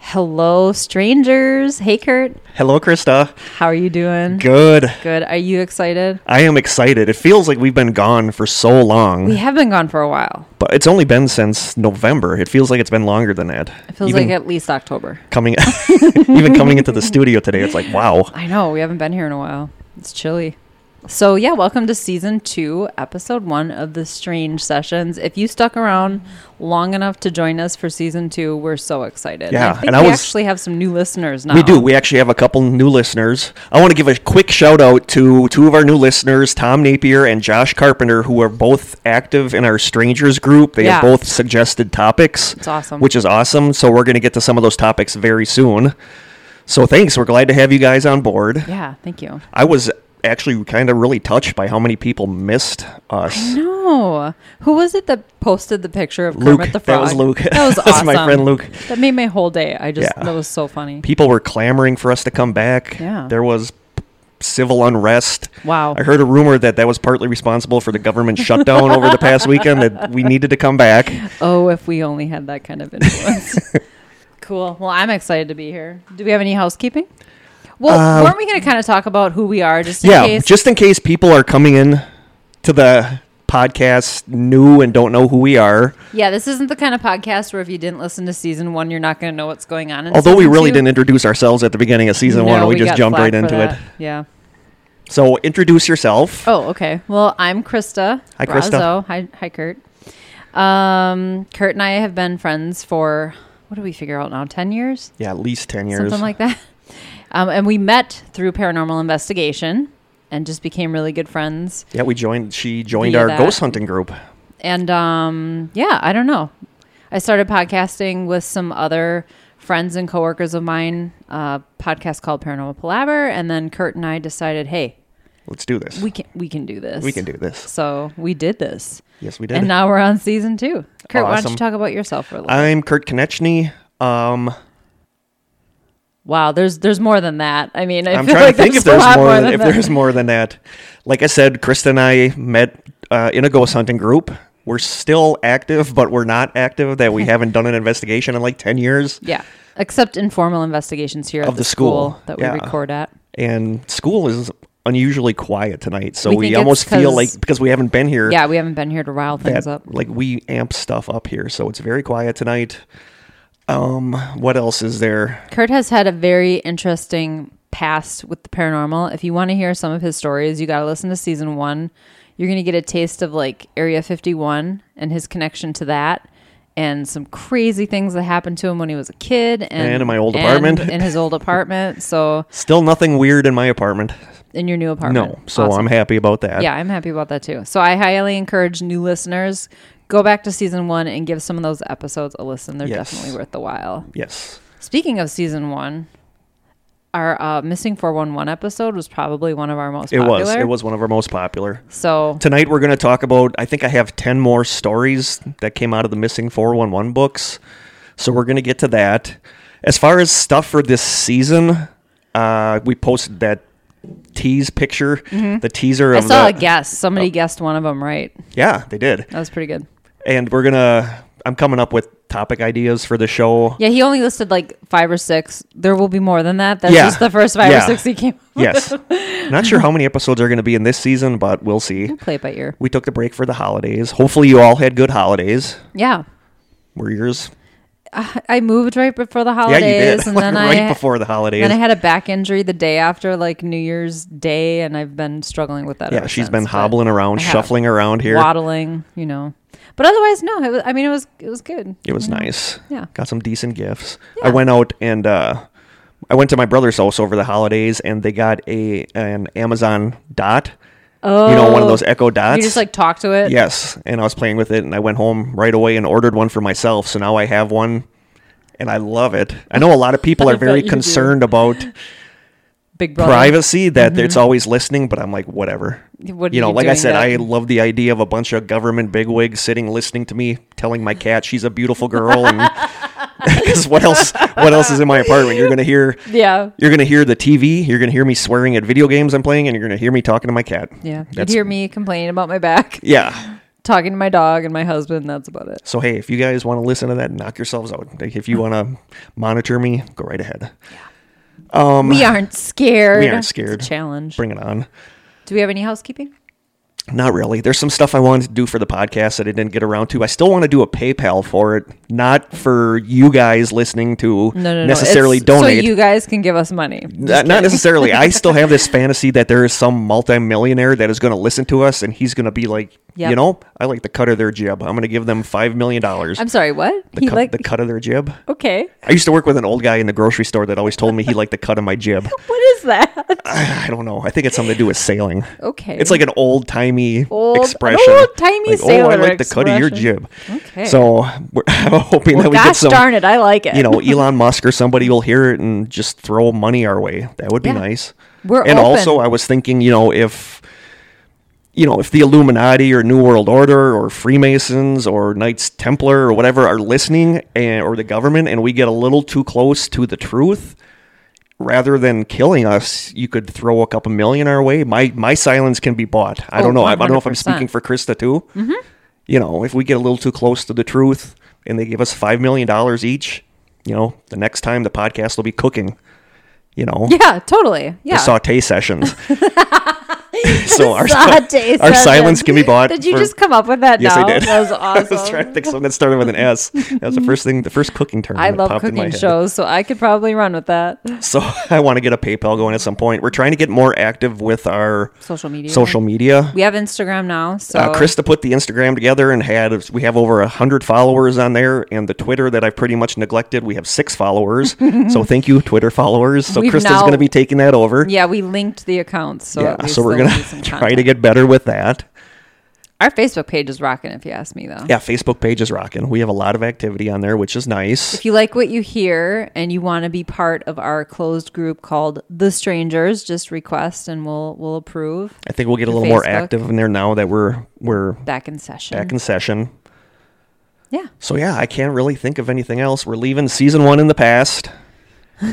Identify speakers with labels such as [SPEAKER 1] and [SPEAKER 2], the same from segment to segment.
[SPEAKER 1] Hello, strangers. Hey, Kurt.
[SPEAKER 2] Hello, Krista.
[SPEAKER 1] How are you doing?
[SPEAKER 2] Good.
[SPEAKER 1] Good. Are you excited?
[SPEAKER 2] I am excited. It feels like we've been gone for so long,
[SPEAKER 1] We have been gone for a while.
[SPEAKER 2] but it's only been since November. It feels like it's been longer than that.
[SPEAKER 1] It feels
[SPEAKER 2] even
[SPEAKER 1] like at least October.
[SPEAKER 2] coming, even coming into the studio today. It's like wow.
[SPEAKER 1] I know. We haven't been here in a while. It's chilly. So, yeah, welcome to season two, episode one of the Strange Sessions. If you stuck around long enough to join us for season two, we're so excited. I
[SPEAKER 2] Yeah,
[SPEAKER 1] think
[SPEAKER 2] and I
[SPEAKER 1] we
[SPEAKER 2] was-
[SPEAKER 1] actually have some new listeners now.
[SPEAKER 2] We do. We actually have a couple new listeners. I want to give a quick shout out to two of our new listeners, Tom Napier and Josh Carpenter, who are both active in our strangers group. They have
[SPEAKER 1] Yeah.
[SPEAKER 2] both suggested topics.
[SPEAKER 1] It's awesome.
[SPEAKER 2] Which is awesome. So we're going to get to some of those topics very soon. So thanks. We're glad to have you guys on board.
[SPEAKER 1] Yeah, thank you.
[SPEAKER 2] I was actually kind of really touched by how many people missed us.
[SPEAKER 1] No. Who was it that posted the picture of
[SPEAKER 2] Luke.
[SPEAKER 1] Kermit the
[SPEAKER 2] That
[SPEAKER 1] Frog?
[SPEAKER 2] was Luke.
[SPEAKER 1] That was
[SPEAKER 2] That's
[SPEAKER 1] awesome.
[SPEAKER 2] my friend Luke.
[SPEAKER 1] That made my whole day. I just,
[SPEAKER 2] Yeah.
[SPEAKER 1] that was so funny.
[SPEAKER 2] People were clamoring for us to come back.
[SPEAKER 1] Yeah.
[SPEAKER 2] There was civil unrest.
[SPEAKER 1] Wow.
[SPEAKER 2] I heard a rumor that that was partly responsible for the government shutdown over the past weekend that we needed to come back.
[SPEAKER 1] Oh, if we only had that kind of influence. cool. Well, I'm excited to be here. Do we have any housekeeping? Well, weren't we going to kind of talk about who we are just in
[SPEAKER 2] Uh, yeah,
[SPEAKER 1] case?
[SPEAKER 2] just in case people are coming in to the podcast new and don't know who we are.
[SPEAKER 1] yeah, this isn't the kind of podcast where if you didn't listen to season one, you're not going to know what's going on. In
[SPEAKER 2] Although we
[SPEAKER 1] season
[SPEAKER 2] really
[SPEAKER 1] two.
[SPEAKER 2] didn't introduce ourselves at the beginning of season one,
[SPEAKER 1] No,
[SPEAKER 2] we, just
[SPEAKER 1] got
[SPEAKER 2] jumped
[SPEAKER 1] flack
[SPEAKER 2] right
[SPEAKER 1] for
[SPEAKER 2] into
[SPEAKER 1] that.
[SPEAKER 2] it.
[SPEAKER 1] Yeah.
[SPEAKER 2] So introduce yourself.
[SPEAKER 1] Oh, okay. Well, I'm Krista.
[SPEAKER 2] Hi, Krista.
[SPEAKER 1] Razzo. Hi, hi, Kurt. Um, Kurt and I have been friends for what do we figure out now? Ten years.
[SPEAKER 2] Yeah, at least ten years.
[SPEAKER 1] something like that. Um, and we met through paranormal investigation and just became really good friends.
[SPEAKER 2] Yeah, we joined. She joined
[SPEAKER 1] Via
[SPEAKER 2] our
[SPEAKER 1] that.
[SPEAKER 2] ghost hunting group.
[SPEAKER 1] And um, yeah, I don't know. I started podcasting with some other friends and coworkers of mine, uh, podcast called Paranormal Palaver, and then Kurt and I decided, hey,
[SPEAKER 2] Let's do this.
[SPEAKER 1] we
[SPEAKER 2] We,
[SPEAKER 1] can we can do this.
[SPEAKER 2] can do this.
[SPEAKER 1] So we did this,
[SPEAKER 2] Yes, we did.
[SPEAKER 1] and now we're on season two. Kurt, why don't
[SPEAKER 2] Awesome.
[SPEAKER 1] you talk about yourself for a little?
[SPEAKER 2] I'm Kurt Konechny. Um,
[SPEAKER 1] wow, there's there's more than that. I mean, I
[SPEAKER 2] I'm
[SPEAKER 1] feel
[SPEAKER 2] trying
[SPEAKER 1] like
[SPEAKER 2] to think if
[SPEAKER 1] there's, a lot
[SPEAKER 2] there's more.
[SPEAKER 1] more
[SPEAKER 2] than-
[SPEAKER 1] than
[SPEAKER 2] if
[SPEAKER 1] that.
[SPEAKER 2] there's more than that, like I said, Krista and I met uh, in a ghost hunting group. We're still active, but we're not active. That we haven't done an investigation in like ten years,
[SPEAKER 1] Yeah. Except informal investigations here at
[SPEAKER 2] Of
[SPEAKER 1] the,
[SPEAKER 2] the
[SPEAKER 1] school,
[SPEAKER 2] school.
[SPEAKER 1] that
[SPEAKER 2] Yeah.
[SPEAKER 1] we record at.
[SPEAKER 2] and school is unusually quiet tonight. So
[SPEAKER 1] We
[SPEAKER 2] we,
[SPEAKER 1] think it's
[SPEAKER 2] almost feel
[SPEAKER 1] 'cause-
[SPEAKER 2] like because we haven't been here.
[SPEAKER 1] Yeah, we haven't been here to rile things
[SPEAKER 2] that
[SPEAKER 1] up.
[SPEAKER 2] like we amp stuff up here, so it's very quiet tonight. Um, what else is there?
[SPEAKER 1] Kurt has had a very interesting past with the paranormal. If you want to hear some of his stories, you got to listen to season one. You're going to get a taste of like Area 51 and his connection to that. And some crazy things that happened to him when he was a kid, and,
[SPEAKER 2] And in my old
[SPEAKER 1] and
[SPEAKER 2] apartment.
[SPEAKER 1] in his old apartment. So,
[SPEAKER 2] Still nothing weird in my apartment.
[SPEAKER 1] in your new apartment,
[SPEAKER 2] No. So
[SPEAKER 1] Awesome.
[SPEAKER 2] I'm happy about that.
[SPEAKER 1] Yeah, I'm happy about that too. So I highly encourage new listeners go back to season one and give some of those episodes a listen. They're
[SPEAKER 2] Yes.
[SPEAKER 1] definitely worth the while.
[SPEAKER 2] Yes.
[SPEAKER 1] Speaking of season one, our uh, missing 411 episode was probably one of our most
[SPEAKER 2] It
[SPEAKER 1] popular.
[SPEAKER 2] was. It was one of our most popular.
[SPEAKER 1] So
[SPEAKER 2] Tonight we're going to talk about I think I have 10 more stories that came out of the missing 411 books. So we're going to get to that. As far as stuff for this season, uh we posted that tease picture, the teaser
[SPEAKER 1] Mm-hmm. I
[SPEAKER 2] of Oh.
[SPEAKER 1] saw
[SPEAKER 2] the
[SPEAKER 1] a guess. Somebody guessed one of them right.
[SPEAKER 2] Yeah, they did.
[SPEAKER 1] That was pretty good.
[SPEAKER 2] And we're going to I'm coming up with topic ideas for the show.
[SPEAKER 1] Yeah, he only listed like five or six. There will be more than that. That's
[SPEAKER 2] Yeah.
[SPEAKER 1] just the first five
[SPEAKER 2] Yeah.
[SPEAKER 1] or six he came.
[SPEAKER 2] Yes. Not sure how many episodes are going to be in this season, but we'll see.
[SPEAKER 1] Play it by ear.
[SPEAKER 2] We took the break for the holidays. Hopefully, you all had good holidays.
[SPEAKER 1] Yeah.
[SPEAKER 2] Were yours?
[SPEAKER 1] I moved right before the
[SPEAKER 2] Yeah,
[SPEAKER 1] holidays,
[SPEAKER 2] you did.
[SPEAKER 1] and
[SPEAKER 2] Like,
[SPEAKER 1] then
[SPEAKER 2] right
[SPEAKER 1] I
[SPEAKER 2] before the holidays.
[SPEAKER 1] And I had a back injury the day after, like New Year's Day, and I've been struggling with that.
[SPEAKER 2] yeah,
[SPEAKER 1] ever
[SPEAKER 2] she's
[SPEAKER 1] since,
[SPEAKER 2] been
[SPEAKER 1] but
[SPEAKER 2] hobbling around,
[SPEAKER 1] I have.
[SPEAKER 2] shuffling around here.
[SPEAKER 1] waddling, you know. But otherwise, no. It was, I mean, it was it was good.
[SPEAKER 2] It was nice.
[SPEAKER 1] Yeah.
[SPEAKER 2] Got some decent gifts.
[SPEAKER 1] Yeah.
[SPEAKER 2] I went out and uh, I went to my brother's house over the holidays, and they got a an Amazon Dot. Oh. You know, one of those Echo Dots.
[SPEAKER 1] Oh, You just like talk to it.
[SPEAKER 2] Yes, and I was playing with it, and I went home right away and ordered one for myself. So now I have one, and I love it. I know a lot of people
[SPEAKER 1] I
[SPEAKER 2] are very
[SPEAKER 1] bet you do.
[SPEAKER 2] concerned about
[SPEAKER 1] Big brother.
[SPEAKER 2] privacy that it's always listening, but I'm like, whatever.
[SPEAKER 1] What are
[SPEAKER 2] you know,
[SPEAKER 1] Mm-hmm. you
[SPEAKER 2] like I
[SPEAKER 1] doing
[SPEAKER 2] said,
[SPEAKER 1] that-
[SPEAKER 2] I love the idea of a bunch of government bigwigs sitting listening to me telling my cat she's a beautiful girl and because what else what else is in my apartment? You're gonna hear
[SPEAKER 1] Yeah.
[SPEAKER 2] you're gonna hear the TV, you're gonna hear me swearing at video games I'm playing, and you're gonna hear me talking to my cat.
[SPEAKER 1] Yeah. You'd
[SPEAKER 2] That's-
[SPEAKER 1] hear me complaining about my back.
[SPEAKER 2] Yeah.
[SPEAKER 1] talking to my dog and my husband. That's about it.
[SPEAKER 2] So hey, if you guys want to listen to that, knock yourselves out. Like, If you want to monitor me, go right ahead.
[SPEAKER 1] we aren't scared.
[SPEAKER 2] Um, we aren't
[SPEAKER 1] It's a
[SPEAKER 2] scared.
[SPEAKER 1] challenge.
[SPEAKER 2] Bring it on.
[SPEAKER 1] Do we have any housekeeping?
[SPEAKER 2] Not really. There's some stuff I wanted to do for the podcast that I didn't get around to. I still want to do a PayPal for it, not for you guys listening to
[SPEAKER 1] No, no, no.
[SPEAKER 2] necessarily
[SPEAKER 1] It's
[SPEAKER 2] donate.
[SPEAKER 1] So you guys can give us money.
[SPEAKER 2] not, not necessarily. I still have this fantasy that there is some multimillionaire that is going to listen to us and he's going to be like,
[SPEAKER 1] Yep.
[SPEAKER 2] you know, I like the cut of their jib. I'm going to give them $5 million.
[SPEAKER 1] I'm sorry. What?
[SPEAKER 2] the, cut, the cut of their jib.
[SPEAKER 1] okay.
[SPEAKER 2] I used to work with an old guy in the grocery store that always told me he liked the cut of my jib.
[SPEAKER 1] What is that?
[SPEAKER 2] I don't know. I think it's something to do with sailing.
[SPEAKER 1] Okay.
[SPEAKER 2] It's like an old timey
[SPEAKER 1] Old-
[SPEAKER 2] expression.
[SPEAKER 1] an old-timey
[SPEAKER 2] like, Oh, I
[SPEAKER 1] sailor
[SPEAKER 2] like the cut of your
[SPEAKER 1] expression."
[SPEAKER 2] jib.
[SPEAKER 1] Okay.
[SPEAKER 2] So we're I'm hoping that we get
[SPEAKER 1] Gosh
[SPEAKER 2] some.
[SPEAKER 1] darn it! I like it.
[SPEAKER 2] You know, Elon Musk or somebody will hear it and just throw money our way. That would be
[SPEAKER 1] Yeah.
[SPEAKER 2] nice.
[SPEAKER 1] We're
[SPEAKER 2] and also,
[SPEAKER 1] open.
[SPEAKER 2] I was thinking, you know, if you know, if the Illuminati or New World Order or Freemasons or Knights Templar or whatever are listening, and, or the government, and we get a little too close to the truth, rather than killing us, you could throw a couple million our way. My my silence can be bought. I
[SPEAKER 1] Oh,
[SPEAKER 2] don't know. I, I don't know if I'm
[SPEAKER 1] 100%.
[SPEAKER 2] speaking for Krista too. You know, if we get a little too close to the truth, and they give us five million dollars each, you know, the next time the podcast will be cooking. You know,
[SPEAKER 1] yeah, totally. Yeah.
[SPEAKER 2] the saute sessions. so our
[SPEAKER 1] Saute
[SPEAKER 2] our
[SPEAKER 1] session.
[SPEAKER 2] silence can be bought.
[SPEAKER 1] Did you
[SPEAKER 2] for-
[SPEAKER 1] just come up with that?
[SPEAKER 2] Yes,
[SPEAKER 1] now?
[SPEAKER 2] I did.
[SPEAKER 1] That was
[SPEAKER 2] I was trying
[SPEAKER 1] awesome.
[SPEAKER 2] to think something that started with an S. That was the first thing, the first cooking term.
[SPEAKER 1] I
[SPEAKER 2] that
[SPEAKER 1] love
[SPEAKER 2] popped in my
[SPEAKER 1] cooking
[SPEAKER 2] head.
[SPEAKER 1] shows, so I could probably run with that.
[SPEAKER 2] So I want to get a PayPal going at some point. We're trying to get more active with our
[SPEAKER 1] Social media.
[SPEAKER 2] social media.
[SPEAKER 1] We have Instagram now, so
[SPEAKER 2] Uh, Krista put the Instagram together and had we have over a hundred followers on there, and the Twitter that I've pretty much neglected, we have six followers. so thank you, Twitter followers. So
[SPEAKER 1] We've
[SPEAKER 2] Krista's
[SPEAKER 1] now-
[SPEAKER 2] going to be taking that over.
[SPEAKER 1] yeah, we linked the accounts. So at
[SPEAKER 2] Yeah,
[SPEAKER 1] least
[SPEAKER 2] so we're
[SPEAKER 1] there'll
[SPEAKER 2] gonna
[SPEAKER 1] be some
[SPEAKER 2] try
[SPEAKER 1] content.
[SPEAKER 2] to get better with that.
[SPEAKER 1] our Facebook page is rocking. If you ask me, though,
[SPEAKER 2] Yeah, Facebook page is rocking. We have a lot of activity on there, which is nice.
[SPEAKER 1] If you like what you hear and you want to be part of our closed group called The Strangers, just request and we'll we'll approve.
[SPEAKER 2] I think we'll get a
[SPEAKER 1] the
[SPEAKER 2] little more
[SPEAKER 1] Facebook. Mm-hmm.
[SPEAKER 2] active in there now that we're we're
[SPEAKER 1] Back in session.
[SPEAKER 2] back in session.
[SPEAKER 1] yeah.
[SPEAKER 2] So yeah, I can't really think of anything else. We're leaving season one in the past.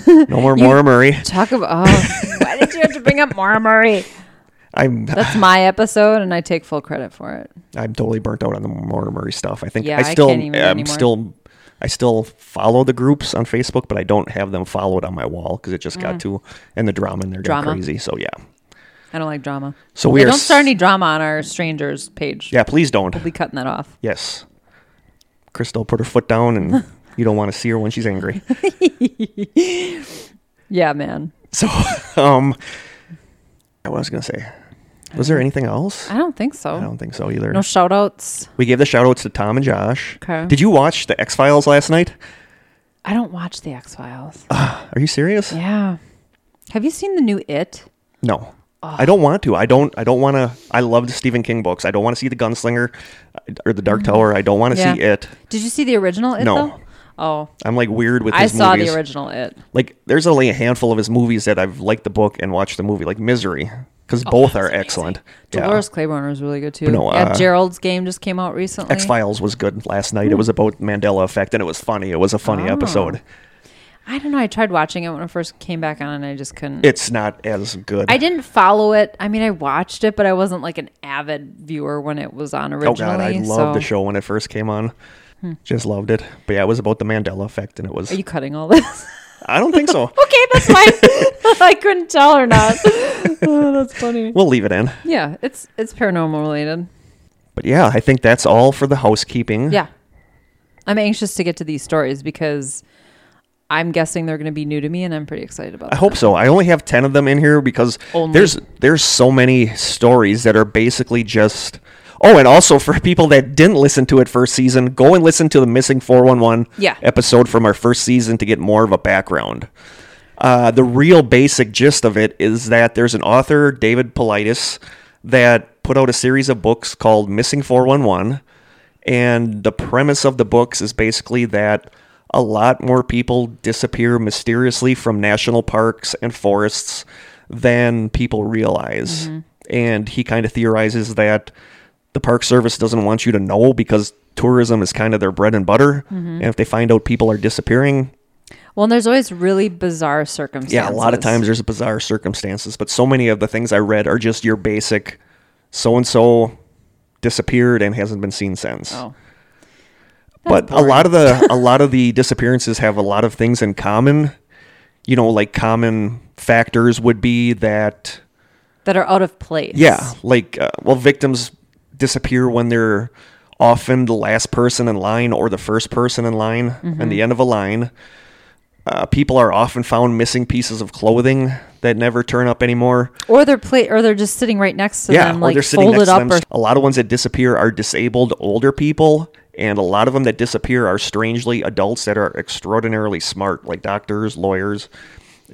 [SPEAKER 2] No more Maura Murray.
[SPEAKER 1] Talk about oh, why did you have to bring up Maura Murray?
[SPEAKER 2] I'm
[SPEAKER 1] That's my episode and I take full credit for it.
[SPEAKER 2] I'm totally burnt out on the Maura Murray stuff. I think
[SPEAKER 1] Yeah,
[SPEAKER 2] I
[SPEAKER 1] I
[SPEAKER 2] still
[SPEAKER 1] can't even
[SPEAKER 2] I'm
[SPEAKER 1] anymore.
[SPEAKER 2] still I still follow the groups on Facebook, but I don't have them followed on my wall because it just got too and the drama in there
[SPEAKER 1] Mm.
[SPEAKER 2] got
[SPEAKER 1] Drama.
[SPEAKER 2] crazy. So yeah,
[SPEAKER 1] I don't like drama.
[SPEAKER 2] So we
[SPEAKER 1] Yeah,
[SPEAKER 2] are
[SPEAKER 1] don't start
[SPEAKER 2] s-
[SPEAKER 1] any drama on our strangers page.
[SPEAKER 2] yeah. Please don't.
[SPEAKER 1] We'll be cutting that off.
[SPEAKER 2] Yes. Crystal put her foot down and you don't want to see her when she's angry.
[SPEAKER 1] Yeah, man.
[SPEAKER 2] So um what I was gonna say. Was there anything else?
[SPEAKER 1] I don't think
[SPEAKER 2] I
[SPEAKER 1] so.
[SPEAKER 2] don't think so either.
[SPEAKER 1] No shout outs.
[SPEAKER 2] we gave the shout outs to Tom and Josh.
[SPEAKER 1] 'Kay.
[SPEAKER 2] Did you watch the X Files last night?
[SPEAKER 1] I don't watch the X Files.
[SPEAKER 2] Are you serious?
[SPEAKER 1] Yeah. Have you seen the new It?
[SPEAKER 2] No. I don't want to. I don't I don't want to I loved Stephen King books. I don't want to see The Gunslinger uh, or The Dark Tower. I don't want to
[SPEAKER 1] Mm-hmm. Yeah.
[SPEAKER 2] see it.
[SPEAKER 1] Did you see the original It
[SPEAKER 2] No.
[SPEAKER 1] though? Oh,
[SPEAKER 2] I'm like weird with
[SPEAKER 1] I
[SPEAKER 2] his
[SPEAKER 1] saw
[SPEAKER 2] movies.
[SPEAKER 1] the original It.
[SPEAKER 2] Like there's only a handful of his movies that I've liked the book and watched the movie, like Misery, cuz
[SPEAKER 1] Oh,
[SPEAKER 2] both are excellent. Yeah.
[SPEAKER 1] Dolores Claiborne was really good too.
[SPEAKER 2] no,
[SPEAKER 1] yeah,
[SPEAKER 2] uh,
[SPEAKER 1] Gerald's game just came out recently.
[SPEAKER 2] X Files was good last night. It was about Mandela effect, and it was funny. It was a funny
[SPEAKER 1] Oh.
[SPEAKER 2] episode.
[SPEAKER 1] I don't know. I tried watching it when it first came back on, and I just couldn't.
[SPEAKER 2] It's not as good.
[SPEAKER 1] I didn't follow it. I mean, I watched it, but I wasn't like an avid viewer when it was on
[SPEAKER 2] oh
[SPEAKER 1] originally.
[SPEAKER 2] god, I loved
[SPEAKER 1] so. Hmm.
[SPEAKER 2] the show when it first came on. Just loved it. But yeah, it was about the Mandela effect, and it was.
[SPEAKER 1] Are you cutting all this?
[SPEAKER 2] I don't think so.
[SPEAKER 1] okay, that's fine. I couldn't tell or not. Oh, that's funny.
[SPEAKER 2] we'll leave it in.
[SPEAKER 1] Yeah, it's it's paranormal related.
[SPEAKER 2] But yeah, I think that's all for the housekeeping.
[SPEAKER 1] Yeah. I'm anxious to get to these stories because I'm guessing they're going to be new to me, and I'm pretty excited about.
[SPEAKER 2] I hope so. I only have ten of them in here because
[SPEAKER 1] Only.
[SPEAKER 2] there's there's so many stories that are basically just. Oh, and also for people that didn't listen to it first season, go and listen to the missing four one one
[SPEAKER 1] Yeah.
[SPEAKER 2] episode from our first season to get more of a background. Uh, the real basic gist of it is that there's an author, David Politis, that put out a series of books called Missing 411. And the premise of the books is basically that a lot more people disappear mysteriously from national parks and forests than people realize. And he kind of theorizes that the Park Service doesn't want you to know because tourism is kind of their bread and butter. And if they find out people are disappearing,
[SPEAKER 1] Well, and there's always really bizarre circumstances.
[SPEAKER 2] yeah, a lot of times there's bizarre circumstances, but so many of the things I read are just your basic so and so disappeared and hasn't been seen since.
[SPEAKER 1] Oh.
[SPEAKER 2] but a lot of the a lot of the disappearances have a lot of things in common. You know, like common factors would be that
[SPEAKER 1] That are out of place.
[SPEAKER 2] yeah, like uh, well, victims disappear when they're often the last person in line or the first person in line and
[SPEAKER 1] Mm-hmm.
[SPEAKER 2] the end of a line. Uh, people are often found missing pieces of clothing that never turn up anymore.
[SPEAKER 1] Or they're pla- or they're just sitting right next to
[SPEAKER 2] yeah,
[SPEAKER 1] them,
[SPEAKER 2] or
[SPEAKER 1] like
[SPEAKER 2] they're sitting
[SPEAKER 1] folded
[SPEAKER 2] next to
[SPEAKER 1] up
[SPEAKER 2] them.
[SPEAKER 1] or
[SPEAKER 2] a lot of ones that disappear are disabled older people, and a lot of them that disappear are strangely adults that are extraordinarily smart, like doctors, lawyers,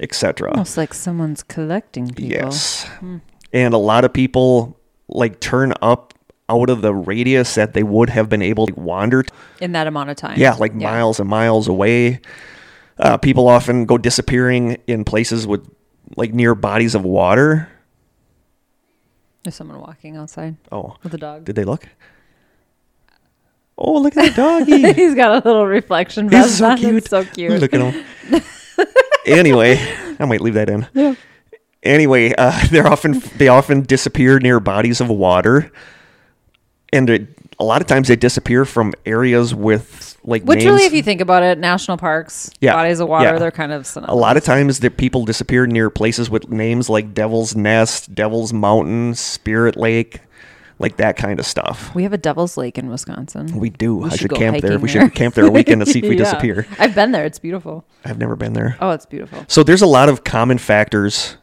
[SPEAKER 2] etc.
[SPEAKER 1] almost like someone's collecting people. Hmm.
[SPEAKER 2] Yes. And a lot of people like turn up out of the radius that they would have been able to wander. To.
[SPEAKER 1] In that amount of time.
[SPEAKER 2] Yeah, like miles and miles away. Uh, people often go disappearing in places with like near bodies of water.
[SPEAKER 1] There's someone walking outside
[SPEAKER 2] Oh,
[SPEAKER 1] with a dog.
[SPEAKER 2] did they look? Oh, look at that doggy.
[SPEAKER 1] He's got a little reflection vest
[SPEAKER 2] He's so
[SPEAKER 1] on.
[SPEAKER 2] cute.
[SPEAKER 1] It's so cute.
[SPEAKER 2] Look at him. anyway, I might leave that in.
[SPEAKER 1] Yeah.
[SPEAKER 2] Anyway, uh, they're often they often disappear near bodies of water, and it, a lot of times they disappear from areas with like
[SPEAKER 1] Which
[SPEAKER 2] names.
[SPEAKER 1] really, if you think about it, national parks,
[SPEAKER 2] Yeah.
[SPEAKER 1] bodies of water,
[SPEAKER 2] Yeah.
[SPEAKER 1] they're kind of
[SPEAKER 2] a
[SPEAKER 1] synonymous.
[SPEAKER 2] lot of times that people disappear near places with names like Devil's Nest, Devil's Mountain, Spirit Lake, like that kind of stuff.
[SPEAKER 1] We have a Devil's Lake in Wisconsin.
[SPEAKER 2] We do. I
[SPEAKER 1] should
[SPEAKER 2] should
[SPEAKER 1] go
[SPEAKER 2] camp there.
[SPEAKER 1] hiking
[SPEAKER 2] We
[SPEAKER 1] there.
[SPEAKER 2] should camp there a weekend to see if we
[SPEAKER 1] Yeah.
[SPEAKER 2] disappear.
[SPEAKER 1] I've been there. It's beautiful.
[SPEAKER 2] I've never been there.
[SPEAKER 1] Oh, it's beautiful.
[SPEAKER 2] So there's a lot of common factors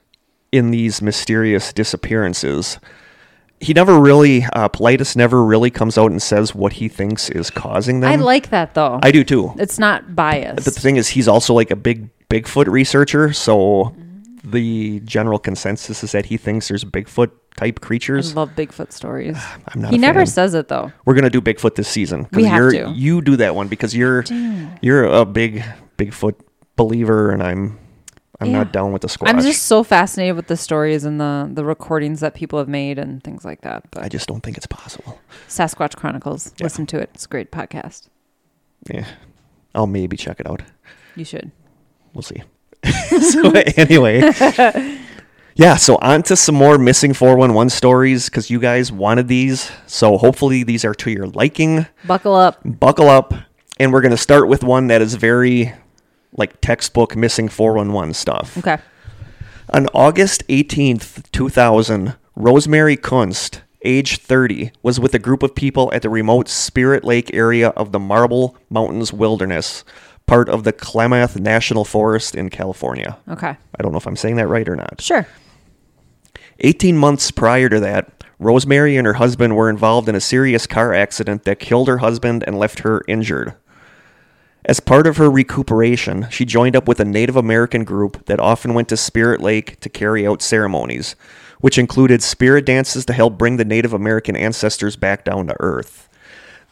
[SPEAKER 2] in these mysterious disappearances. He never really, uh, Politis never really comes out and says what he thinks is causing them.
[SPEAKER 1] I like that though.
[SPEAKER 2] I do too.
[SPEAKER 1] it's not biased.
[SPEAKER 2] The thing is, he's also like a big Bigfoot researcher, so
[SPEAKER 1] Mm-hmm.
[SPEAKER 2] the general consensus is that he thinks there's Bigfoot type
[SPEAKER 1] I
[SPEAKER 2] creatures.
[SPEAKER 1] love Bigfoot stories.
[SPEAKER 2] I'm not.
[SPEAKER 1] He
[SPEAKER 2] a
[SPEAKER 1] never
[SPEAKER 2] fan.
[SPEAKER 1] says it though.
[SPEAKER 2] We're gonna do Bigfoot this season. 'cause
[SPEAKER 1] We have
[SPEAKER 2] you're,
[SPEAKER 1] to.
[SPEAKER 2] You do that one because you're you're a big Bigfoot believer, and I'm I'm
[SPEAKER 1] Yeah.
[SPEAKER 2] not down with the squash.
[SPEAKER 1] I'm just so fascinated with the stories and the the recordings that people have made and things like that. But
[SPEAKER 2] I just don't think it's possible.
[SPEAKER 1] Sasquatch Chronicles, listen to it. It's a great podcast.
[SPEAKER 2] Yeah. I'll maybe check it out.
[SPEAKER 1] You should.
[SPEAKER 2] We'll see. so anyway. Yeah, so on to some more missing 411 stories because you guys wanted these. So hopefully these are to your liking.
[SPEAKER 1] Buckle up.
[SPEAKER 2] Buckle up. And we're going to start with one that is very like textbook missing 411 stuff.
[SPEAKER 1] Okay.
[SPEAKER 2] On August 18th, 2000, Rosemary Kunst, age 30, was with a group of people at the remote Spirit Lake area of the Marble Mountains Wilderness, part of the Klamath National Forest in California.
[SPEAKER 1] Okay.
[SPEAKER 2] I don't know if I'm saying that right or not.
[SPEAKER 1] Sure.
[SPEAKER 2] 18 months prior to that, Rosemary and her husband were involved in a serious car accident that killed her husband and left her injured. As part of her recuperation, she joined up with a Native American group that often went to Spirit Lake to carry out ceremonies, which included spirit dances to help bring the Native American ancestors back down to earth.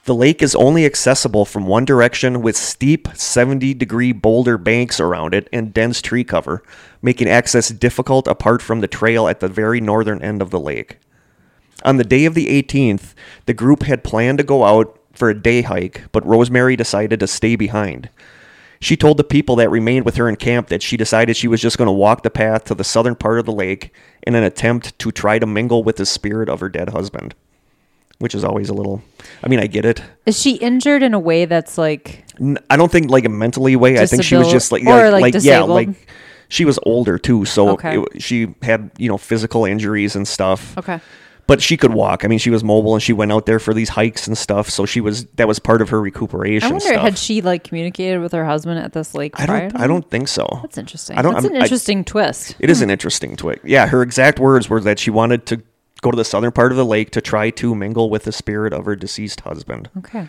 [SPEAKER 2] The lake is only accessible from one direction with steep 70 degree boulder banks around it and dense tree cover, making access difficult apart from the trail at the very northern end of the lake. On the day of the 18th, the group had planned to go out for a day hike, but Rosemary decided to stay behind. She told the people that remained with her in camp that she decided she was just going to walk the path to the southern part of the lake in an attempt to try to mingle with the spirit of her dead husband, which is always a little. I mean, I get it.
[SPEAKER 1] Is she injured in a way that's like
[SPEAKER 2] N- I don't think like a mentally way. I think she was
[SPEAKER 1] Disabil-
[SPEAKER 2] just like
[SPEAKER 1] or,
[SPEAKER 2] like,
[SPEAKER 1] like,
[SPEAKER 2] like, yeah,
[SPEAKER 1] disabled?
[SPEAKER 2] like she was older too, so
[SPEAKER 1] Okay.
[SPEAKER 2] it, she had you know physical injuries and stuff.
[SPEAKER 1] Okay.
[SPEAKER 2] but she could walk. I mean, she was mobile and she went out there for these hikes and stuff. So she was that was part of her recuperation.
[SPEAKER 1] I wonder
[SPEAKER 2] stuff.
[SPEAKER 1] had she like communicated with her husband at this lake
[SPEAKER 2] I
[SPEAKER 1] prior
[SPEAKER 2] don't.
[SPEAKER 1] to
[SPEAKER 2] I don't think so.
[SPEAKER 1] That's interesting.
[SPEAKER 2] I don't.
[SPEAKER 1] That's
[SPEAKER 2] I'm-
[SPEAKER 1] an
[SPEAKER 2] I-
[SPEAKER 1] interesting twist.
[SPEAKER 2] it is an interesting twig. Yeah, her exact words were that she wanted to go to the southern part of the lake to try to mingle with the spirit of her deceased husband.
[SPEAKER 1] Okay.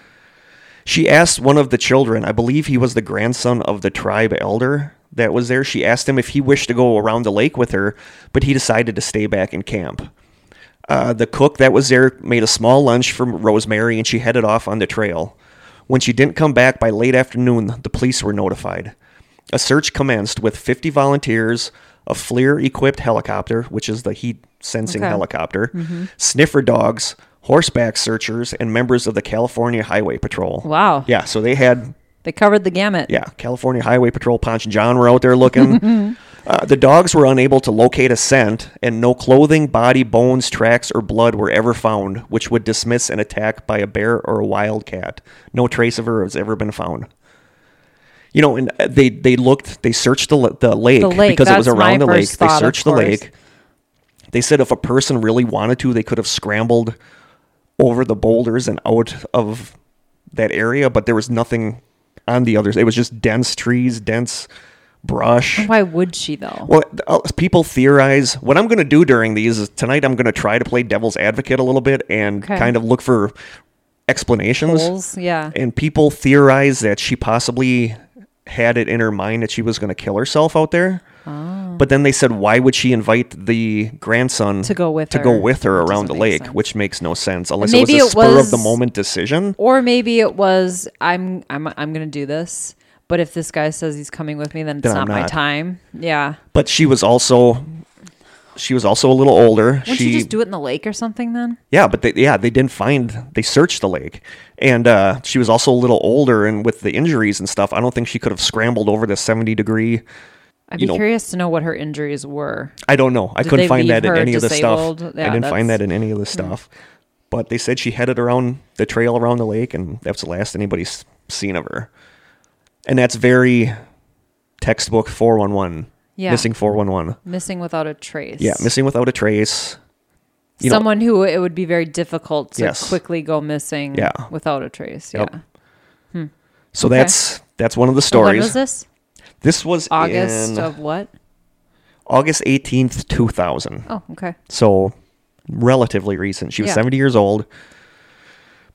[SPEAKER 2] She asked one of the children, I believe he was the grandson of the tribe elder that was there. She asked him if he wished to go around the lake with her, but he decided to stay back in camp. Uh, the cook that was there made a small lunch for Rosemary and she headed off on the trail. When she didn't come back by late afternoon, the police were notified. A search commenced with 50 volunteers, a FLIR equipped helicopter, which is the heat sensing
[SPEAKER 1] Okay.
[SPEAKER 2] helicopter, sniffer dogs, horseback searchers, and members of the California Highway Patrol.
[SPEAKER 1] Wow.
[SPEAKER 2] Yeah, so they had
[SPEAKER 1] They covered the gamut.
[SPEAKER 2] yeah California Highway Patrol Ponch and John were out there looking. Uh, the dogs were unable to locate a scent, and no clothing, body, bones, tracks, or blood were ever found, which would dismiss an attack by a bear or a wildcat. No trace of her has ever been found. You know, and uh, they they looked, they searched the, l- the lake
[SPEAKER 1] The lake,
[SPEAKER 2] because it was
[SPEAKER 1] that's my
[SPEAKER 2] around the lake.
[SPEAKER 1] first
[SPEAKER 2] They
[SPEAKER 1] thought, of
[SPEAKER 2] searched the
[SPEAKER 1] course.
[SPEAKER 2] lake. They said if a person really wanted to, they could have scrambled over the boulders and out of that area, but there was nothing on the others. It was just dense trees, dense brush.
[SPEAKER 1] Why would she though?
[SPEAKER 2] Well, th- uh, people theorize. What I'm going to do during these is tonight I'm going to try to play devil's advocate a little bit and
[SPEAKER 1] Okay.
[SPEAKER 2] kind of look for explanations.
[SPEAKER 1] Holes? Yeah.
[SPEAKER 2] And people theorize that she possibly had it in her mind that she was going to kill herself out there. But then they said, why would she invite the grandson
[SPEAKER 1] Ah. To go with
[SPEAKER 2] to
[SPEAKER 1] her.
[SPEAKER 2] go with her
[SPEAKER 1] That
[SPEAKER 2] around the
[SPEAKER 1] doesn't make
[SPEAKER 2] lake?
[SPEAKER 1] sense.
[SPEAKER 2] Which makes no sense unless
[SPEAKER 1] Maybe
[SPEAKER 2] it was a
[SPEAKER 1] it
[SPEAKER 2] spur of the
[SPEAKER 1] was-
[SPEAKER 2] moment decision.
[SPEAKER 1] Or maybe it was I'm I'm I'm gonna do this, but if this guy says he's coming with me, then it's
[SPEAKER 2] Then I'm
[SPEAKER 1] not, my
[SPEAKER 2] not.
[SPEAKER 1] time. Yeah.
[SPEAKER 2] But she was also she was also a little older.
[SPEAKER 1] Wouldn't
[SPEAKER 2] she
[SPEAKER 1] you just do it in the lake or something then?
[SPEAKER 2] Yeah, but they, yeah, they didn't find. They searched the lake, and uh, she was also a little older, and with the injuries and stuff, I don't think she could have scrambled over the seventy degree.
[SPEAKER 1] I'd
[SPEAKER 2] You
[SPEAKER 1] be
[SPEAKER 2] know-
[SPEAKER 1] curious to know what her injuries were.
[SPEAKER 2] I don't know. I
[SPEAKER 1] Did
[SPEAKER 2] couldn't
[SPEAKER 1] they
[SPEAKER 2] find
[SPEAKER 1] leave
[SPEAKER 2] that in
[SPEAKER 1] her
[SPEAKER 2] any of the stuff.
[SPEAKER 1] disabled?
[SPEAKER 2] I
[SPEAKER 1] Yeah,
[SPEAKER 2] didn't find
[SPEAKER 1] that's- Mm.
[SPEAKER 2] that in any of the stuff. But they said she headed around the trail around the lake, and that's the last anybody's seen of her. And that's very textbook four one one.
[SPEAKER 1] Yeah.
[SPEAKER 2] missing four one one.
[SPEAKER 1] Missing without a trace.
[SPEAKER 2] Yeah, missing without a trace. you know-
[SPEAKER 1] Someone who it would be very difficult to
[SPEAKER 2] Yes.
[SPEAKER 1] quickly go missing
[SPEAKER 2] Yeah.
[SPEAKER 1] without a trace.
[SPEAKER 2] Yep.
[SPEAKER 1] Yeah.
[SPEAKER 2] So
[SPEAKER 1] Okay.
[SPEAKER 2] that's that's one of the
[SPEAKER 1] So When
[SPEAKER 2] stories.
[SPEAKER 1] was this?
[SPEAKER 2] this was
[SPEAKER 1] August
[SPEAKER 2] in
[SPEAKER 1] of what?
[SPEAKER 2] August eighteenth, two thousand.
[SPEAKER 1] Oh, okay.
[SPEAKER 2] so relatively recent. She was
[SPEAKER 1] Yeah.
[SPEAKER 2] 70 years old.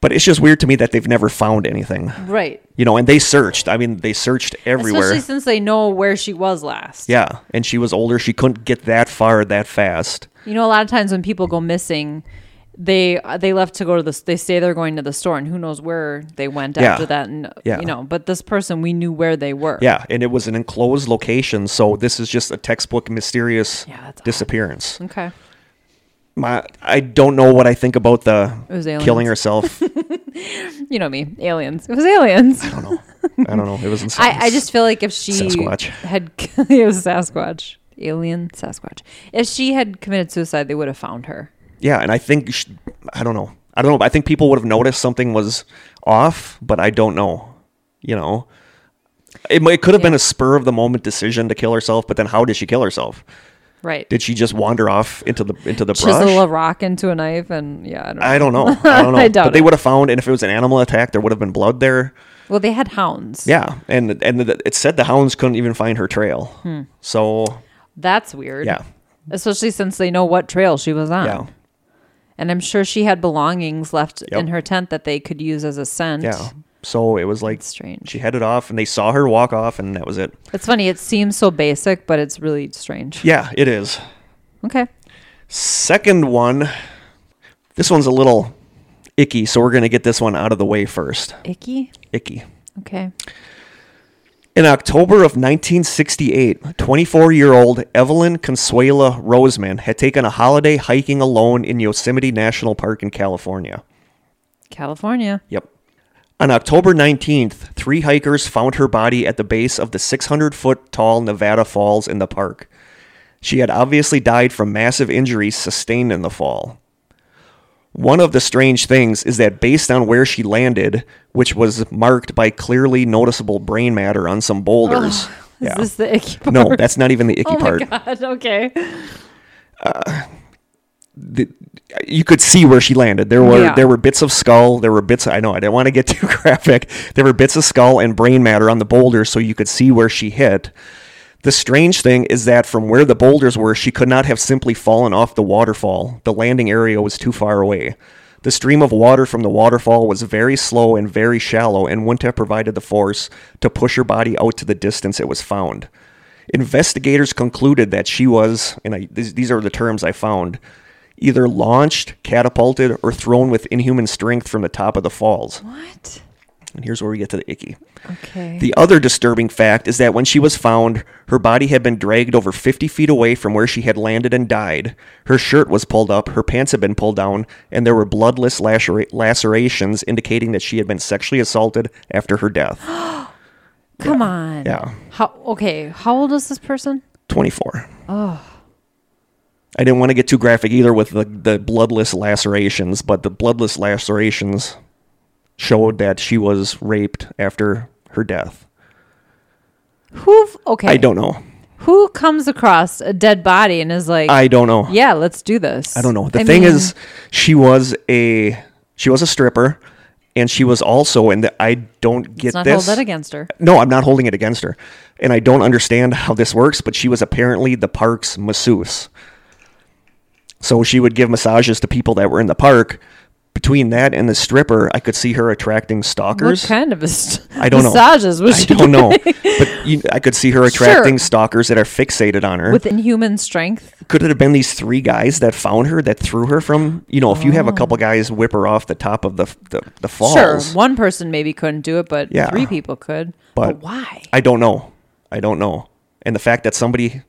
[SPEAKER 2] But it's just weird to me that they've never found anything.
[SPEAKER 1] Right.
[SPEAKER 2] You know, and they searched. I mean, they searched everywhere.
[SPEAKER 1] Especially since they know where she was last.
[SPEAKER 2] yeah, and she was older. She couldn't get that far that fast.
[SPEAKER 1] You know, a lot of times when people go missing, they they left to go to the they say they're going to the store, and who knows where they went
[SPEAKER 2] Yeah.
[SPEAKER 1] after that, and
[SPEAKER 2] Yeah.
[SPEAKER 1] you know. But this person, we knew where they were.
[SPEAKER 2] Yeah, and it was an enclosed location, so this is just a textbook mysterious
[SPEAKER 1] Yeah, that's odd.
[SPEAKER 2] disappearance.
[SPEAKER 1] Okay.
[SPEAKER 2] My, I don't know what I think about the
[SPEAKER 1] It was aliens.
[SPEAKER 2] killing herself. I
[SPEAKER 1] You know me, aliens. It was aliens.
[SPEAKER 2] don't know. I don't know. It was insane.
[SPEAKER 1] I, I just feel like if she
[SPEAKER 2] Sasquatch.
[SPEAKER 1] had it was Sasquatch, alien Sasquatch. If she had committed suicide, they would have found her.
[SPEAKER 2] Yeah, and I think sh I don't know. I don't know. I think people would have noticed something was off, but I don't know. You know, it, might- it could have been
[SPEAKER 1] Yeah.
[SPEAKER 2] a spur of the moment decision to kill herself, but then how did she kill herself?
[SPEAKER 1] Right.
[SPEAKER 2] Did she just wander off into the into the
[SPEAKER 1] Chisel
[SPEAKER 2] brush?
[SPEAKER 1] a rock into a knife, and yeah, I don't. Know.
[SPEAKER 2] I don't know. I don't know.
[SPEAKER 1] I doubt
[SPEAKER 2] but they
[SPEAKER 1] it.
[SPEAKER 2] would have found, and if it was an animal attack, there would have been blood there.
[SPEAKER 1] well, they had hounds.
[SPEAKER 2] Yeah, and and the, it said the hounds couldn't even find her trail.
[SPEAKER 1] Hmm.
[SPEAKER 2] So
[SPEAKER 1] That's weird.
[SPEAKER 2] yeah,
[SPEAKER 1] Especially since they know what trail she was on.
[SPEAKER 2] yeah,
[SPEAKER 1] And I'm sure she had belongings left
[SPEAKER 2] Yep.
[SPEAKER 1] in her tent that they could use as a scent.
[SPEAKER 2] yeah. So it was like
[SPEAKER 1] It's strange.
[SPEAKER 2] she headed off, and they saw her walk off, and that was it.
[SPEAKER 1] It's funny. It seems so basic, but it's really strange.
[SPEAKER 2] Yeah, it is.
[SPEAKER 1] Okay.
[SPEAKER 2] Second one, this one's a little icky, so we're going to get this one out of the way first.
[SPEAKER 1] Icky.
[SPEAKER 2] Icky.
[SPEAKER 1] Okay.
[SPEAKER 2] In October of 1968, 24 year old Evelyn Consuela Roseman had taken a holiday hiking alone in Yosemite National Park in California.
[SPEAKER 1] California.
[SPEAKER 2] Yep. On October 19th, three hikers found her body at the base of the 600 foot tall Nevada Falls in the park. She had obviously died from massive injuries sustained in the fall. One of the strange things is that based on where she landed, which was marked by clearly noticeable brain matter on some boulders.
[SPEAKER 1] Is
[SPEAKER 2] yeah.
[SPEAKER 1] this the icky part?
[SPEAKER 2] no, that's not even the icky
[SPEAKER 1] Oh
[SPEAKER 2] part.
[SPEAKER 1] my god. Okay.
[SPEAKER 2] the, you could see where she landed. There were
[SPEAKER 1] Yeah.
[SPEAKER 2] there were bits of skull. There were bits. I know I didn't want to get too graphic. There were bits of skull and brain matter on the boulders, so you could see where she hit. The strange thing is that from where the boulders were, she could not have simply fallen off the waterfall. The landing area was too far away. The stream of water from the waterfall was very slow and very shallow and wouldn't have provided the force to push her body out to the distance it was found. Investigators concluded that she was, and I, these, these are the terms I found, either launched, catapulted, or thrown with inhuman strength from the top of the falls.
[SPEAKER 1] What?
[SPEAKER 2] And here's where we get to the icky.
[SPEAKER 1] Okay.
[SPEAKER 2] The other disturbing fact is that when she was found, her body had been dragged over 50 feet away from where she had landed and died. Her shirt was pulled up, her pants had been pulled down, and there were bloodless lacera- lacerations indicating that she had been sexually assaulted after her death.
[SPEAKER 1] Come on.
[SPEAKER 2] yeah.
[SPEAKER 1] How? Okay. How old is this person?
[SPEAKER 2] 24. Oh. I didn't want to get too graphic either with the, the bloodless lacerations, but the bloodless lacerations showed that she was raped after her death.
[SPEAKER 1] Who? Okay.
[SPEAKER 2] I don't know.
[SPEAKER 1] Who comes across a dead body and is like,
[SPEAKER 2] I don't know.
[SPEAKER 1] "Yeah, let's do this."
[SPEAKER 2] I don't know. The thing is, she was a she was a stripper, and she was also, and I don't get
[SPEAKER 1] let's not
[SPEAKER 2] this.
[SPEAKER 1] hold that against her.
[SPEAKER 2] No, I'm not holding it against her. And I don't understand how this works, but she was apparently the park's masseuse. So she would give massages to people that were in the park. Between that and the stripper, I could see her attracting
[SPEAKER 1] What
[SPEAKER 2] stalkers.
[SPEAKER 1] kind of a
[SPEAKER 2] I don't know.
[SPEAKER 1] massages was
[SPEAKER 2] I
[SPEAKER 1] she
[SPEAKER 2] don't know.
[SPEAKER 1] doing?
[SPEAKER 2] But you, I could see her attracting stalkers that are fixated on her.
[SPEAKER 1] with inhuman strength.
[SPEAKER 2] could it have been these three guys that found her, that threw her from, you know, if you have a couple guys whip her off the top of the, the, the falls?
[SPEAKER 1] Oh. Sure, one person maybe couldn't do it, but
[SPEAKER 2] Yeah.
[SPEAKER 1] three people could.
[SPEAKER 2] But-
[SPEAKER 1] why?
[SPEAKER 2] I don't know. I don't know. And the fact that somebody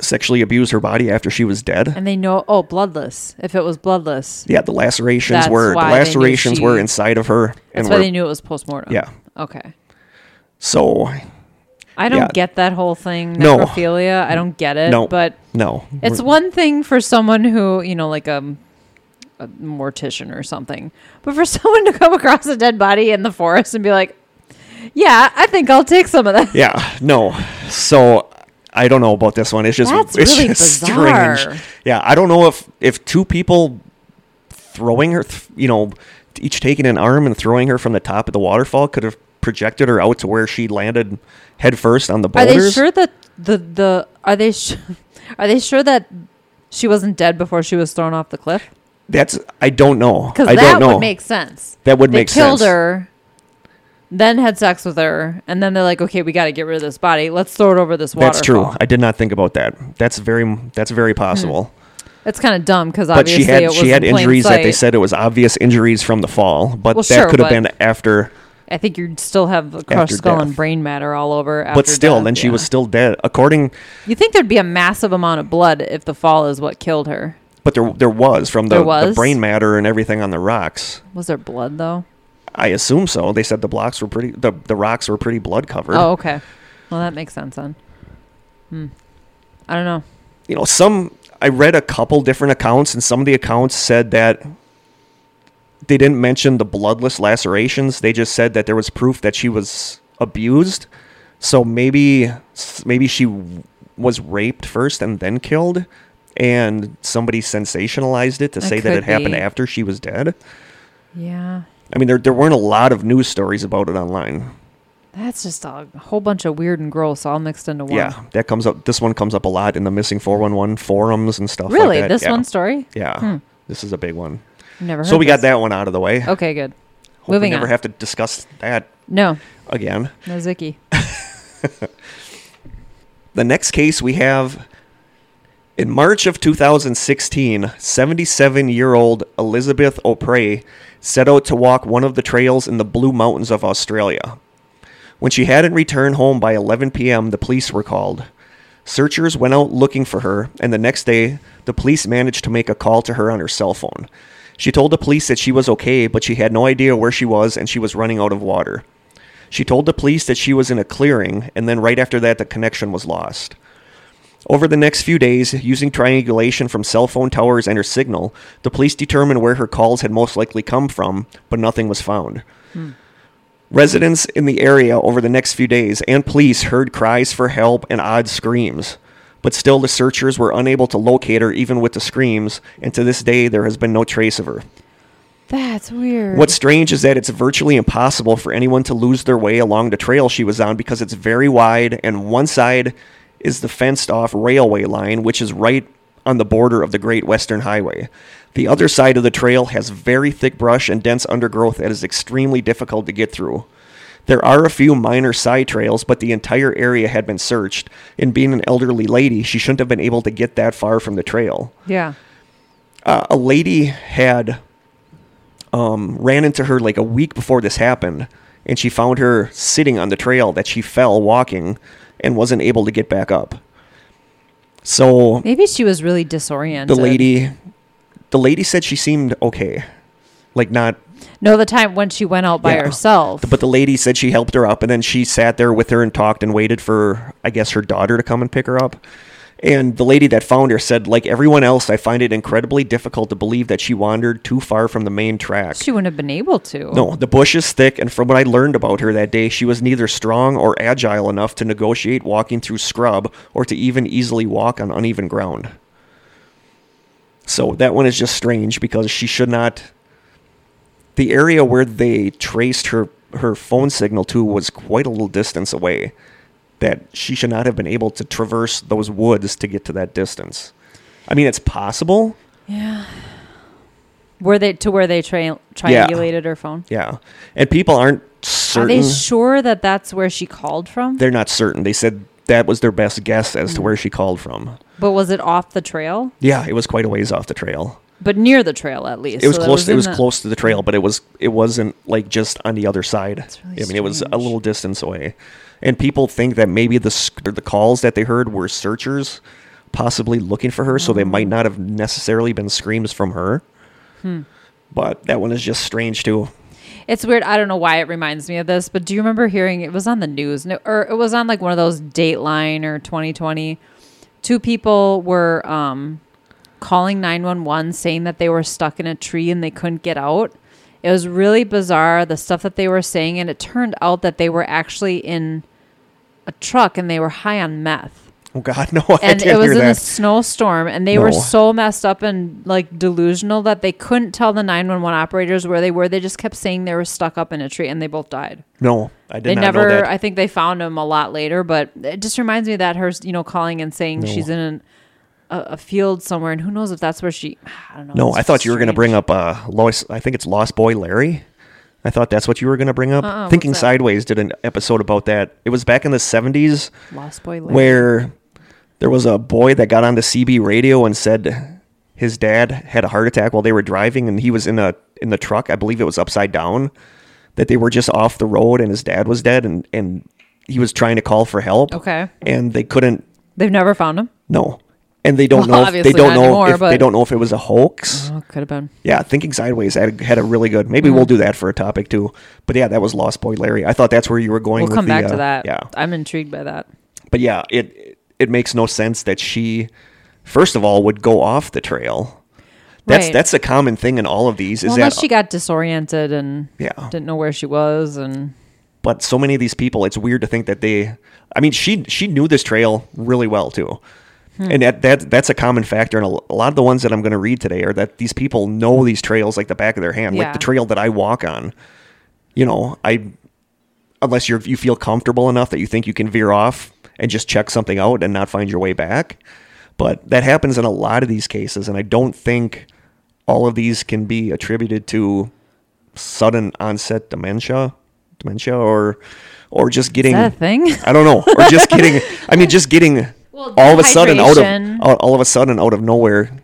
[SPEAKER 2] sexually abused her body after she was dead.
[SPEAKER 1] And they know. Oh, bloodless. If it was bloodless,
[SPEAKER 2] Yeah, the lacerations
[SPEAKER 1] That's
[SPEAKER 2] were the
[SPEAKER 1] why they knew
[SPEAKER 2] lacerations
[SPEAKER 1] she-
[SPEAKER 2] were inside of her.
[SPEAKER 1] that's
[SPEAKER 2] and
[SPEAKER 1] why
[SPEAKER 2] were,
[SPEAKER 1] they knew it was postmortem.
[SPEAKER 2] Yeah.
[SPEAKER 1] Okay.
[SPEAKER 2] So
[SPEAKER 1] I don't
[SPEAKER 2] Yeah.
[SPEAKER 1] get that whole thing
[SPEAKER 2] No.
[SPEAKER 1] necrophilia. I don't get it.
[SPEAKER 2] no,
[SPEAKER 1] But
[SPEAKER 2] no,
[SPEAKER 1] It's one thing for someone who, you know, like um, a mortician or something, but for someone to come across a dead body in the forest and be like, yeah, I think I'll take some of that.
[SPEAKER 2] yeah, no. So I don't know about this one. It's just
[SPEAKER 1] That's
[SPEAKER 2] it's
[SPEAKER 1] really
[SPEAKER 2] just
[SPEAKER 1] bizarre.
[SPEAKER 2] strange. Yeah, I don't know if if two people throwing her, th- you know, each taking an arm and throwing her from the top of the waterfall could have projected her out to where she landed head first on the
[SPEAKER 1] Are
[SPEAKER 2] boulders.
[SPEAKER 1] they sure that the, the, are they, sh- are they sure that she wasn't dead before she was thrown off the cliff?
[SPEAKER 2] That's I don't know.
[SPEAKER 1] Because
[SPEAKER 2] I
[SPEAKER 1] that
[SPEAKER 2] don't know.
[SPEAKER 1] would make sense.
[SPEAKER 2] That would
[SPEAKER 1] they
[SPEAKER 2] make
[SPEAKER 1] killed
[SPEAKER 2] sense.
[SPEAKER 1] her, then had sex with her, and then they're like, okay, we got to get rid of this body. Let's throw it over this waterfall.
[SPEAKER 2] That's true. I did not think about that. That's very that's very possible.
[SPEAKER 1] It's kind of dumb because
[SPEAKER 2] But
[SPEAKER 1] obviously
[SPEAKER 2] she
[SPEAKER 1] it
[SPEAKER 2] had
[SPEAKER 1] was
[SPEAKER 2] she had
[SPEAKER 1] in plain
[SPEAKER 2] injuries that they
[SPEAKER 1] sight.
[SPEAKER 2] said it was obvious injuries from the fall, but
[SPEAKER 1] Well,
[SPEAKER 2] that
[SPEAKER 1] sure,
[SPEAKER 2] could have
[SPEAKER 1] but-
[SPEAKER 2] been after.
[SPEAKER 1] I think you'd still have a crushed
[SPEAKER 2] After
[SPEAKER 1] skull
[SPEAKER 2] death.
[SPEAKER 1] and brain matter all over. After
[SPEAKER 2] But still,
[SPEAKER 1] death,
[SPEAKER 2] then she
[SPEAKER 1] yeah.
[SPEAKER 2] was still dead. According,
[SPEAKER 1] You think there'd be a massive amount of blood if the fall is what killed her?
[SPEAKER 2] but there there was from the,
[SPEAKER 1] There
[SPEAKER 2] the
[SPEAKER 1] was?
[SPEAKER 2] brain matter and everything on the rocks.
[SPEAKER 1] Was there blood though?
[SPEAKER 2] I assume so. They said the blocks were pretty. The, the rocks were pretty blood covered.
[SPEAKER 1] Oh, okay. Well, that makes sense then. Hmm. I don't know.
[SPEAKER 2] you know, some I read a couple different accounts, and some of the accounts said that they didn't mention the bloodless lacerations. They just said that there was proof that she was abused. So maybe maybe she w- was raped first and then killed, and somebody sensationalized it to
[SPEAKER 1] That
[SPEAKER 2] say that
[SPEAKER 1] could
[SPEAKER 2] it happened
[SPEAKER 1] be.
[SPEAKER 2] after she was dead.
[SPEAKER 1] Yeah,
[SPEAKER 2] I mean, there there weren't a lot of news stories about it online.
[SPEAKER 1] that's just a whole bunch of weird and gross all mixed into one.
[SPEAKER 2] Yeah, that comes up. This one comes up a lot in the missing four one one forums and stuff. like
[SPEAKER 1] Really,
[SPEAKER 2] that.
[SPEAKER 1] this
[SPEAKER 2] Yeah.
[SPEAKER 1] one story?
[SPEAKER 2] Yeah, this is a big one.
[SPEAKER 1] Never. Heard
[SPEAKER 2] So we got
[SPEAKER 1] this.
[SPEAKER 2] that one out of the way. Hope
[SPEAKER 1] Okay, good.
[SPEAKER 2] we
[SPEAKER 1] Moving
[SPEAKER 2] never
[SPEAKER 1] on.
[SPEAKER 2] have to discuss that
[SPEAKER 1] no,
[SPEAKER 2] again.
[SPEAKER 1] no Zicky.
[SPEAKER 2] The next case we have in March of 2016, 77 year old Elizabeth O'Prey set out to walk one of the trails in the Blue Mountains of Australia. When she hadn't returned home by 11 p.m., the police were called. Searchers went out looking for her, and the next day, the police managed to make a call to her on her cell phone. She told the police that she was okay, but she had no idea where she was and she was running out of water. She told the police that she was in a clearing, and then right after that, the connection was lost. Over the next few days, using triangulation from cell phone towers and her signal, the police determined where her calls had most likely come from, but nothing was found. Residents in the area over the next few days and police heard cries for help and odd screams, but still the searchers were unable to locate her even with the screams, and to this day there has been no trace of her.
[SPEAKER 1] That's weird.
[SPEAKER 2] What's strange is that it's virtually impossible for anyone to lose their way along the trail she was on because it's very wide, and one side is the fenced off railway line, which is right on the border of the Great Western Highway. The other side of the trail has very thick brush and dense undergrowth that is extremely difficult to get through. There are a few minor side trails, but the entire area had been searched, and being an elderly lady, she shouldn't have been able to get that far from the trail
[SPEAKER 1] Yeah.
[SPEAKER 2] uh, a lady had um, ran into her like a week before this happened, and she found her sitting on the trail that she fell walking and wasn't able to get back up. So
[SPEAKER 1] Maybe she was really disoriented.
[SPEAKER 2] the lady, the lady said she seemed okay, like not
[SPEAKER 1] No, the time when she went out by
[SPEAKER 2] Yeah.
[SPEAKER 1] herself.
[SPEAKER 2] But the lady said she helped her up, and then she sat there with her and talked and waited for, I guess, her daughter to come and pick her up. And the lady that found her said, like everyone else, I find it incredibly difficult to believe that she wandered too far from the main track.
[SPEAKER 1] she wouldn't have been able to.
[SPEAKER 2] No, the bush is thick, and from what I learned about her that day, she was neither strong or agile enough to negotiate walking through scrub or to even easily walk on uneven ground. So that one is just strange because she should not. The area where they traced her her phone signal to was quite a little distance away. That she should not have been able to traverse those woods to get to that distance. I mean, it's possible.
[SPEAKER 1] Yeah. Were they to where they tra- triangulated her phone?
[SPEAKER 2] Yeah, and people aren't
[SPEAKER 1] Are
[SPEAKER 2] certain.
[SPEAKER 1] they sure that that's where she called from?
[SPEAKER 2] they're not certain. They said that was their best guess as to
[SPEAKER 1] Mm.
[SPEAKER 2] where she called from.
[SPEAKER 1] But was it off the trail?
[SPEAKER 2] Yeah, it was quite a ways off the trail.
[SPEAKER 1] But near the trail, at least.
[SPEAKER 2] It was
[SPEAKER 1] So that
[SPEAKER 2] close. It
[SPEAKER 1] in
[SPEAKER 2] was
[SPEAKER 1] the-
[SPEAKER 2] close to the trail, but it was it wasn't like just on the other side.
[SPEAKER 1] really
[SPEAKER 2] I mean, it was a
[SPEAKER 1] strange.
[SPEAKER 2] little distance away, and people think that maybe the sc- the calls that they heard were searchers, possibly looking for her. So they
[SPEAKER 1] Oh.
[SPEAKER 2] might not have necessarily been screams from her.
[SPEAKER 1] Hmm.
[SPEAKER 2] But that one is just strange too.
[SPEAKER 1] It's weird. I don't know why it reminds me of this, but do you remember hearing it was on the news no- or it was on like one of those Dateline or 2020? Two people were um, calling 911 saying that they were stuck in a tree and they couldn't get out. It was really bizarre, the stuff that they were saying. And it turned out that they were actually in a truck and they were high on meth.
[SPEAKER 2] Oh God, no! I
[SPEAKER 1] and
[SPEAKER 2] didn't
[SPEAKER 1] it was
[SPEAKER 2] hear
[SPEAKER 1] in a
[SPEAKER 2] that.
[SPEAKER 1] snowstorm and they
[SPEAKER 2] No.
[SPEAKER 1] were so messed up and like delusional that they couldn't tell the 911 operators where they were they just kept saying they were stuck up in a tree and they both died
[SPEAKER 2] no, I did
[SPEAKER 1] they
[SPEAKER 2] not know
[SPEAKER 1] never
[SPEAKER 2] that.
[SPEAKER 1] i think they found him a lot later but it just reminds me of that her you know calling and saying
[SPEAKER 2] No.
[SPEAKER 1] she's in an, a, a field somewhere and who knows if that's where she i don't know
[SPEAKER 2] No,
[SPEAKER 1] it's
[SPEAKER 2] I thought you were going to
[SPEAKER 1] strange.
[SPEAKER 2] bring up uh, Lois. I think it's Lost Boy Larry. I thought that's what you were going to bring up.
[SPEAKER 1] Uh-uh, what's
[SPEAKER 2] Thinking
[SPEAKER 1] that?
[SPEAKER 2] Sideways did an episode about that. It was back in the 70s
[SPEAKER 1] lost boy Larry.
[SPEAKER 2] where there was a boy that got on the CB radio and said his dad had a heart attack while they were driving and he was in a in the truck. I believe it was upside down. That they were just off the road and his dad was dead and and he was trying to call for help.
[SPEAKER 1] Okay.
[SPEAKER 2] And they couldn't
[SPEAKER 1] they've never found him
[SPEAKER 2] no. And they don't
[SPEAKER 1] Well,
[SPEAKER 2] know if, they
[SPEAKER 1] obviously
[SPEAKER 2] don't
[SPEAKER 1] not
[SPEAKER 2] know
[SPEAKER 1] anymore,
[SPEAKER 2] if they
[SPEAKER 1] but-
[SPEAKER 2] don't know if it was a hoax.
[SPEAKER 1] oh could have been
[SPEAKER 2] Yeah, thinking sideways had a, had a really good. Maybe
[SPEAKER 1] Mm-hmm.
[SPEAKER 2] we'll do that for a topic too. But yeah, that was Lost Boy Larry. I thought that's where you were going.
[SPEAKER 1] we'll
[SPEAKER 2] with
[SPEAKER 1] come
[SPEAKER 2] the,
[SPEAKER 1] back to
[SPEAKER 2] uh,
[SPEAKER 1] that
[SPEAKER 2] Yeah,
[SPEAKER 1] i'm intrigued by that
[SPEAKER 2] but yeah, it it makes no sense that she, first of all, would go off the trail. That's
[SPEAKER 1] Right.
[SPEAKER 2] that's a common thing in all of these. Is
[SPEAKER 1] well,
[SPEAKER 2] that
[SPEAKER 1] unless she got disoriented and
[SPEAKER 2] Yeah.
[SPEAKER 1] didn't know where she was and
[SPEAKER 2] but so many of these people, it's weird to think that they. I mean, she she knew this trail really well too. And that, that that's a common factor, and a lot of the ones that I'm going to read today are that these people know these trails like the back of their hand, like
[SPEAKER 1] Yeah.
[SPEAKER 2] the trail that I walk on. You know, I unless you are you feel comfortable enough that you think you can veer off and just check something out and not find your way back. But that happens in a lot of these cases, and I don't think all of these can be attributed to sudden onset dementia, dementia, or or just getting
[SPEAKER 1] that a thing?
[SPEAKER 2] I don't know, or just getting. I mean, just getting
[SPEAKER 1] Well,
[SPEAKER 2] all of a sudden out of
[SPEAKER 1] dehydration.
[SPEAKER 2] all, all of a sudden out of nowhere,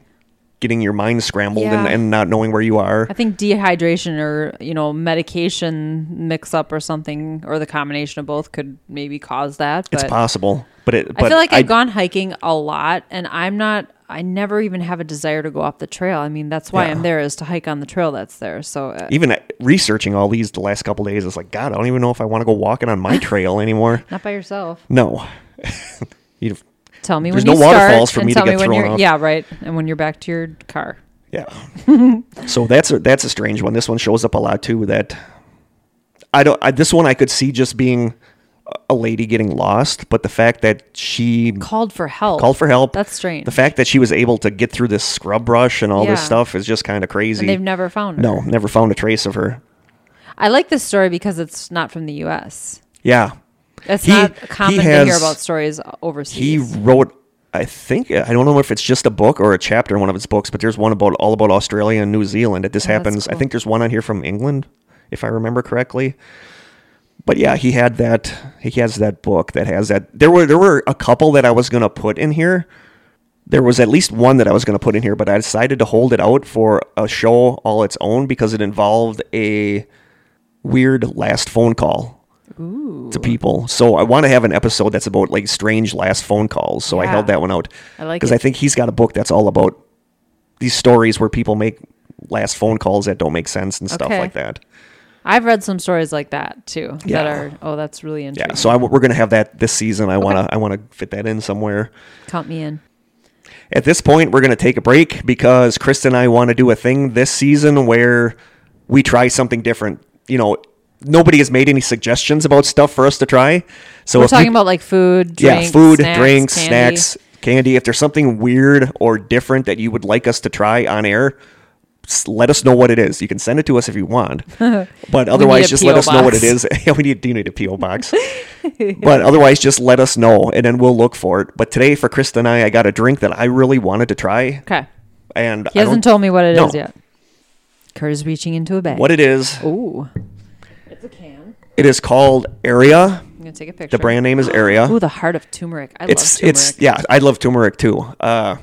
[SPEAKER 2] getting your mind scrambled and,
[SPEAKER 1] Yeah.
[SPEAKER 2] and not knowing where you are.
[SPEAKER 1] I think dehydration or you know medication mix up or something or the combination of both could maybe cause that. But
[SPEAKER 2] It's possible, but it. But
[SPEAKER 1] I feel like I've gone hiking a lot, and I'm not. I never even have a desire to go off the trail. I mean, that's why I'm
[SPEAKER 2] Yeah.
[SPEAKER 1] there is to hike on the trail that's there. So uh,
[SPEAKER 2] even researching all these the last couple days, it's like God, I don't even know if I want to go walking on my trail anymore.
[SPEAKER 1] not by yourself.
[SPEAKER 2] No, you
[SPEAKER 1] Tell me
[SPEAKER 2] There's
[SPEAKER 1] when
[SPEAKER 2] no
[SPEAKER 1] you start
[SPEAKER 2] waterfalls for
[SPEAKER 1] and
[SPEAKER 2] me to
[SPEAKER 1] tell
[SPEAKER 2] get
[SPEAKER 1] me when
[SPEAKER 2] thrown
[SPEAKER 1] you're
[SPEAKER 2] off.
[SPEAKER 1] yeah right, and when you're back to your car.
[SPEAKER 2] Yeah. so that's a that's a strange one. This one shows up a lot too. That I don't. I, this one I could see just being a lady getting lost, but the fact that she
[SPEAKER 1] Called for help.
[SPEAKER 2] called for help.
[SPEAKER 1] That's strange.
[SPEAKER 2] The fact that she was able to get through this scrub brush and all this
[SPEAKER 1] Yeah.
[SPEAKER 2] stuff is just kind of crazy.
[SPEAKER 1] and they've never found her.
[SPEAKER 2] no, never found a trace of her.
[SPEAKER 1] I like this story because it's not from the U.S.
[SPEAKER 2] Yeah.
[SPEAKER 1] That's
[SPEAKER 2] He-
[SPEAKER 1] not
[SPEAKER 2] he
[SPEAKER 1] common to hear
[SPEAKER 2] has-
[SPEAKER 1] about stories
[SPEAKER 2] He
[SPEAKER 1] overseas.
[SPEAKER 2] wrote I think I don't know if it's just a book or a chapter in one of his books, but there's one about all about Australia and New Zealand. That this
[SPEAKER 1] Oh, that's
[SPEAKER 2] happens. I
[SPEAKER 1] cool.
[SPEAKER 2] think there's one on here from England, if I remember correctly. But yeah, he had that. He has that book that has that. There were there were a couple that I was gonna put in here. There was at least one that I was gonna put in here, but I decided to hold it out for a show all its own because it involved a weird last phone call to people. So I want to have an episode that's about like strange last phone calls. So I
[SPEAKER 1] Yeah.
[SPEAKER 2] held that one out
[SPEAKER 1] I like
[SPEAKER 2] because
[SPEAKER 1] it.
[SPEAKER 2] I think he's got a book that's all about these stories where people make last phone calls that don't make sense and stuff
[SPEAKER 1] Okay.
[SPEAKER 2] like that.
[SPEAKER 1] I've read some stories like that too. That
[SPEAKER 2] Yeah.
[SPEAKER 1] are oh, that's really
[SPEAKER 2] Yeah,
[SPEAKER 1] intriguing.
[SPEAKER 2] so I, we're gonna have that this season. I wanna I wanna fit that in somewhere.
[SPEAKER 1] Count me in.
[SPEAKER 2] At this point, we're going to take a break because Kristen and I want to do a thing this season where we try something different. You know, nobody has made any suggestions about stuff for us to try. So
[SPEAKER 1] We're
[SPEAKER 2] if
[SPEAKER 1] talking
[SPEAKER 2] peop-
[SPEAKER 1] about like food, drinks,
[SPEAKER 2] yeah, food,
[SPEAKER 1] snacks,
[SPEAKER 2] drinks,
[SPEAKER 1] candy.
[SPEAKER 2] snacks, candy. If there's something weird or different that you would like us to try on air, s- let us know what it is. You can send it to us if you want, but
[SPEAKER 1] need a
[SPEAKER 2] otherwise, just let
[SPEAKER 1] P.O.
[SPEAKER 2] us know what
[SPEAKER 1] box.
[SPEAKER 2] it is. yeah, we need do need a PO box, but otherwise, just let us know, and then we'll look for it. But today, for Kristen and I, I got a drink that I really wanted to try,
[SPEAKER 1] Okay,
[SPEAKER 2] and
[SPEAKER 1] he
[SPEAKER 2] I
[SPEAKER 1] hasn't
[SPEAKER 2] don't-
[SPEAKER 1] told me what it is
[SPEAKER 2] No.
[SPEAKER 1] yet. Kerr's reaching into a bag.
[SPEAKER 2] what it is.
[SPEAKER 1] Ooh, it's a can.
[SPEAKER 2] It is called Area.
[SPEAKER 1] I'm gonna take a picture.
[SPEAKER 2] The brand name is Area.
[SPEAKER 1] Ooh, the heart of turmeric. I
[SPEAKER 2] it's
[SPEAKER 1] love turmeric.
[SPEAKER 2] it's yeah i love turmeric too uh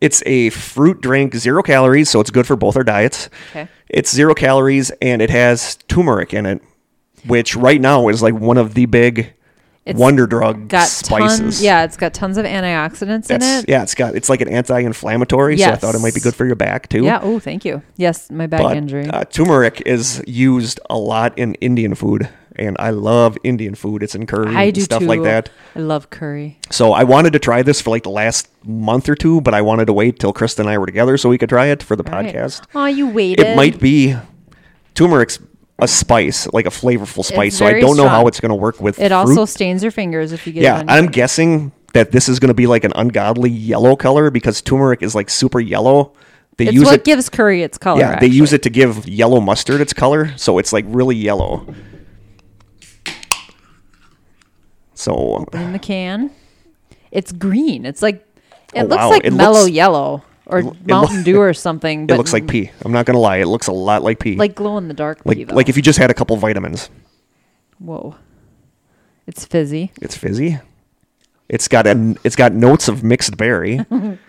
[SPEAKER 2] it's a fruit drink zero calories so it's good for both our diets
[SPEAKER 1] Okay.
[SPEAKER 2] it's zero calories and it has turmeric in it which right now is like one of the big
[SPEAKER 1] It's
[SPEAKER 2] wonder drug
[SPEAKER 1] got
[SPEAKER 2] spices
[SPEAKER 1] tons. Yeah, it's got tons of antioxidants in
[SPEAKER 2] That's-
[SPEAKER 1] it.
[SPEAKER 2] yeah it's got it's like an anti-inflammatory so i
[SPEAKER 1] Yes.
[SPEAKER 2] thought it might be good for your back too
[SPEAKER 1] Yeah. Oh, thank you. Yes, my back
[SPEAKER 2] but
[SPEAKER 1] injury.
[SPEAKER 2] uh, turmeric is used a lot in indian food and i love indian food it's in curry
[SPEAKER 1] I
[SPEAKER 2] and
[SPEAKER 1] do
[SPEAKER 2] stuff
[SPEAKER 1] too.
[SPEAKER 2] like that
[SPEAKER 1] I love curry.
[SPEAKER 2] So I wanted to try this for like the last month or two, but I wanted to wait till Krista and I were together so we could try it for the podcast.
[SPEAKER 1] Oh, you waited.
[SPEAKER 2] It might be turmeric's a spice, like a flavorful spice. So I
[SPEAKER 1] very
[SPEAKER 2] don't know
[SPEAKER 1] strong.
[SPEAKER 2] how it's going to work with.
[SPEAKER 1] It
[SPEAKER 2] fruit.
[SPEAKER 1] also stains your fingers if you get
[SPEAKER 2] yeah.
[SPEAKER 1] it. on
[SPEAKER 2] I'm guessing that this is going to be like an ungodly yellow color because turmeric is like super yellow. They
[SPEAKER 1] It's
[SPEAKER 2] use
[SPEAKER 1] what
[SPEAKER 2] it.
[SPEAKER 1] gives curry its color.
[SPEAKER 2] yeah, they use it to give yellow mustard its color, so it's like really yellow. So
[SPEAKER 1] in the can. It's green. It's like it
[SPEAKER 2] Oh,
[SPEAKER 1] looks
[SPEAKER 2] wow.
[SPEAKER 1] like
[SPEAKER 2] It
[SPEAKER 1] mellow
[SPEAKER 2] looks-
[SPEAKER 1] yellow or
[SPEAKER 2] lo- it
[SPEAKER 1] Mountain
[SPEAKER 2] loo-
[SPEAKER 1] Dew or something. But
[SPEAKER 2] it looks like pea. I'm not going to lie, it looks a lot like pea.
[SPEAKER 1] like glow in the dark.
[SPEAKER 2] like like if you just had a couple vitamins.
[SPEAKER 1] whoa, it's fizzy.
[SPEAKER 2] It's fizzy. It's got an, it's got notes of mixed berry.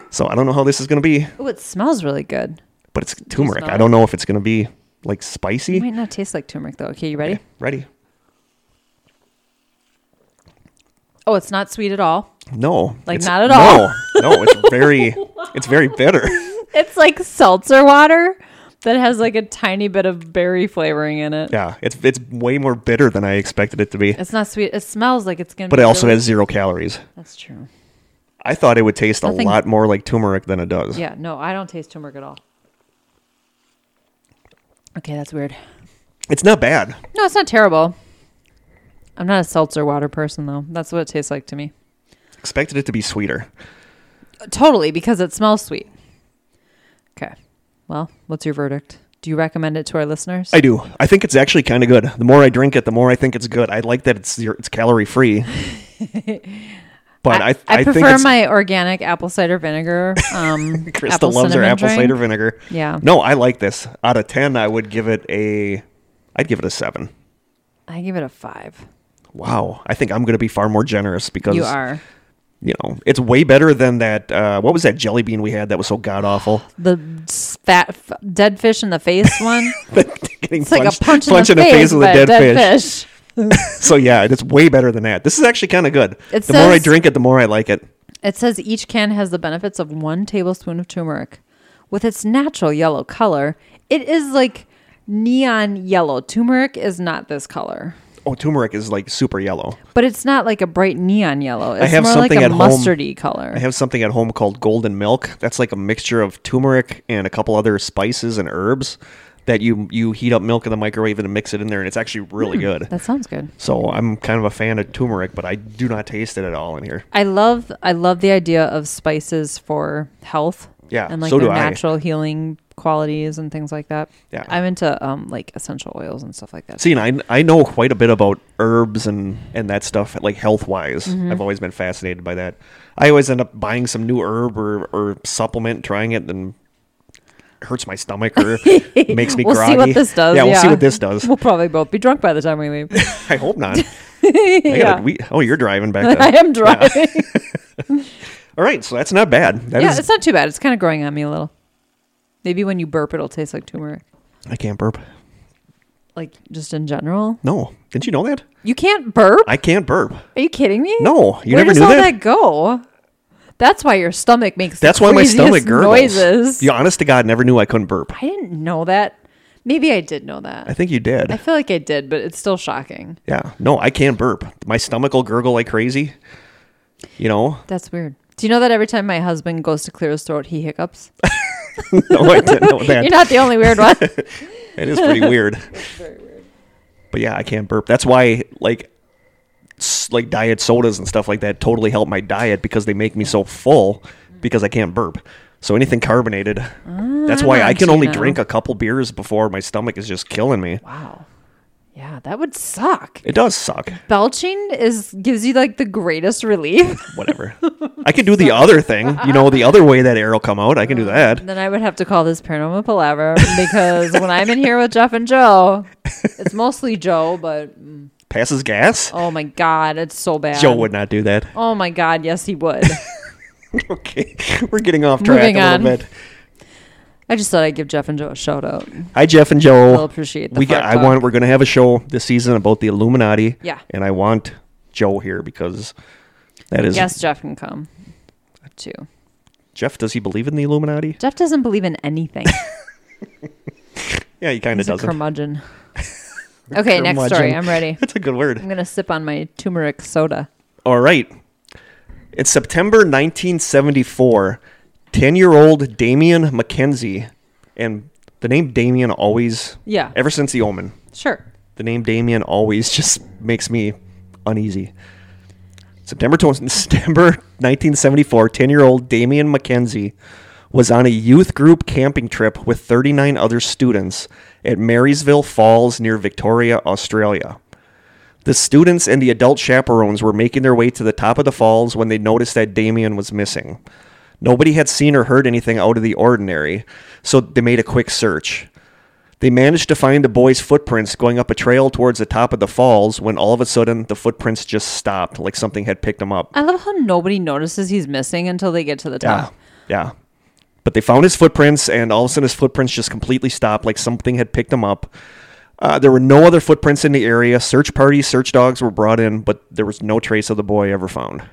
[SPEAKER 2] so I don't know how this is going to be,
[SPEAKER 1] Oh, it smells really good.
[SPEAKER 2] but it's turmeric.
[SPEAKER 1] smell
[SPEAKER 2] I
[SPEAKER 1] it?
[SPEAKER 2] don't know if it's going to be like
[SPEAKER 1] It
[SPEAKER 2] spicy.
[SPEAKER 1] might not taste like turmeric though. Okay, you ready?
[SPEAKER 2] Okay, ready?
[SPEAKER 1] Oh, it's not sweet at all.
[SPEAKER 2] No.
[SPEAKER 1] Like,
[SPEAKER 2] it's-
[SPEAKER 1] not at all.
[SPEAKER 2] No. No, it's very it's very bitter.
[SPEAKER 1] It's like seltzer water that has like a tiny bit of berry flavoring in it.
[SPEAKER 2] Yeah, it's it's way more bitter than I expected it to be.
[SPEAKER 1] It's not sweet. It smells like it's gonna.
[SPEAKER 2] But
[SPEAKER 1] be
[SPEAKER 2] it also
[SPEAKER 1] really-
[SPEAKER 2] has zero calories.
[SPEAKER 1] That's true.
[SPEAKER 2] I thought it would taste
[SPEAKER 1] Nothing-
[SPEAKER 2] a lot more like turmeric than it does.
[SPEAKER 1] Yeah. No, I don't taste turmeric at all. Okay, that's weird.
[SPEAKER 2] It's not bad.
[SPEAKER 1] No, it's not terrible. I'm not a seltzer water person though. That's what it tastes like to me.
[SPEAKER 2] Expected it to be sweeter.
[SPEAKER 1] Totally, because it smells sweet. Okay. Well, what's your verdict? Do you recommend it to our listeners?
[SPEAKER 2] I do. I think it's actually kind of good. The more I drink it, the more I think it's good. I like that it's zero- it's calorie free. but I I, think
[SPEAKER 1] prefer
[SPEAKER 2] it's,
[SPEAKER 1] my organic apple cider vinegar. Um,
[SPEAKER 2] Krista
[SPEAKER 1] apple
[SPEAKER 2] loves her
[SPEAKER 1] cinnamon
[SPEAKER 2] apple
[SPEAKER 1] drink.
[SPEAKER 2] cider vinegar.
[SPEAKER 1] Yeah.
[SPEAKER 2] No, I like this. Out of ten, I would give it a. I'd give it a seven.
[SPEAKER 1] I give it a five.
[SPEAKER 2] Wow, I think I'm going to be far more generous because
[SPEAKER 1] You are
[SPEAKER 2] you know it's way better than that. Uh, what was that jelly bean we had that was so god awful?
[SPEAKER 1] the s- fat f- dead fish in the face one.
[SPEAKER 2] Getting
[SPEAKER 1] It's like a punch,
[SPEAKER 2] punch
[SPEAKER 1] in the face,
[SPEAKER 2] with a
[SPEAKER 1] by
[SPEAKER 2] dead, fish.
[SPEAKER 1] fish.
[SPEAKER 2] So yeah, it's way better than that. This is actually kind of good.
[SPEAKER 1] It
[SPEAKER 2] the more I
[SPEAKER 1] says-
[SPEAKER 2] drink it, the more I like it.
[SPEAKER 1] It says each can has the benefits of one tablespoon of turmeric. With its natural yellow color, it is like neon yellow. Turmeric is not this color,
[SPEAKER 2] Oh, turmeric is like super yellow.
[SPEAKER 1] but it's not like a bright neon yellow. It's
[SPEAKER 2] have
[SPEAKER 1] more like
[SPEAKER 2] something
[SPEAKER 1] a
[SPEAKER 2] at home.
[SPEAKER 1] mustardy color.
[SPEAKER 2] I have something at home called golden milk. That's like a mixture of turmeric and a couple other spices and herbs that you you heat up milk in the microwave and mix it in there, and it's actually really
[SPEAKER 1] Hmm.
[SPEAKER 2] good.
[SPEAKER 1] that sounds good.
[SPEAKER 2] So I'm kind of a fan of turmeric, but I do not taste it at all in here.
[SPEAKER 1] I love I love the idea of spices for health.
[SPEAKER 2] Yeah,
[SPEAKER 1] and like
[SPEAKER 2] so
[SPEAKER 1] their
[SPEAKER 2] do I.
[SPEAKER 1] natural healing qualities and things like that.
[SPEAKER 2] Yeah.
[SPEAKER 1] I'm into um like essential oils and stuff like that.
[SPEAKER 2] See, and I, I know quite a bit about herbs and, and that stuff, like health wise.
[SPEAKER 1] Mm-hmm.
[SPEAKER 2] I've always been fascinated by that. I always end up buying some new herb or, or supplement, trying it, and it hurts my stomach or makes me
[SPEAKER 1] we'll
[SPEAKER 2] groggy.
[SPEAKER 1] see what this does.
[SPEAKER 2] Yeah, we'll see what this does.
[SPEAKER 1] We'll probably both be drunk by the time we leave.
[SPEAKER 2] I hope not. I gotta-
[SPEAKER 1] yeah.
[SPEAKER 2] we- oh, you're driving back.
[SPEAKER 1] I
[SPEAKER 2] Then.
[SPEAKER 1] am driving.
[SPEAKER 2] All right, so that's not bad. That
[SPEAKER 1] yeah,
[SPEAKER 2] is-
[SPEAKER 1] it's not too bad. It's kind of growing on me a little. Maybe when you burp, it'll taste like turmeric.
[SPEAKER 2] I can't burp.
[SPEAKER 1] Like just in general,
[SPEAKER 2] No, did you know that?
[SPEAKER 1] you can't burp.
[SPEAKER 2] I can't burp.
[SPEAKER 1] Are you kidding me?
[SPEAKER 2] No, you
[SPEAKER 1] Where
[SPEAKER 2] never
[SPEAKER 1] does
[SPEAKER 2] knew
[SPEAKER 1] all
[SPEAKER 2] that?
[SPEAKER 1] that go? That's why your stomach makes. the
[SPEAKER 2] That's why my stomach
[SPEAKER 1] craziest
[SPEAKER 2] gurgles.
[SPEAKER 1] Noises.
[SPEAKER 2] Yeah, honest to God, never knew I couldn't burp.
[SPEAKER 1] I didn't know that. Maybe I did know that.
[SPEAKER 2] I think you did.
[SPEAKER 1] I feel like I did, but it's still shocking.
[SPEAKER 2] yeah. No, I can burp. My stomach will gurgle like crazy. You know?
[SPEAKER 1] That's weird. Do you know that every time my husband goes to clear his throat, he hiccups?
[SPEAKER 2] No, I didn't know that.
[SPEAKER 1] You're not the only weird one.
[SPEAKER 2] It is pretty weird. But yeah, I can't burp. That's why like s- like diet sodas and stuff like that totally help my diet because they make me so full because I can't burp. So anything carbonated. that's why I can
[SPEAKER 1] you
[SPEAKER 2] only
[SPEAKER 1] know.
[SPEAKER 2] drink a couple beers before my stomach is just killing me.
[SPEAKER 1] wow. Yeah, that would suck.
[SPEAKER 2] It does suck.
[SPEAKER 1] Belching is gives you like the greatest relief.
[SPEAKER 2] Whatever. I can do the other thing. You know, the other way that air will come out. I can do that.
[SPEAKER 1] then I would have to call this paranormal palaver because when I'm in here with Jeff and Joe, it's mostly Joe, but
[SPEAKER 2] Passes gas.
[SPEAKER 1] oh my god, it's so bad.
[SPEAKER 2] Joe would not do that.
[SPEAKER 1] Oh my god, yes he would.
[SPEAKER 2] Okay. We're getting off track
[SPEAKER 1] Moving
[SPEAKER 2] a little
[SPEAKER 1] on.
[SPEAKER 2] bit.
[SPEAKER 1] I just thought I'd give Jeff and Joe a shout out.
[SPEAKER 2] Hi, Jeff and Joe.
[SPEAKER 1] They'll appreciate the
[SPEAKER 2] we got.
[SPEAKER 1] fart
[SPEAKER 2] I
[SPEAKER 1] talk.
[SPEAKER 2] want. We're gonna have a show this season about the Illuminati.
[SPEAKER 1] Yeah.
[SPEAKER 2] And I want Joe here because that is
[SPEAKER 1] Yes, Jeff can come too.
[SPEAKER 2] Jeff. Does he believe in the Illuminati?
[SPEAKER 1] Jeff doesn't believe in anything.
[SPEAKER 2] Yeah, he kind of
[SPEAKER 1] He's a
[SPEAKER 2] doesn't.
[SPEAKER 1] curmudgeon. okay, next story.
[SPEAKER 2] Curmudgeon.
[SPEAKER 1] I'm ready.
[SPEAKER 2] That's a good word.
[SPEAKER 1] I'm gonna sip on my turmeric soda.
[SPEAKER 2] All right. In September 1974, 10 year old Damien McKenzie, and the name Damien always,
[SPEAKER 1] Yeah.
[SPEAKER 2] ever since The Omen,
[SPEAKER 1] Sure.
[SPEAKER 2] the name Damien always just makes me uneasy. September, 12 September 1974, 10 year old Damien McKenzie was on a youth group camping trip with 39 other students at Marysville Falls near Victoria, Australia. The students and the adult chaperones were making their way to the top of the falls when they noticed that Damien was missing. Nobody had seen or heard anything out of the ordinary, so they made a quick search. They managed to find the boy's footprints going up a trail towards the top of the falls when all of a sudden the footprints just stopped, like something had picked them up.
[SPEAKER 1] I love how nobody notices he's missing until they get to the
[SPEAKER 2] Yeah.
[SPEAKER 1] top.
[SPEAKER 2] Yeah. But they found his footprints, and all of a sudden his footprints just completely stopped, like something had picked them up. Uh, there were no other footprints in the area. Search parties, search dogs were brought in, but there was no trace of the boy ever found.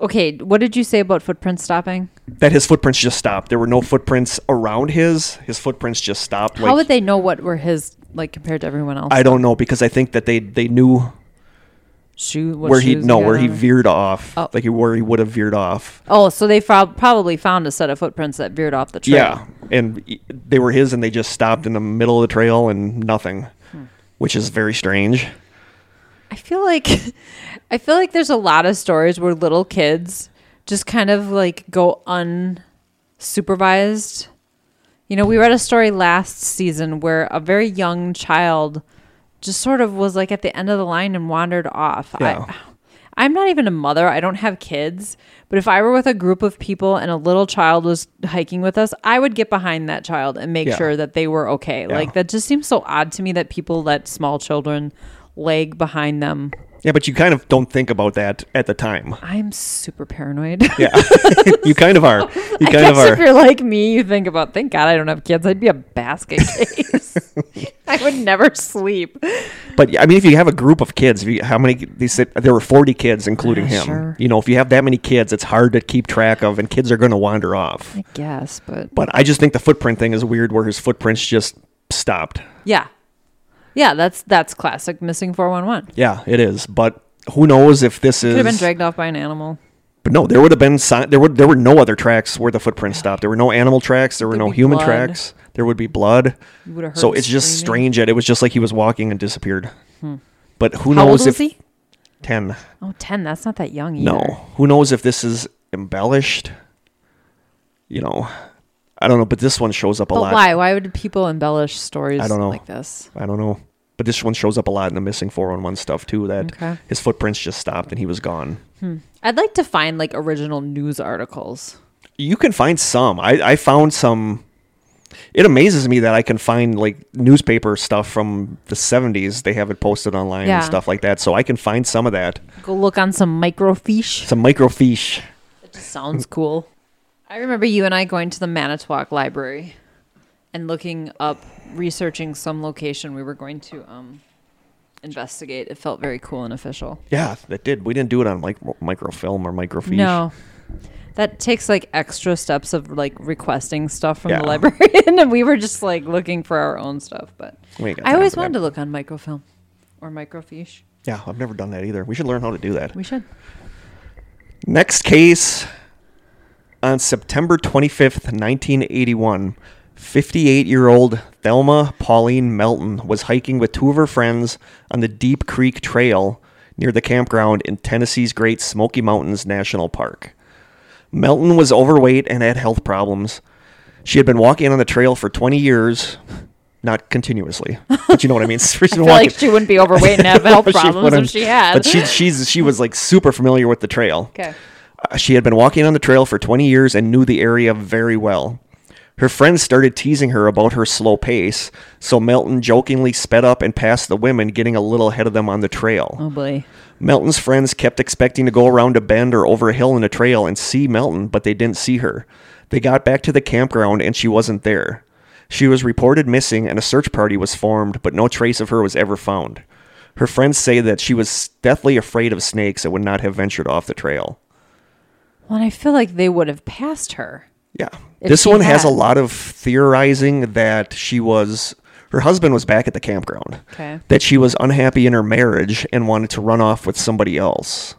[SPEAKER 1] Okay, what did you say about footprints stopping?
[SPEAKER 2] That his footprints just stopped. There were no footprints around his. His footprints just stopped. Like,
[SPEAKER 1] how would they know what were his like compared to everyone else?
[SPEAKER 2] I don't know because I think that they they knew
[SPEAKER 1] Shoe, what
[SPEAKER 2] where he
[SPEAKER 1] shoes
[SPEAKER 2] no
[SPEAKER 1] got
[SPEAKER 2] where he
[SPEAKER 1] on?
[SPEAKER 2] veered off.
[SPEAKER 1] Oh.
[SPEAKER 2] Like where he would have veered off.
[SPEAKER 1] Oh, so they prob- probably found a set of footprints that veered off the trail.
[SPEAKER 2] Yeah, and y- they were his, and they just stopped in the middle of the trail and nothing,
[SPEAKER 1] Hmm.
[SPEAKER 2] which is very strange.
[SPEAKER 1] I feel like I feel like there's a lot of stories where little kids just kind of like go unsupervised. You know, we read a story last season where a very young child just sort of was like at the end of the line and wandered off.
[SPEAKER 2] Yeah.
[SPEAKER 1] I, I'm not even a mother. I don't have kids. But if I were with a group of people and a little child was hiking with us, I would get behind that child and make
[SPEAKER 2] Yeah.
[SPEAKER 1] sure that they were okay. Like that just seems so odd to me that people let small children lag behind them.
[SPEAKER 2] Yeah, but you kind of don't think about that at the time.
[SPEAKER 1] I'm super paranoid.
[SPEAKER 2] Yeah, you kind of are. You
[SPEAKER 1] I
[SPEAKER 2] kind of
[SPEAKER 1] guess if
[SPEAKER 2] are.
[SPEAKER 1] you're like me, you think about, thank God I don't have kids. I'd be a basket case. I would never sleep.
[SPEAKER 2] But yeah, I mean, if you have a group of kids, if you, how many? They said there were forty kids, including
[SPEAKER 1] Ah,
[SPEAKER 2] him.
[SPEAKER 1] sure.
[SPEAKER 2] You know, if you have that many kids, it's hard to keep track of, and kids are going to wander off.
[SPEAKER 1] I guess, but
[SPEAKER 2] But I just think the footprint thing is weird, where his footprints just stopped.
[SPEAKER 1] yeah. Yeah, that's that's classic missing 411.
[SPEAKER 2] Yeah, it is. But who knows if this
[SPEAKER 1] Could
[SPEAKER 2] is?
[SPEAKER 1] have been dragged off by an animal.
[SPEAKER 2] But no, there would have been si- there would there were no other tracks where the footprints stopped. There were no animal tracks. There were
[SPEAKER 1] There'd
[SPEAKER 2] no
[SPEAKER 1] be
[SPEAKER 2] human
[SPEAKER 1] blood.
[SPEAKER 2] tracks. There would be blood.
[SPEAKER 1] You would have heard
[SPEAKER 2] So
[SPEAKER 1] him
[SPEAKER 2] it's
[SPEAKER 1] screaming.
[SPEAKER 2] just
[SPEAKER 1] Hmm.
[SPEAKER 2] strange that it was just like he was walking and disappeared. But who
[SPEAKER 1] How
[SPEAKER 2] knows
[SPEAKER 1] old was
[SPEAKER 2] if
[SPEAKER 1] he?
[SPEAKER 2] ten?
[SPEAKER 1] Oh, 10. That's not that young either.
[SPEAKER 2] No, who knows if this is embellished? You know, I don't know. But this one shows up a
[SPEAKER 1] But
[SPEAKER 2] lot.
[SPEAKER 1] why? Why would people embellish stories
[SPEAKER 2] I don't know.
[SPEAKER 1] like this?
[SPEAKER 2] I don't know. But this one shows up a lot in the missing four oh one one stuff too. That
[SPEAKER 1] Okay.
[SPEAKER 2] his footprints just stopped and he was gone.
[SPEAKER 1] I'd like to find like original news articles.
[SPEAKER 2] you can find some. I, I found some. It amazes me that I can find like newspaper stuff from the 70s. They have it posted online
[SPEAKER 1] Yeah.
[SPEAKER 2] and stuff like that. So I can find some of that.
[SPEAKER 1] Go look on some microfiche.
[SPEAKER 2] Some microfiche.
[SPEAKER 1] It just sounds cool. I remember you and I going to the Manitowoc Library and looking up, researching some location we were going to um, investigate. It felt very cool and official.
[SPEAKER 2] Yeah, that did. We didn't do it on mic- microfilm or microfiche.
[SPEAKER 1] No, That takes like extra steps of like requesting stuff from
[SPEAKER 2] Yeah.
[SPEAKER 1] the librarian, and we were just like looking for our own stuff. But
[SPEAKER 2] We ain't got
[SPEAKER 1] I
[SPEAKER 2] time
[SPEAKER 1] always
[SPEAKER 2] for that.
[SPEAKER 1] wanted to look on microfilm or microfiche.
[SPEAKER 2] Yeah, I've never done that either. We should learn how to do that.
[SPEAKER 1] We should.
[SPEAKER 2] Next case on September 25th, 1981, 58 year old Thelma Pauline Melton was hiking with two of her friends on the Deep Creek Trail near the campground in Tennessee's Great Smoky Mountains National Park. Melton was overweight and had health problems. She had been walking on the trail for 20 years, not continuously, but you know what I mean. She's been
[SPEAKER 1] I feel
[SPEAKER 2] walking-
[SPEAKER 1] like she wouldn't be overweight and have health
[SPEAKER 2] She
[SPEAKER 1] problems
[SPEAKER 2] wouldn't,
[SPEAKER 1] if she had.
[SPEAKER 2] But she, she's, she was like super familiar with the trail.
[SPEAKER 1] okay.
[SPEAKER 2] Uh, She had been walking on the trail for 20 years and knew the area very well. Her friends started teasing her about her slow pace, so Melton jokingly sped up and passed the women, getting a little ahead of them on the trail.
[SPEAKER 1] Oh boy.
[SPEAKER 2] Melton's friends kept expecting to go around a bend or over a hill in the trail and see Melton, but they didn't see her. They got back to the campground and she wasn't there. She was reported missing and a search party was formed, but no trace of her was ever found. Her friends say that she was deathly afraid of snakes and would not have ventured off the trail.
[SPEAKER 1] Well, and I feel like they would have passed her.
[SPEAKER 2] Yeah.
[SPEAKER 1] If
[SPEAKER 2] this
[SPEAKER 1] she
[SPEAKER 2] one has a
[SPEAKER 1] had.
[SPEAKER 2] lot of theorizing that she was her husband was back at the campground.
[SPEAKER 1] Okay.
[SPEAKER 2] That she was unhappy in her marriage and wanted to run off with somebody else.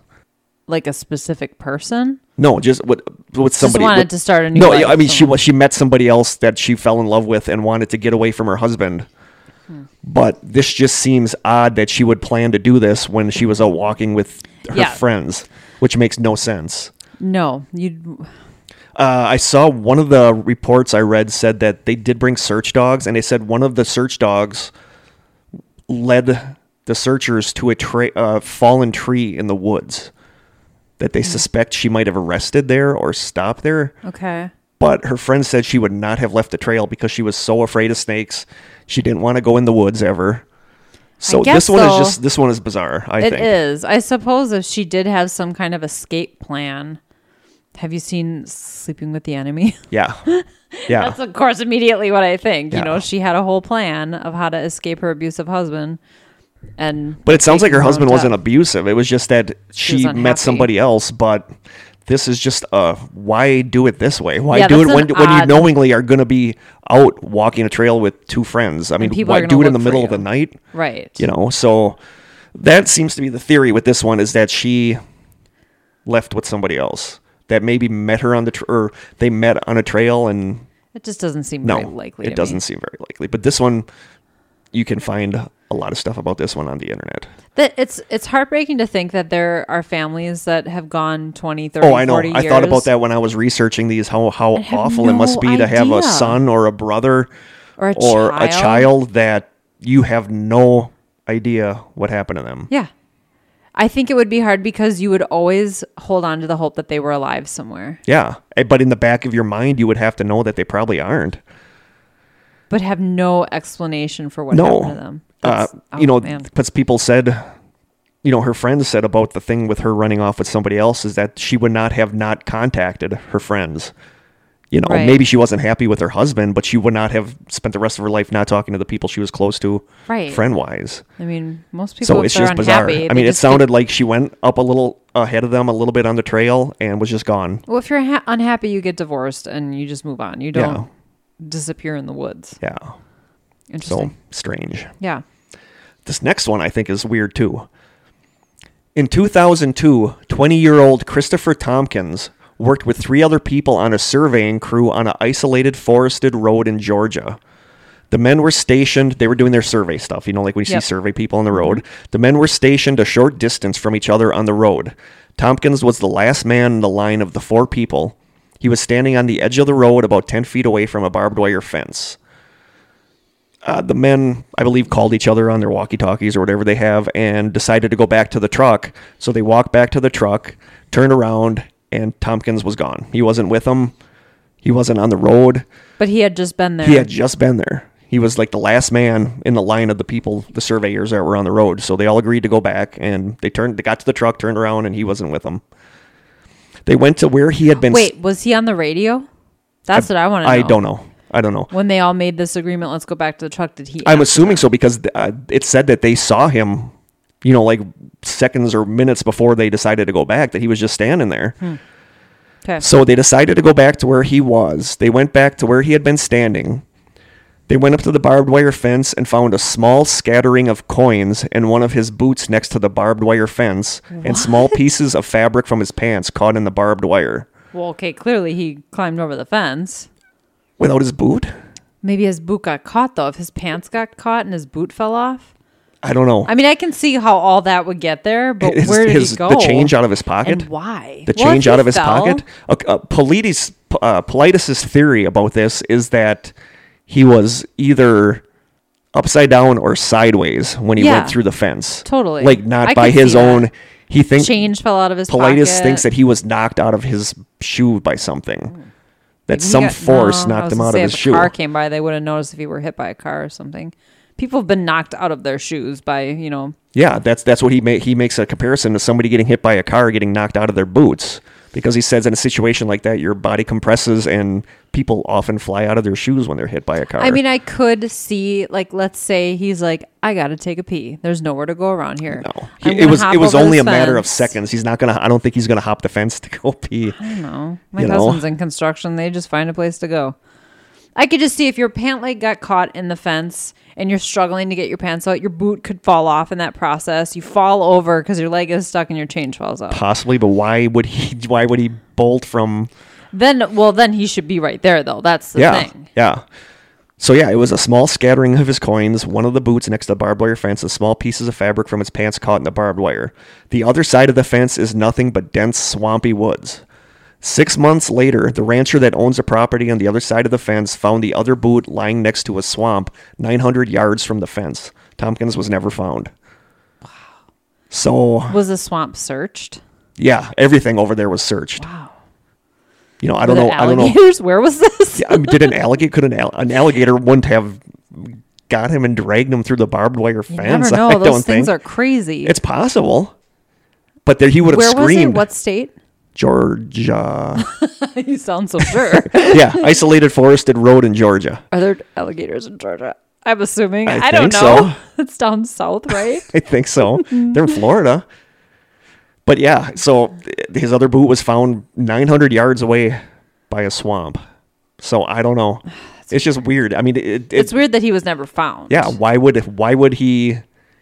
[SPEAKER 1] Like a specific person.
[SPEAKER 2] No, just with with somebody.
[SPEAKER 1] wanted
[SPEAKER 2] with-
[SPEAKER 1] to start a new
[SPEAKER 2] No,
[SPEAKER 1] life,
[SPEAKER 2] I mean she
[SPEAKER 1] someone.
[SPEAKER 2] was she met somebody else that she fell in love with and wanted to get away from her husband.
[SPEAKER 1] Hmm.
[SPEAKER 2] But this just seems odd that she would plan to do this when she was out walking with her
[SPEAKER 1] Yeah.
[SPEAKER 2] friends, which makes no sense.
[SPEAKER 1] No, you.
[SPEAKER 2] Uh, I saw one of the reports I read said that they did bring search dogs, and they said one of the search dogs led the searchers to a tra- uh, fallen tree in the woods that
[SPEAKER 1] Hmm.
[SPEAKER 2] they suspect she might have arrested there or stopped there.
[SPEAKER 1] Okay.
[SPEAKER 2] But her friend said she would not have left the trail because she was so afraid of snakes. She didn't want to go in the woods ever. So this
[SPEAKER 1] guess
[SPEAKER 2] one
[SPEAKER 1] so.
[SPEAKER 2] is just this one is bizarre. I
[SPEAKER 1] It
[SPEAKER 2] think
[SPEAKER 1] is. I suppose if she did have some kind of escape plan. Have you seen Sleeping with the Enemy?
[SPEAKER 2] yeah, yeah.
[SPEAKER 1] That's of course immediately what I think.
[SPEAKER 2] Yeah.
[SPEAKER 1] You know, she had a whole plan of how to escape her abusive husband, and
[SPEAKER 2] But it sounds like her
[SPEAKER 1] taking
[SPEAKER 2] husband
[SPEAKER 1] own
[SPEAKER 2] wasn't
[SPEAKER 1] death.
[SPEAKER 2] abusive. It was just that
[SPEAKER 1] was
[SPEAKER 2] she met
[SPEAKER 1] unhappy.
[SPEAKER 2] somebody else. But this is just uh, why do it this way? Why
[SPEAKER 1] Yeah,
[SPEAKER 2] do it
[SPEAKER 1] that's
[SPEAKER 2] when,
[SPEAKER 1] an
[SPEAKER 2] when you
[SPEAKER 1] odd-
[SPEAKER 2] knowingly are going to be out walking a trail with two friends? I mean,
[SPEAKER 1] people
[SPEAKER 2] why
[SPEAKER 1] are gonna
[SPEAKER 2] do it in
[SPEAKER 1] look
[SPEAKER 2] the
[SPEAKER 1] for
[SPEAKER 2] middle of
[SPEAKER 1] you.
[SPEAKER 2] the night?
[SPEAKER 1] right.
[SPEAKER 2] You know, so that seems to be the theory with this one is that she left with somebody else that maybe met her on the tr or they met on a trail and
[SPEAKER 1] It just doesn't seem
[SPEAKER 2] no,
[SPEAKER 1] very likely.
[SPEAKER 2] it
[SPEAKER 1] to
[SPEAKER 2] doesn't
[SPEAKER 1] Me.
[SPEAKER 2] seem very likely. But this one, you can find a lot of stuff about this one on the internet.
[SPEAKER 1] That it's it's heartbreaking to think that there are families that have gone 20, 30,
[SPEAKER 2] Oh, I know.
[SPEAKER 1] 40
[SPEAKER 2] I thought about
[SPEAKER 1] years
[SPEAKER 2] that when I was researching these. How how
[SPEAKER 1] have
[SPEAKER 2] awful it
[SPEAKER 1] no
[SPEAKER 2] must be to have a
[SPEAKER 1] idea.
[SPEAKER 2] son or a brother
[SPEAKER 1] Or a
[SPEAKER 2] a
[SPEAKER 1] child.
[SPEAKER 2] child that you have no idea what happened to them.
[SPEAKER 1] Yeah. I think it would be hard because you would always hold on to the hope that they were alive somewhere,
[SPEAKER 2] Yeah, Eh, but in the back of your mind, you would have to know that they probably aren't.
[SPEAKER 1] but have no explanation for what
[SPEAKER 2] No,
[SPEAKER 1] happened to them.
[SPEAKER 2] Uh,
[SPEAKER 1] That's- oh,
[SPEAKER 2] you know,
[SPEAKER 1] man.
[SPEAKER 2] because people said, you know, her friends said about the thing with her running off with somebody else is that she would not have not contacted her friends. You know,
[SPEAKER 1] Right.
[SPEAKER 2] maybe she wasn't happy with her husband, but she would not have spent the rest of her life not talking to the people she was close to,
[SPEAKER 1] Right.
[SPEAKER 2] friend wise.
[SPEAKER 1] I mean, most people.
[SPEAKER 2] So
[SPEAKER 1] if
[SPEAKER 2] it's
[SPEAKER 1] they're
[SPEAKER 2] just bizarre.
[SPEAKER 1] unhappy,
[SPEAKER 2] I
[SPEAKER 1] they
[SPEAKER 2] mean, it
[SPEAKER 1] just get-
[SPEAKER 2] sounded like she went up a little ahead of them, a little bit on the trail, and was just gone.
[SPEAKER 1] Well, if you're ha- unhappy, you get divorced and you just move on. You
[SPEAKER 2] Yeah.
[SPEAKER 1] don't disappear in the woods.
[SPEAKER 2] Yeah.
[SPEAKER 1] Interesting.
[SPEAKER 2] So strange.
[SPEAKER 1] yeah.
[SPEAKER 2] This next one I think is weird too. In 2002, 20 year old Christopher Tompkins worked with three other people on a surveying crew on an isolated forested road in Georgia. The men were stationed, they were doing their survey stuff, you know, like when you
[SPEAKER 1] Yep.
[SPEAKER 2] see survey people on the road. The men were stationed a short distance from each other on the road. Tompkins was the last man in the line of the four people. He was standing on the edge of the road about 10 feet away from a barbed wire fence uh, the men, I believe, called each other on their walkie talkies or whatever they have and decided to go back to the truck. So they walked back to the truck, turned around, and Tompkins was gone. He wasn't with them. He wasn't on the road.
[SPEAKER 1] But he had just been there.
[SPEAKER 2] He had just been there. He was like the last man in the line of the people, the surveyors that were on the road. So they all agreed to go back and they turned, they got to the truck, turned around, and he wasn't with them. They went to where he had been.
[SPEAKER 1] Wait, was he on the radio? That's what I want to know.
[SPEAKER 2] I don't know. I don't know.
[SPEAKER 1] When they all made this agreement, let's go back to the truck. Did he?
[SPEAKER 2] I'm assuming so because uh, it said that they saw him, you
[SPEAKER 1] Hmm.
[SPEAKER 2] know, like seconds or minutes before they decided to go back, that he was just standing there.
[SPEAKER 1] Okay.
[SPEAKER 2] So they decided to go back to where he was. They went back to where he had been standing. They went up to the barbed wire fence and found a small scattering of coins in one of his boots next to the barbed wire fence and small pieces of fabric from his pants caught in the barbed wire.
[SPEAKER 1] Well, okay, clearly he climbed over the fence.
[SPEAKER 2] Without his boot?
[SPEAKER 1] Maybe his boot got caught though. If his pants got caught and his boot fell off.
[SPEAKER 2] I don't know.
[SPEAKER 1] I mean, I can see how all that would get there, but
[SPEAKER 2] His-
[SPEAKER 1] where did
[SPEAKER 2] his-
[SPEAKER 1] he go?
[SPEAKER 2] The change out of his pocket?
[SPEAKER 1] and why?
[SPEAKER 2] the
[SPEAKER 1] Well, if
[SPEAKER 2] change
[SPEAKER 1] he
[SPEAKER 2] out of his
[SPEAKER 1] fell-
[SPEAKER 2] pocket. Uh, uh, Politis, uh, Politis's theory about this is that he was either upside down or sideways when he
[SPEAKER 1] Yeah.
[SPEAKER 2] went through the fence.
[SPEAKER 1] Totally.
[SPEAKER 2] like not
[SPEAKER 1] I
[SPEAKER 2] by
[SPEAKER 1] can
[SPEAKER 2] his
[SPEAKER 1] see
[SPEAKER 2] own.
[SPEAKER 1] that.
[SPEAKER 2] He thinks
[SPEAKER 1] Change fell out of his
[SPEAKER 2] Politis
[SPEAKER 1] pocket. Mm.
[SPEAKER 2] thinks that he was knocked out of his shoe by something. That
[SPEAKER 1] He
[SPEAKER 2] some
[SPEAKER 1] got-
[SPEAKER 2] force
[SPEAKER 1] no, I
[SPEAKER 2] knocked
[SPEAKER 1] was
[SPEAKER 2] him
[SPEAKER 1] gonna
[SPEAKER 2] out
[SPEAKER 1] say
[SPEAKER 2] of his
[SPEAKER 1] if
[SPEAKER 2] shoe.
[SPEAKER 1] A car came by, they would have noticed if he were hit by a car or something. People have been knocked out of their shoes by you know.
[SPEAKER 2] Yeah, that's that's what he ma- he makes a comparison to somebody getting hit by a car getting knocked out of their boots because he says in a situation like that your body compresses and people often fly out of their shoes when they're hit by a car.
[SPEAKER 1] I mean, I could see like let's say he's like, I gotta take a pee. There's nowhere to go around here.
[SPEAKER 2] no.
[SPEAKER 1] I'm
[SPEAKER 2] He- it
[SPEAKER 1] gonna
[SPEAKER 2] was
[SPEAKER 1] hop
[SPEAKER 2] it was
[SPEAKER 1] over
[SPEAKER 2] only a
[SPEAKER 1] this
[SPEAKER 2] matter of
[SPEAKER 1] fence."
[SPEAKER 2] seconds. He's not going to I don't think he's going to hop the fence to go pee.
[SPEAKER 1] I don't know. My
[SPEAKER 2] You know?
[SPEAKER 1] husband's in construction. They just find a place to go. I could just see if your pant leg got caught in the fence and you're struggling to get your pants out, your boot could fall off in that process. You fall over because your leg is stuck and your change falls out.
[SPEAKER 2] Possibly, but why would he why would he bolt from
[SPEAKER 1] Then, well, then he should be right there, though. That's the
[SPEAKER 2] yeah,
[SPEAKER 1] thing.
[SPEAKER 2] yeah. So yeah, it was a small scattering of his coins, one of the boots next to the barbed wire fence, and small pieces of fabric from his pants caught in the barbed wire. The other side of the fence is nothing but dense, swampy woods. Six months later, the rancher that owns the property on the other side of the fence found the other boot lying next to a swamp 900 yards from the fence. Tompkins was never found. Wow. So,
[SPEAKER 1] Was the swamp searched?
[SPEAKER 2] yeah, everything over there was searched.
[SPEAKER 1] Wow.
[SPEAKER 2] You know, I
[SPEAKER 1] Were
[SPEAKER 2] don't
[SPEAKER 1] there
[SPEAKER 2] know. I don't know.
[SPEAKER 1] alligators? Where was this?
[SPEAKER 2] I mean, did an alligator could an, al- an alligator wouldn't have got him and dragged him through the barbed wire
[SPEAKER 1] You
[SPEAKER 2] fence?
[SPEAKER 1] never know.
[SPEAKER 2] I
[SPEAKER 1] Those
[SPEAKER 2] don't
[SPEAKER 1] things
[SPEAKER 2] think
[SPEAKER 1] are crazy.
[SPEAKER 2] it's possible. But there he would have
[SPEAKER 1] Where was it?
[SPEAKER 2] screamed
[SPEAKER 1] What state?
[SPEAKER 2] Georgia.
[SPEAKER 1] you sound so sure.
[SPEAKER 2] yeah, isolated forested road in Georgia.
[SPEAKER 1] Are there alligators in Georgia? I'm assuming.
[SPEAKER 2] I
[SPEAKER 1] I, don't
[SPEAKER 2] think
[SPEAKER 1] know.
[SPEAKER 2] so.
[SPEAKER 1] It's down south, right?
[SPEAKER 2] I think so. They're in Florida. But yeah, so th- his other boot was found 900 yards away by a swamp. So I don't know. It's just weird. I mean, it, it,
[SPEAKER 1] it's weird that he was never found.
[SPEAKER 2] yeah. Why would why would he?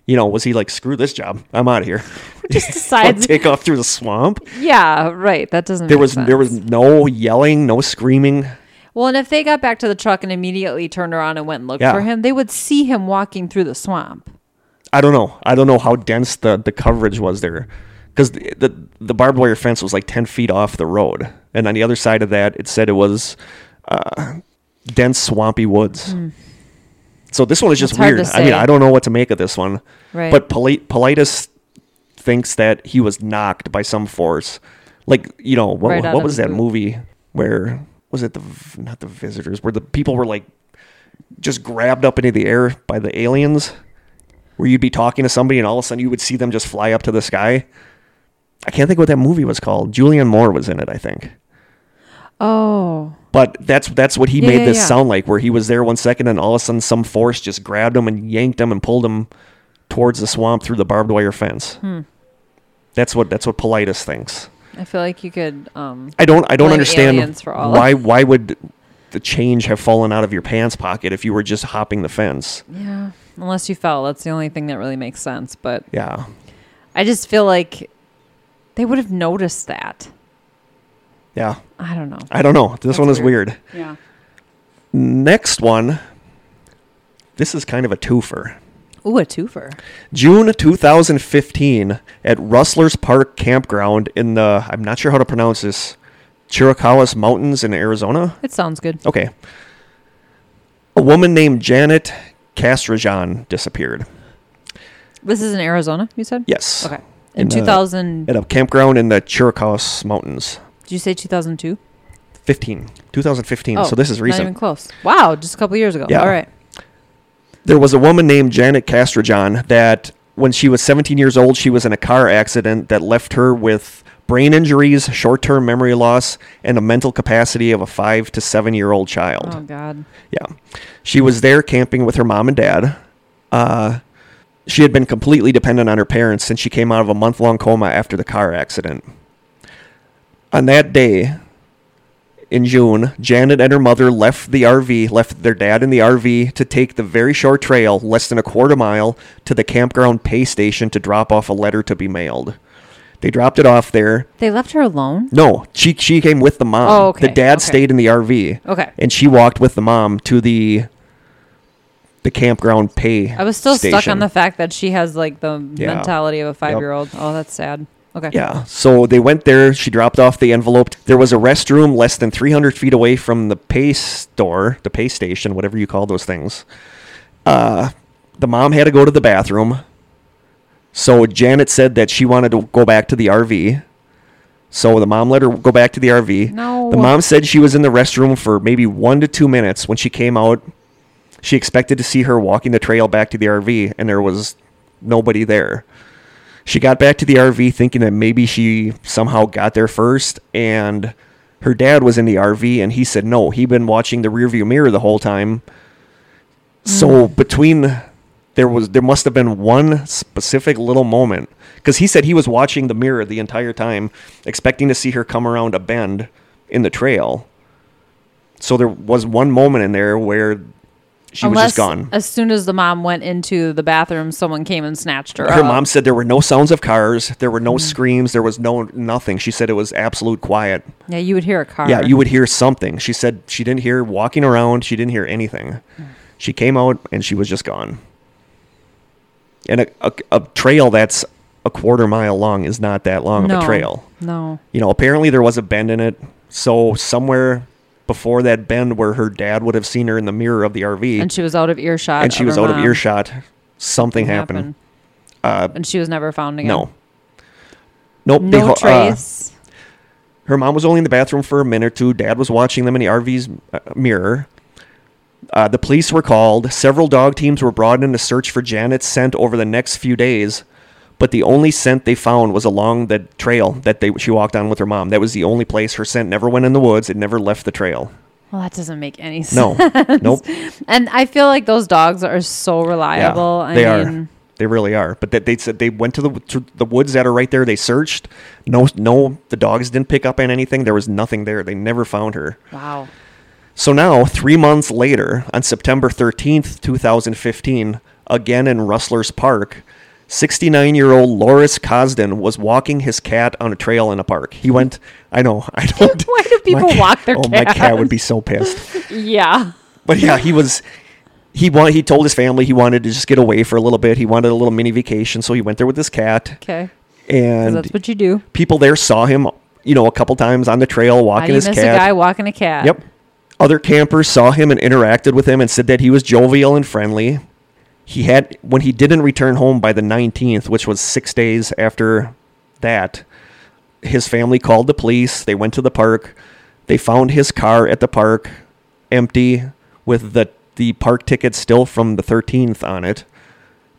[SPEAKER 2] You know, was he like screw this job? I'm out of here.
[SPEAKER 1] Just
[SPEAKER 2] I'll
[SPEAKER 1] decides.
[SPEAKER 2] take off through the swamp.
[SPEAKER 1] yeah, right. That doesn't.
[SPEAKER 2] There
[SPEAKER 1] make
[SPEAKER 2] was
[SPEAKER 1] sense.
[SPEAKER 2] there was no yelling, no screaming.
[SPEAKER 1] Well, and if they got back to the truck and immediately turned around and went and looked
[SPEAKER 2] Yeah.
[SPEAKER 1] for him, they would see him walking through the swamp.
[SPEAKER 2] I don't know. I don't know how dense the, the coverage was there, because the, the the barbed wire fence was like ten feet off the road, and on the other side of that, it said it was uh, dense swampy woods. So this one is just
[SPEAKER 1] Hmm. It's hard
[SPEAKER 2] weird.
[SPEAKER 1] to
[SPEAKER 2] I mean,
[SPEAKER 1] say.
[SPEAKER 2] I don't know what to make of this one.
[SPEAKER 1] Right.
[SPEAKER 2] But Poli- Politus thinks that he was knocked by some force, like you know what,
[SPEAKER 1] Right out
[SPEAKER 2] what
[SPEAKER 1] of
[SPEAKER 2] was
[SPEAKER 1] the
[SPEAKER 2] that
[SPEAKER 1] boot.
[SPEAKER 2] movie where was it the v- not the visitors where the people were like just grabbed up into the air by the aliens where you'd be talking to somebody and all of a sudden you would see them just fly up to the sky. I can't think what that movie was called. Julianne Moore was in it, I think.
[SPEAKER 1] Oh,
[SPEAKER 2] But that's that's what he
[SPEAKER 1] Yeah,
[SPEAKER 2] made
[SPEAKER 1] yeah,
[SPEAKER 2] this
[SPEAKER 1] yeah.
[SPEAKER 2] sound like, where he was there one second and all of a sudden some force just grabbed him and yanked him and pulled him towards the swamp through the barbed wire fence.
[SPEAKER 1] Hmm.
[SPEAKER 2] That's what that's what Politus thinks.
[SPEAKER 1] I feel like you could. Um,
[SPEAKER 2] I don't I don't
[SPEAKER 1] Blame
[SPEAKER 2] understand
[SPEAKER 1] aliens for all of
[SPEAKER 2] why why would the change have fallen out of your pants pocket if you were just hopping the fence.
[SPEAKER 1] yeah. Unless you fell, that's the only thing that really makes sense. But
[SPEAKER 2] Yeah.
[SPEAKER 1] I just feel like they would have noticed that.
[SPEAKER 2] Yeah.
[SPEAKER 1] I don't know.
[SPEAKER 2] I don't know. This
[SPEAKER 1] That's
[SPEAKER 2] one is
[SPEAKER 1] weird.
[SPEAKER 2] weird.
[SPEAKER 1] Yeah.
[SPEAKER 2] Next one. This is kind of a twofer.
[SPEAKER 1] Ooh, a twofer.
[SPEAKER 2] June 2015 at Rustlers Park Campground in the, I'm not sure how to pronounce this, Chiricahuas Mountains in Arizona.
[SPEAKER 1] It sounds good.
[SPEAKER 2] Okay. A woman named Janet Castrajan disappeared.
[SPEAKER 1] This is in Arizona, you said?
[SPEAKER 2] Yes.
[SPEAKER 1] Okay.
[SPEAKER 2] In
[SPEAKER 1] In,
[SPEAKER 2] the-
[SPEAKER 1] 2000,
[SPEAKER 2] At a campground in the Chiricahuas Mountains.
[SPEAKER 1] did you say 2002?
[SPEAKER 2] 15. 2015. so this is
[SPEAKER 1] Oh, Not
[SPEAKER 2] recent.
[SPEAKER 1] even close. Wow, just a couple years ago.
[SPEAKER 2] Yeah.
[SPEAKER 1] All right.
[SPEAKER 2] There was a woman named Janet Castrojohn that when she was 17 years old, she was in a car accident that left her with brain injuries, short-term memory loss, and a mental capacity of a 5 to 7-year-old child.
[SPEAKER 1] Oh, God.
[SPEAKER 2] Yeah. She was there camping with her mom and dad. Uh, she had been completely dependent on her parents since she came out of a month long coma after the car accident. On that day, in June, Janet and her mother left the RV, left their dad in the RV to take the very short trail, less than a quarter mile, to the campground pay station to drop off a letter to be mailed. They dropped it off there.
[SPEAKER 1] They left her alone?
[SPEAKER 2] No, she she came with the mom.
[SPEAKER 1] Oh, okay,
[SPEAKER 2] The dad
[SPEAKER 1] okay.
[SPEAKER 2] stayed in the RV.
[SPEAKER 1] Okay.
[SPEAKER 2] And she walked with the mom to the the campground pay.
[SPEAKER 1] I was still stuck on
[SPEAKER 2] station.
[SPEAKER 1] the fact that she has like the
[SPEAKER 2] Yeah.
[SPEAKER 1] mentality of a five year old. Oh, that's sad. Okay.
[SPEAKER 2] Yeah. So they went there. She dropped off the envelope. There was a restroom less than 300 feet away from the pay store, the pay station, whatever you call those things. Uh, the mom had to go to the bathroom. So Janet said that she wanted to go back to the RV. So the mom let her go back to the RV.
[SPEAKER 1] No.
[SPEAKER 2] The mom said she was in the restroom for maybe one to two minutes. When she came out, she expected to see her walking the trail back to the RV, and there was nobody there. She got back to the RV thinking that maybe she somehow got there first, and her dad was in the RV, and he said no, he'd been watching the rearview mirror the whole time. So between there was there must have been one specific little moment because he said he was watching the mirror the entire time, expecting to see her come around a bend in the trail. So there was one moment in there where she was just gone.
[SPEAKER 1] As soon as the mom went into the bathroom, someone came and snatched her.
[SPEAKER 2] Her
[SPEAKER 1] up.
[SPEAKER 2] mom said there were no sounds of cars, there were no screams, there was no nothing. She said it was absolute quiet.
[SPEAKER 1] Yeah, you would hear a car.
[SPEAKER 2] Yeah, you would hear something. She said she didn't hear walking around, she didn't hear anything. She came out and she was just gone. And a, a, a trail that's a quarter mile long is not that long of a trail.
[SPEAKER 1] No.
[SPEAKER 2] You know, apparently there was a bend in it. So somewhere before that bend where her dad would have seen her in the mirror of the RV
[SPEAKER 1] And
[SPEAKER 2] and she,
[SPEAKER 1] she was out of earshot.
[SPEAKER 2] was
[SPEAKER 1] her
[SPEAKER 2] out of
[SPEAKER 1] mom.
[SPEAKER 2] earshot, something happened. Uh,
[SPEAKER 1] and she was never found again.
[SPEAKER 2] No. Nope. they
[SPEAKER 1] No
[SPEAKER 2] ho- uh,
[SPEAKER 1] trace.
[SPEAKER 2] Her mom was only in the bathroom for a minute or two. Dad was watching them in the RV's uh, mirror. Uh, the police were called. Several dog teams were brought in to search for Janet's scent over the next few days, but the only scent they found was along the trail that they she walked on with her mom. That was the only place her scent never went in the woods. It never left the trail.
[SPEAKER 1] well, that doesn't make any sense.
[SPEAKER 2] No, nope.
[SPEAKER 1] And I feel like those dogs are so reliable. I
[SPEAKER 2] they
[SPEAKER 1] mean,
[SPEAKER 2] are. They really are. But that they said they went to the to the woods that are right there. They searched. No, no, the dogs didn't pick up on anything. There was nothing there. They never found her.
[SPEAKER 1] wow.
[SPEAKER 2] So now, three months later, on September 13th, 2015, again in Rustlers Park, 69 year old Loris Cosden was walking his cat on a trail in a park. He went, I know, I don't.
[SPEAKER 1] Why do people
[SPEAKER 2] ca-
[SPEAKER 1] walk their
[SPEAKER 2] Oh, my cat
[SPEAKER 1] cat?
[SPEAKER 2] would be so pissed
[SPEAKER 1] Yeah.
[SPEAKER 2] but yeah, he was. He wanted. He told his family he wanted to just get away for a little bit. He wanted a little mini vacation, so he went there with his cat.
[SPEAKER 1] Okay.
[SPEAKER 2] And
[SPEAKER 1] That's what you do.
[SPEAKER 2] people there saw him, you know, a couple times on the trail
[SPEAKER 1] How do
[SPEAKER 2] walking
[SPEAKER 1] you
[SPEAKER 2] his
[SPEAKER 1] miss a guy
[SPEAKER 2] cat.
[SPEAKER 1] walking a cat?
[SPEAKER 2] Yep. Other campers saw him and interacted with him and said that he was jovial and friendly. He had when he didn't return home by the 19th, which was 6 days after that. His family called the police. They went to the park. They found his car at the park empty with the the park ticket still from the 13th on it.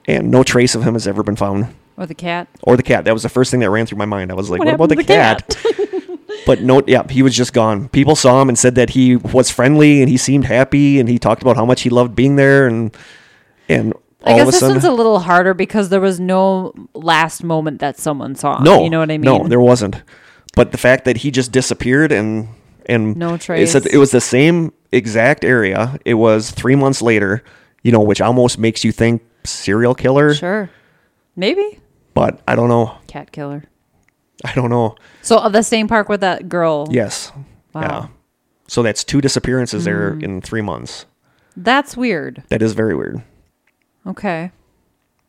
[SPEAKER 2] And no trace of him has ever been found
[SPEAKER 1] Or the cat?
[SPEAKER 2] or the cat. That was the first thing that ran through my mind. I was like,
[SPEAKER 1] What
[SPEAKER 2] what, about the
[SPEAKER 1] happened to the
[SPEAKER 2] cat? but no, yeah, he was just gone. People saw him and said that he was friendly and he seemed happy and he talked about how much he loved being there and and
[SPEAKER 1] I
[SPEAKER 2] all
[SPEAKER 1] guess
[SPEAKER 2] of a
[SPEAKER 1] this
[SPEAKER 2] sudden,
[SPEAKER 1] one's a little harder because there was no last moment that someone saw.
[SPEAKER 2] no,
[SPEAKER 1] You know what I mean?
[SPEAKER 2] No, there wasn't. But the fact that he just disappeared and and
[SPEAKER 1] No
[SPEAKER 2] It, said
[SPEAKER 1] trace.
[SPEAKER 2] it was the same exact area. It was three months later, you know, which almost makes you think serial killer.
[SPEAKER 1] Sure. Maybe.
[SPEAKER 2] But I don't know.
[SPEAKER 1] Cat killer.
[SPEAKER 2] I don't know.
[SPEAKER 1] So of the same park with that girl.
[SPEAKER 2] Yes.
[SPEAKER 1] Wow. Hmm.
[SPEAKER 2] Yeah. So that's two disappearances there in three months.
[SPEAKER 1] That's weird.
[SPEAKER 2] That is very weird.
[SPEAKER 1] Okay.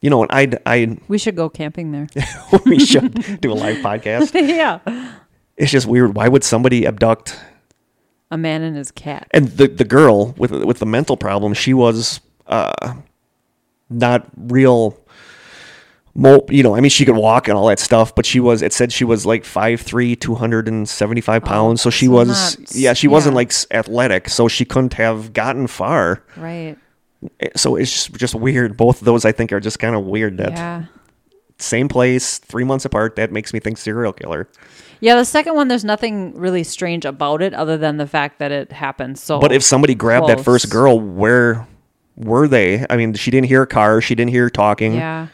[SPEAKER 2] You know, and I, I,
[SPEAKER 1] We should go camping there.
[SPEAKER 2] we should do a live podcast.
[SPEAKER 1] yeah.
[SPEAKER 2] It's just weird. Why would somebody abduct?
[SPEAKER 1] A man and his cat.
[SPEAKER 2] And the the girl with with the mental problem, she was uh, not real. Mo, you know, I mean, she could walk and all that stuff, but she was. It said she was like 5'3", 275 pounds. so she
[SPEAKER 1] Oh, so
[SPEAKER 2] was,
[SPEAKER 1] not-
[SPEAKER 2] yeah, she wasn't
[SPEAKER 1] yeah.
[SPEAKER 2] like s- athletic, so she couldn't have gotten far. Eh,
[SPEAKER 1] Right.
[SPEAKER 2] so it's just, just weird. Both of those, I think, are just kind of weird. That
[SPEAKER 1] Yeah.
[SPEAKER 2] same place, three months apart. That makes me think serial killer.
[SPEAKER 1] Yeah, the second one there's nothing really strange about it other than the fact that it happened. So
[SPEAKER 2] But if somebody grabbed that first
[SPEAKER 1] Close.
[SPEAKER 2] girl, where were they? I mean, she didn't hear a car. She didn't hear talking.
[SPEAKER 1] Yeah.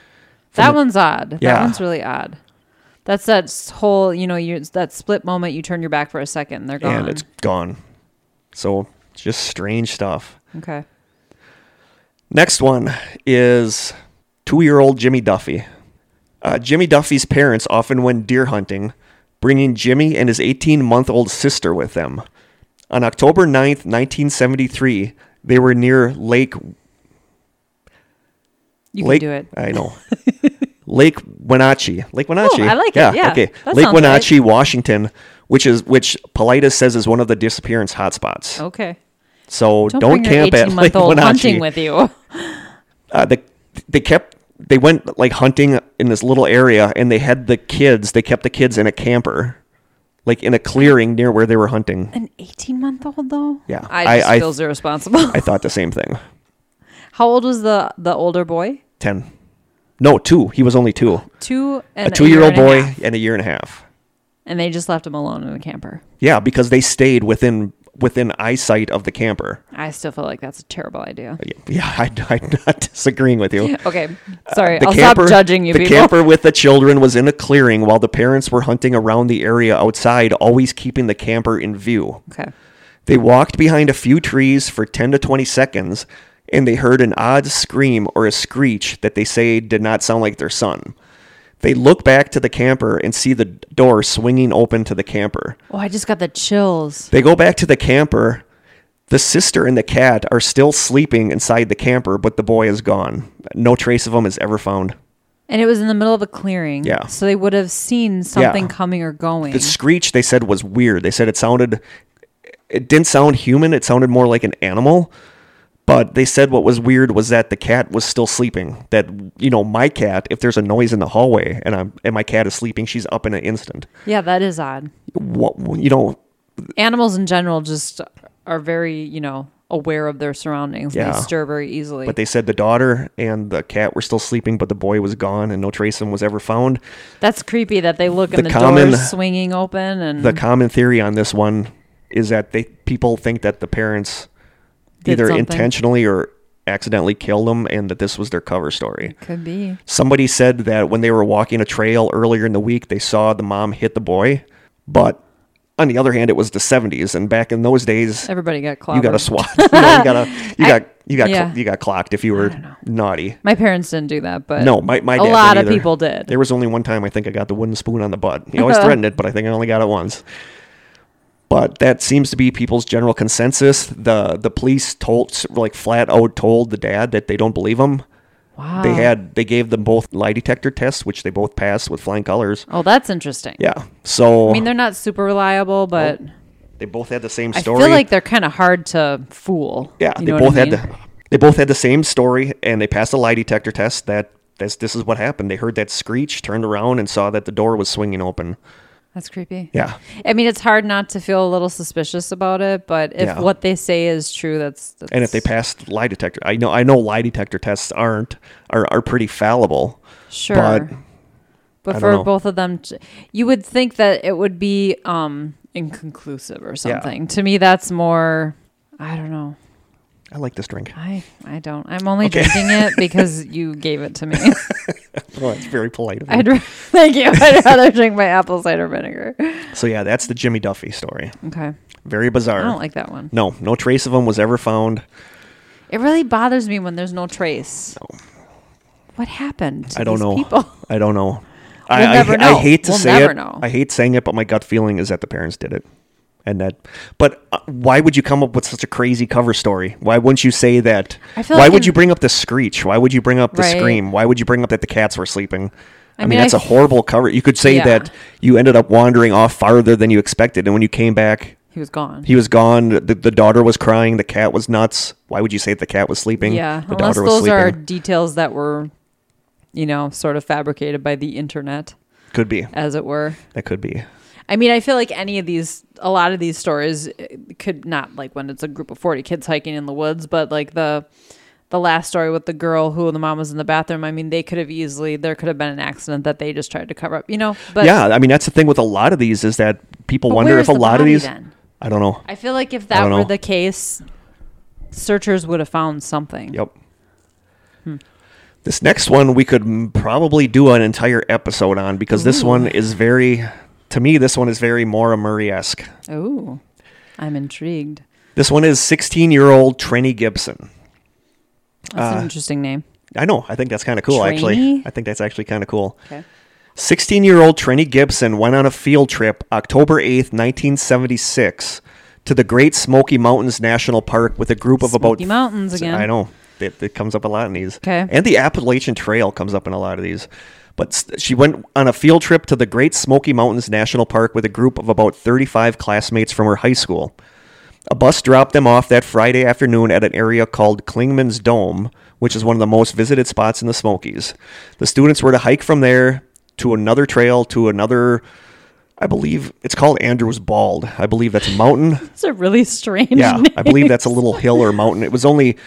[SPEAKER 1] That one's odd.
[SPEAKER 2] Yeah.
[SPEAKER 1] That one's really odd. That's that s- whole, you know, you that split moment you turn your back for a second and they're gone.
[SPEAKER 2] and it's gone. So it's just strange stuff.
[SPEAKER 1] okay.
[SPEAKER 2] Next one is two year old Jimmy Duffy. Uh, Jimmy Duffy's parents often went deer hunting, bringing Jimmy and his 18 month old sister with them. On October 9th, 1973, they were near Lake.
[SPEAKER 1] You
[SPEAKER 2] Lake,
[SPEAKER 1] can do it.
[SPEAKER 2] I know. Lake Wenatchee. Lake Wenatchee.
[SPEAKER 1] Oh, I like it. Yeah,
[SPEAKER 2] Okay.
[SPEAKER 1] that
[SPEAKER 2] Lake
[SPEAKER 1] sounds right.
[SPEAKER 2] Wenatchee, Washington, which is which Politis says is one of the disappearance hotspots.
[SPEAKER 1] Okay.
[SPEAKER 2] So don't,
[SPEAKER 1] Oh. Don't, bring
[SPEAKER 2] camp
[SPEAKER 1] your
[SPEAKER 2] at
[SPEAKER 1] 18
[SPEAKER 2] Lake
[SPEAKER 1] month old
[SPEAKER 2] Wenatchee.
[SPEAKER 1] hunting with you.
[SPEAKER 2] uh, they they kept they went like hunting in this little area and they had the kids they kept the kids in a camper like in a clearing near where they were hunting
[SPEAKER 1] An 18 month old though?
[SPEAKER 2] Yeah.
[SPEAKER 1] I just
[SPEAKER 2] I- I-
[SPEAKER 1] feels irresponsible.
[SPEAKER 2] i thought the same thing
[SPEAKER 1] How old was the the older boy?
[SPEAKER 2] 10 no two he was only two
[SPEAKER 1] Two and
[SPEAKER 2] a two-year-old
[SPEAKER 1] year and
[SPEAKER 2] boy
[SPEAKER 1] a half.
[SPEAKER 2] and a year and a half
[SPEAKER 1] and they just left him alone in a camper.
[SPEAKER 2] yeah because they stayed within within eyesight of the camper
[SPEAKER 1] I still feel like that's a terrible idea.
[SPEAKER 2] yeah I, i'm not disagreeing with you
[SPEAKER 1] Okay, sorry.
[SPEAKER 2] uh, the
[SPEAKER 1] I'll
[SPEAKER 2] camper,
[SPEAKER 1] stop judging you
[SPEAKER 2] The
[SPEAKER 1] people.
[SPEAKER 2] camper with the children was in a clearing while the parents were hunting around the area outside, always keeping the camper in view.
[SPEAKER 1] Okay.
[SPEAKER 2] They walked behind a few trees for 10 to 20 seconds and they heard an odd scream or a screech that they say did not sound like their son. They look back to the camper and see the door swinging open to the camper.
[SPEAKER 1] Oh, I just got the chills.
[SPEAKER 2] They go back to the camper. The sister and the cat are still sleeping inside the camper, but the boy is gone. No trace of him is ever found.
[SPEAKER 1] And it was in the middle of a clearing.
[SPEAKER 2] Yeah.
[SPEAKER 1] So they would have seen something coming or going.
[SPEAKER 2] The screech they said was weird. They said it sounded it didn't sound human, it sounded more like an animal. But they said what was weird was that the cat was still sleeping. That you know, my cat, if there's a noise in the hallway and I'm and my cat is sleeping, she's up in an instant.
[SPEAKER 1] yeah, that is odd.
[SPEAKER 2] What you know,
[SPEAKER 1] Animals in general just are very, you know, aware of their surroundings.
[SPEAKER 2] Yeah.
[SPEAKER 1] They stir very easily.
[SPEAKER 2] but they said the daughter and the cat were still sleeping, but the boy was gone and no trace of him was ever found.
[SPEAKER 1] That's creepy that they look
[SPEAKER 2] The
[SPEAKER 1] and the
[SPEAKER 2] common-
[SPEAKER 1] doors swinging open and
[SPEAKER 2] The common theory on this one is that they people think that the parents
[SPEAKER 1] Did
[SPEAKER 2] either
[SPEAKER 1] something.
[SPEAKER 2] intentionally or accidentally killed them and that this was their cover story.
[SPEAKER 1] could be.
[SPEAKER 2] Somebody said that when they were walking a trail earlier in the week, they saw the mom hit the boy. But on the other hand, it was the 70s, and back in those days,
[SPEAKER 1] Everybody got clobbered.
[SPEAKER 2] you got a swat. you, know, you got a, you
[SPEAKER 1] I-
[SPEAKER 2] got you got cl-
[SPEAKER 1] yeah.
[SPEAKER 2] you got clocked if you were naughty.
[SPEAKER 1] My parents didn't do that, but
[SPEAKER 2] No, my
[SPEAKER 1] Uh, a
[SPEAKER 2] my dad didn't
[SPEAKER 1] lot of
[SPEAKER 2] either.
[SPEAKER 1] people did.
[SPEAKER 2] There was only one time I think I got the wooden spoon on the butt. He always threatened it, but I think I only got it once. But that seems to be people's general consensus. the The police told, like flat out, told the dad that they don't believe him.
[SPEAKER 1] wow.
[SPEAKER 2] They had they gave them both lie detector tests, which they both passed with flying colors.
[SPEAKER 1] Oh, that's interesting.
[SPEAKER 2] Yeah, so
[SPEAKER 1] I mean, they're not super reliable, but
[SPEAKER 2] they both had the same
[SPEAKER 1] I
[SPEAKER 2] story.
[SPEAKER 1] feel like they're kind of hard to fool.
[SPEAKER 2] yeah,
[SPEAKER 1] You
[SPEAKER 2] they
[SPEAKER 1] know
[SPEAKER 2] both
[SPEAKER 1] what I mean?
[SPEAKER 2] had the they both had the same story, and they passed a lie detector test. That that's this is what happened. They heard that screech, turned around, and saw that the door was swinging open.
[SPEAKER 1] That's creepy.
[SPEAKER 2] Yeah,
[SPEAKER 1] I mean, it's hard not to feel a little suspicious about it, but if
[SPEAKER 2] Yeah.
[SPEAKER 1] what they say is true, that's, that's
[SPEAKER 2] and if they passed lie detector, I know I know lie detector tests aren't are are pretty fallible.
[SPEAKER 1] sure.
[SPEAKER 2] but-
[SPEAKER 1] But,
[SPEAKER 2] I don't
[SPEAKER 1] for
[SPEAKER 2] know.
[SPEAKER 1] both of them, to, you would think that it would be um inconclusive or something. To me, that's more. I don't know.
[SPEAKER 2] I like this drink.
[SPEAKER 1] I I don't. I'm only
[SPEAKER 2] Okay.
[SPEAKER 1] drinking it because you gave it to me.
[SPEAKER 2] Oh, that's very polite of
[SPEAKER 1] I'd
[SPEAKER 2] you.
[SPEAKER 1] ra- thank you. I'd rather drink my apple cider vinegar.
[SPEAKER 2] So yeah, that's the Jimmy Duffy story.
[SPEAKER 1] Okay.
[SPEAKER 2] Very
[SPEAKER 1] I
[SPEAKER 2] bizarre.
[SPEAKER 1] don't like that one.
[SPEAKER 2] no, no trace of him was ever found.
[SPEAKER 1] It really bothers me when there's no trace. What happened? To
[SPEAKER 2] I don't
[SPEAKER 1] these
[SPEAKER 2] know.
[SPEAKER 1] People.
[SPEAKER 2] I don't know.
[SPEAKER 1] We'll
[SPEAKER 2] I,
[SPEAKER 1] never
[SPEAKER 2] I, I
[SPEAKER 1] know.
[SPEAKER 2] hate to
[SPEAKER 1] We'll
[SPEAKER 2] say
[SPEAKER 1] never
[SPEAKER 2] it.
[SPEAKER 1] know.
[SPEAKER 2] I hate saying it, but my gut feeling is that the parents did it, and that. But uh, why would you come up with such a crazy cover story? Why wouldn't you say that?
[SPEAKER 1] I feel
[SPEAKER 2] why
[SPEAKER 1] like
[SPEAKER 2] would
[SPEAKER 1] in-
[SPEAKER 2] you bring up the screech? Why would you bring up the
[SPEAKER 1] Right.
[SPEAKER 2] scream? Why would you bring up that the cats were sleeping?
[SPEAKER 1] I
[SPEAKER 2] I, mean,
[SPEAKER 1] mean, I
[SPEAKER 2] that's a
[SPEAKER 1] f-
[SPEAKER 2] horrible cover. You could say
[SPEAKER 1] Yeah.
[SPEAKER 2] that you ended up wandering off farther than you expected, and when you came back,
[SPEAKER 1] He was gone.
[SPEAKER 2] he was gone. The, the daughter was crying. The cat was nuts. Why would you say that the cat was sleeping?
[SPEAKER 1] yeah.
[SPEAKER 2] the
[SPEAKER 1] unless
[SPEAKER 2] daughter was
[SPEAKER 1] those are
[SPEAKER 2] sleeping.
[SPEAKER 1] details that were, you know, sort of fabricated by the internet,
[SPEAKER 2] Could be.
[SPEAKER 1] as it were.
[SPEAKER 2] That could be.
[SPEAKER 1] I mean, I feel like any of these, a lot of these stories eh, could not like when it's a group of forty kids hiking in the woods, but like the the last story with the girl who the mom was in the bathroom. I mean, they could have easily there could have been an accident that they just tried to cover up, you know. But
[SPEAKER 2] yeah, I mean that's the thing with a lot of these is that people
[SPEAKER 1] But
[SPEAKER 2] wonder
[SPEAKER 1] where
[SPEAKER 2] if
[SPEAKER 1] is
[SPEAKER 2] a
[SPEAKER 1] the
[SPEAKER 2] lot of
[SPEAKER 1] body
[SPEAKER 2] these.
[SPEAKER 1] then?
[SPEAKER 2] I don't know.
[SPEAKER 1] I feel like if
[SPEAKER 2] I
[SPEAKER 1] that
[SPEAKER 2] don't
[SPEAKER 1] were
[SPEAKER 2] know.
[SPEAKER 1] the case, searchers would have found something.
[SPEAKER 2] Yep. This next one we could m- probably do an entire episode on because this one is very, to me, this one is very Maura Murray esque.
[SPEAKER 1] Oh, I'm intrigued.
[SPEAKER 2] This one is 16 year old Trini Gibson. Uh,
[SPEAKER 1] That's an interesting name.
[SPEAKER 2] I know. I think that's kind of cool, actually.
[SPEAKER 1] Trini?
[SPEAKER 2] I think that's actually kind of cool.
[SPEAKER 1] Okay.
[SPEAKER 2] 16 year old Trini Gibson went on a field trip October 8th, 1976, to the Great Smoky Mountains National Park with a group of about.
[SPEAKER 1] Smoky Mountains again.
[SPEAKER 2] I know. It, it comes up a lot in these.
[SPEAKER 1] Okay.
[SPEAKER 2] And the Appalachian Trail comes up in a lot of these. But s- she went on a field trip to the Great Smoky Mountains National Park with a group of about 35 classmates from her high school. A bus dropped them off that Friday afternoon at an area called Klingman's Dome, which is one of the most visited spots in the Smokies. The students were to hike from there to another trail to another, I believe it's called Andrews Bald. I believe that's a mountain.
[SPEAKER 1] It's a really strange
[SPEAKER 2] yeah,
[SPEAKER 1] name.
[SPEAKER 2] I believe that's a little hill or mountain. It was only,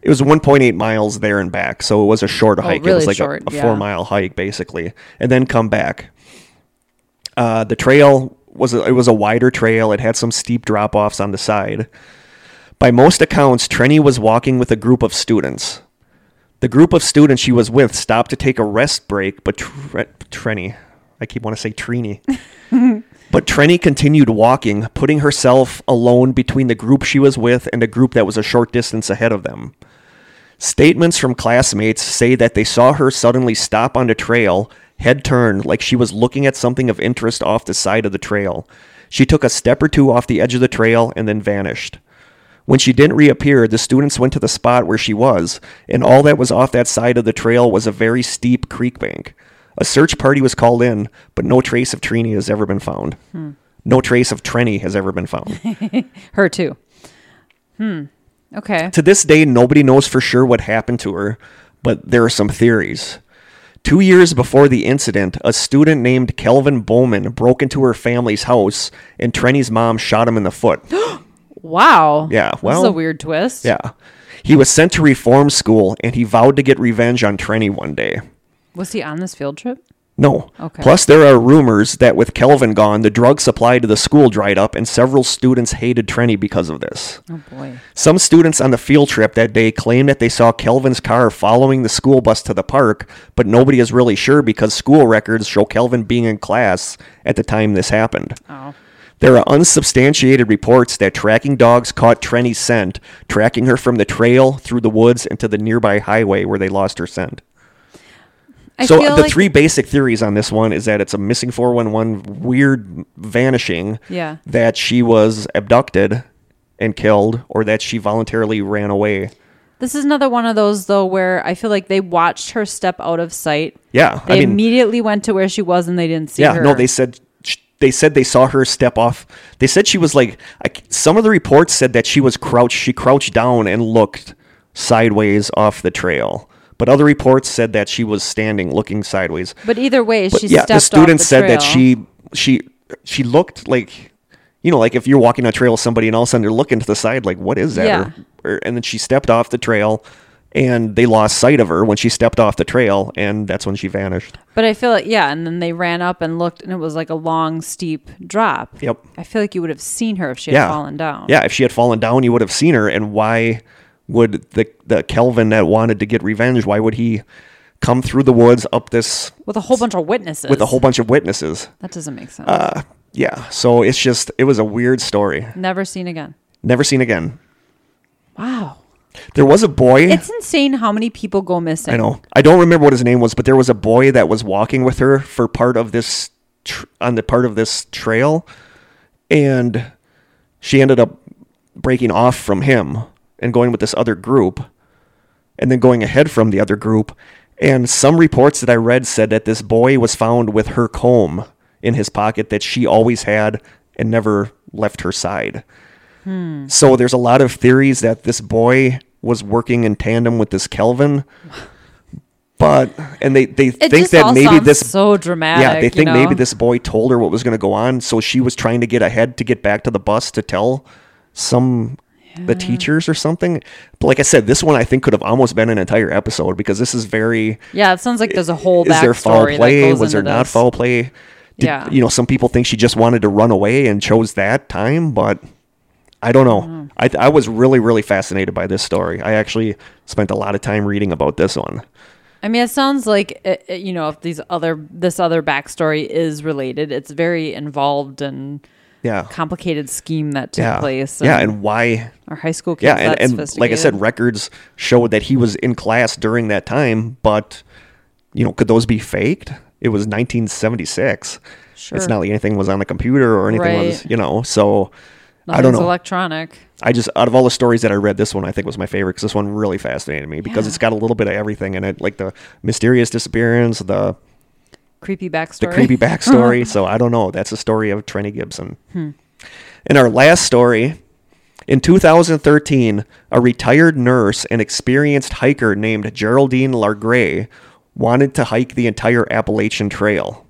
[SPEAKER 2] it was 1.8 miles there and back, so it was a short hike. it
[SPEAKER 1] Oh, really
[SPEAKER 2] was like a-
[SPEAKER 1] short,
[SPEAKER 2] a,
[SPEAKER 1] yeah.
[SPEAKER 2] four mile hike basically, and then come back. Uh, the trail was a, it was a wider trail. It had some steep drop offs on the side. By most accounts, Trenny was walking with a group of students. The group of students she was with stopped to take a rest break, but Tre- Trenny, I keep want to say Trini. But Trenny continued walking, putting herself alone between the group she was with and a group that was a short distance ahead of them. Statements from classmates say that they saw her suddenly stop on the trail, head turned, like she was looking at something of interest off the side of the trail. She took a step or two off the edge of the trail and then vanished. When she didn't reappear, the students went to the spot where she was, and all that was off that side of the trail was a very steep creek bank. A search party was called in, but no trace of Trini has ever been found. No trace of Trenny has ever been found.
[SPEAKER 1] Her too. Hmm. Okay.
[SPEAKER 2] To this day, nobody knows for sure what happened to her, but there are some theories. Two years before the incident, a student named Kelvin Bowman broke into her family's house, and Trenny's mom shot him in the foot.
[SPEAKER 1] Wow.
[SPEAKER 2] Yeah,
[SPEAKER 1] this is a
[SPEAKER 2] well,
[SPEAKER 1] weird twist.
[SPEAKER 2] yeah. He was sent to reform school, and he vowed to get revenge on Trenny one day.
[SPEAKER 1] Was he on this field trip?
[SPEAKER 2] No.
[SPEAKER 1] Okay.
[SPEAKER 2] Plus, there are rumors that with Kelvin gone, the drug supply to the school dried up, and several students hated Trenny because of this.
[SPEAKER 1] Oh boy.
[SPEAKER 2] Some students on the field trip that day claimed that they saw Kelvin's car following the school bus to the park, but nobody is really sure because school records show Kelvin being in class at the time this happened.
[SPEAKER 1] Oh.
[SPEAKER 2] There are unsubstantiated reports that tracking dogs caught Trenny's scent, tracking her from the trail through the woods and to the nearby highway where they lost her scent.
[SPEAKER 1] I
[SPEAKER 2] so uh,
[SPEAKER 1] feel
[SPEAKER 2] the
[SPEAKER 1] like-
[SPEAKER 2] three basic theories on this one is that it's a missing 411 weird vanishing
[SPEAKER 1] Yeah.
[SPEAKER 2] that she was abducted and killed or that she voluntarily ran away.
[SPEAKER 1] This is another one of those though where I feel like they watched her step out of sight.
[SPEAKER 2] Yeah,
[SPEAKER 1] They
[SPEAKER 2] I mean,
[SPEAKER 1] immediately went to where she was and they didn't see
[SPEAKER 2] yeah,
[SPEAKER 1] her.
[SPEAKER 2] no, they said they said they saw her step off. They said she was like I c some of the reports said that she was crouched. She crouched down and looked sideways off the trail. But other reports said that she was standing, looking sideways.
[SPEAKER 1] But either way, she
[SPEAKER 2] But yeah,
[SPEAKER 1] stepped
[SPEAKER 2] the students
[SPEAKER 1] off the
[SPEAKER 2] said that
[SPEAKER 1] trail.
[SPEAKER 2] she she she looked like you know, like if you're walking on a trail with somebody and all of a sudden they're looking to the side, like what is that?
[SPEAKER 1] Yeah.
[SPEAKER 2] Or, or- and then she stepped off the trail, and they lost sight of her when she stepped off the trail, and that's when she vanished.
[SPEAKER 1] But I feel like yeah, and then they ran up and looked, and it was like a long, steep drop.
[SPEAKER 2] Yep.
[SPEAKER 1] I feel like you would have seen her if she had
[SPEAKER 2] yeah.
[SPEAKER 1] fallen down.
[SPEAKER 2] Yeah, if she had fallen down, you would have seen her. And why would the the Kelvin that wanted to get revenge? Why would he come through the woods up this
[SPEAKER 1] With a whole bunch of witnesses.
[SPEAKER 2] with a whole bunch of witnesses?
[SPEAKER 1] That doesn't make sense.
[SPEAKER 2] Uh, yeah. So it's just it was a weird story.
[SPEAKER 1] Never seen again.
[SPEAKER 2] Never seen again.
[SPEAKER 1] Wow.
[SPEAKER 2] There was a boy.
[SPEAKER 1] It's insane how many people go missing.
[SPEAKER 2] I know. I don't remember what his name was, but there was a boy that was walking with her for part of this tr- on the part of this trail, and she ended up breaking off from him and going with this other group, and then going ahead from the other group. And some reports that I read said that this boy was found with her comb in his pocket that she always had and never left her side.
[SPEAKER 1] Hmm.
[SPEAKER 2] So there's a lot of theories that this boy was working in tandem with this Kelvin. But and they they
[SPEAKER 1] It
[SPEAKER 2] think
[SPEAKER 1] just
[SPEAKER 2] that
[SPEAKER 1] all
[SPEAKER 2] maybe
[SPEAKER 1] sounds
[SPEAKER 2] this
[SPEAKER 1] so dramatic.
[SPEAKER 2] yeah they
[SPEAKER 1] you
[SPEAKER 2] think maybe
[SPEAKER 1] know?
[SPEAKER 2] this boy told her what was going to go on, so she was trying to get ahead to get back to the bus to tell some the teachers or something. But like I said, this one I think could have almost been an entire episode because this is very
[SPEAKER 1] Yeah, it sounds like there's a whole
[SPEAKER 2] is there foul
[SPEAKER 1] backstory. That
[SPEAKER 2] play?
[SPEAKER 1] goes
[SPEAKER 2] Was there
[SPEAKER 1] into
[SPEAKER 2] not
[SPEAKER 1] this.
[SPEAKER 2] foul play? Did-
[SPEAKER 1] Yeah.
[SPEAKER 2] You know, some people think she just wanted to run away and chose that time, but I don't know.
[SPEAKER 1] Mm.
[SPEAKER 2] I, I was really, really fascinated by this story. I actually spent a lot of time reading about this one.
[SPEAKER 1] I mean, it sounds like it, it- you know if these other this other backstory is related, it's very involved and
[SPEAKER 2] Yeah.
[SPEAKER 1] complicated scheme that took
[SPEAKER 2] Yeah.
[SPEAKER 1] place.
[SPEAKER 2] yeah, and why
[SPEAKER 1] our high school kids.
[SPEAKER 2] Yeah, and,
[SPEAKER 1] that
[SPEAKER 2] and like I said,
[SPEAKER 1] sophisticated.
[SPEAKER 2] records showed that he was in class during that time, but you know, could those be faked? It was 1976.
[SPEAKER 1] Sure.
[SPEAKER 2] It's not like anything was on the computer or anything was,
[SPEAKER 1] Right.
[SPEAKER 2] you know. So I don't
[SPEAKER 1] Nothing's
[SPEAKER 2] know.
[SPEAKER 1] Electronic.
[SPEAKER 2] I just out of all the stories that I read, this one I think was my favorite because this one really fascinated me because
[SPEAKER 1] Yeah.
[SPEAKER 2] it's got a little bit of everything in it, like the mysterious disappearance, the
[SPEAKER 1] creepy
[SPEAKER 2] the
[SPEAKER 1] backstory.
[SPEAKER 2] creepy
[SPEAKER 1] Uh-huh.
[SPEAKER 2] backstory. so I don't know. That's the story of Trenny Gibson.
[SPEAKER 1] Hmm.
[SPEAKER 2] In our last story, in 2013, a retired nurse and experienced hiker named Geraldine Largray wanted to hike the entire Appalachian Trail.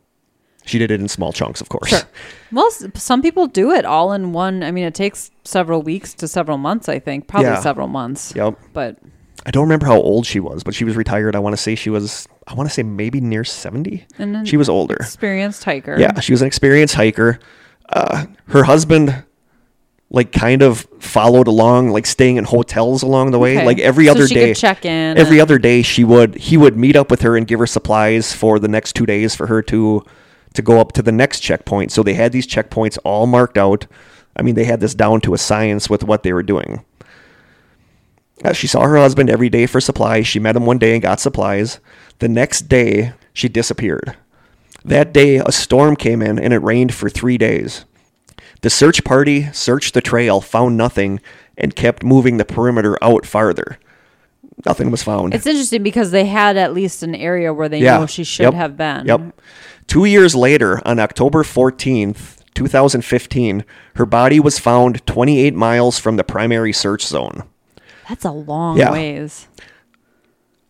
[SPEAKER 2] She did it in small chunks, of course.
[SPEAKER 1] Most some people do it all in one. I mean, it takes several weeks to several months. I think probably
[SPEAKER 2] Yeah.
[SPEAKER 1] several months.
[SPEAKER 2] Yep.
[SPEAKER 1] But
[SPEAKER 2] I don't remember how old she was, but she was retired. I want to say she was, I want to say maybe near 70.
[SPEAKER 1] And then-
[SPEAKER 2] she was older.
[SPEAKER 1] experienced hiker.
[SPEAKER 2] Yeah, she was an experienced hiker. Uh, her husband, like, kind of followed along, like staying in hotels along the way.
[SPEAKER 1] Okay.
[SPEAKER 2] Like every
[SPEAKER 1] So
[SPEAKER 2] other
[SPEAKER 1] she could
[SPEAKER 2] day,
[SPEAKER 1] check in
[SPEAKER 2] Every
[SPEAKER 1] and-
[SPEAKER 2] other day, she would he would meet up with her and give her supplies for the next two days for her to to go up to the next checkpoint. So they had these checkpoints all marked out. I mean, they had this down to a science with what they were doing. Uh, she saw her husband every day for supplies. She met him one day and got supplies. The next day, she disappeared. That day, a storm came in and it rained for three days. The search party searched the trail, found nothing, and kept moving the perimeter out farther. Nothing was found.
[SPEAKER 1] It's interesting because they had at least an area where they know she should
[SPEAKER 2] Yep.
[SPEAKER 1] have been.
[SPEAKER 2] Yep. Two years later, on October 14th, 2015, her body was found 28 miles from the primary search zone.
[SPEAKER 1] That's a long
[SPEAKER 2] Yeah.
[SPEAKER 1] ways.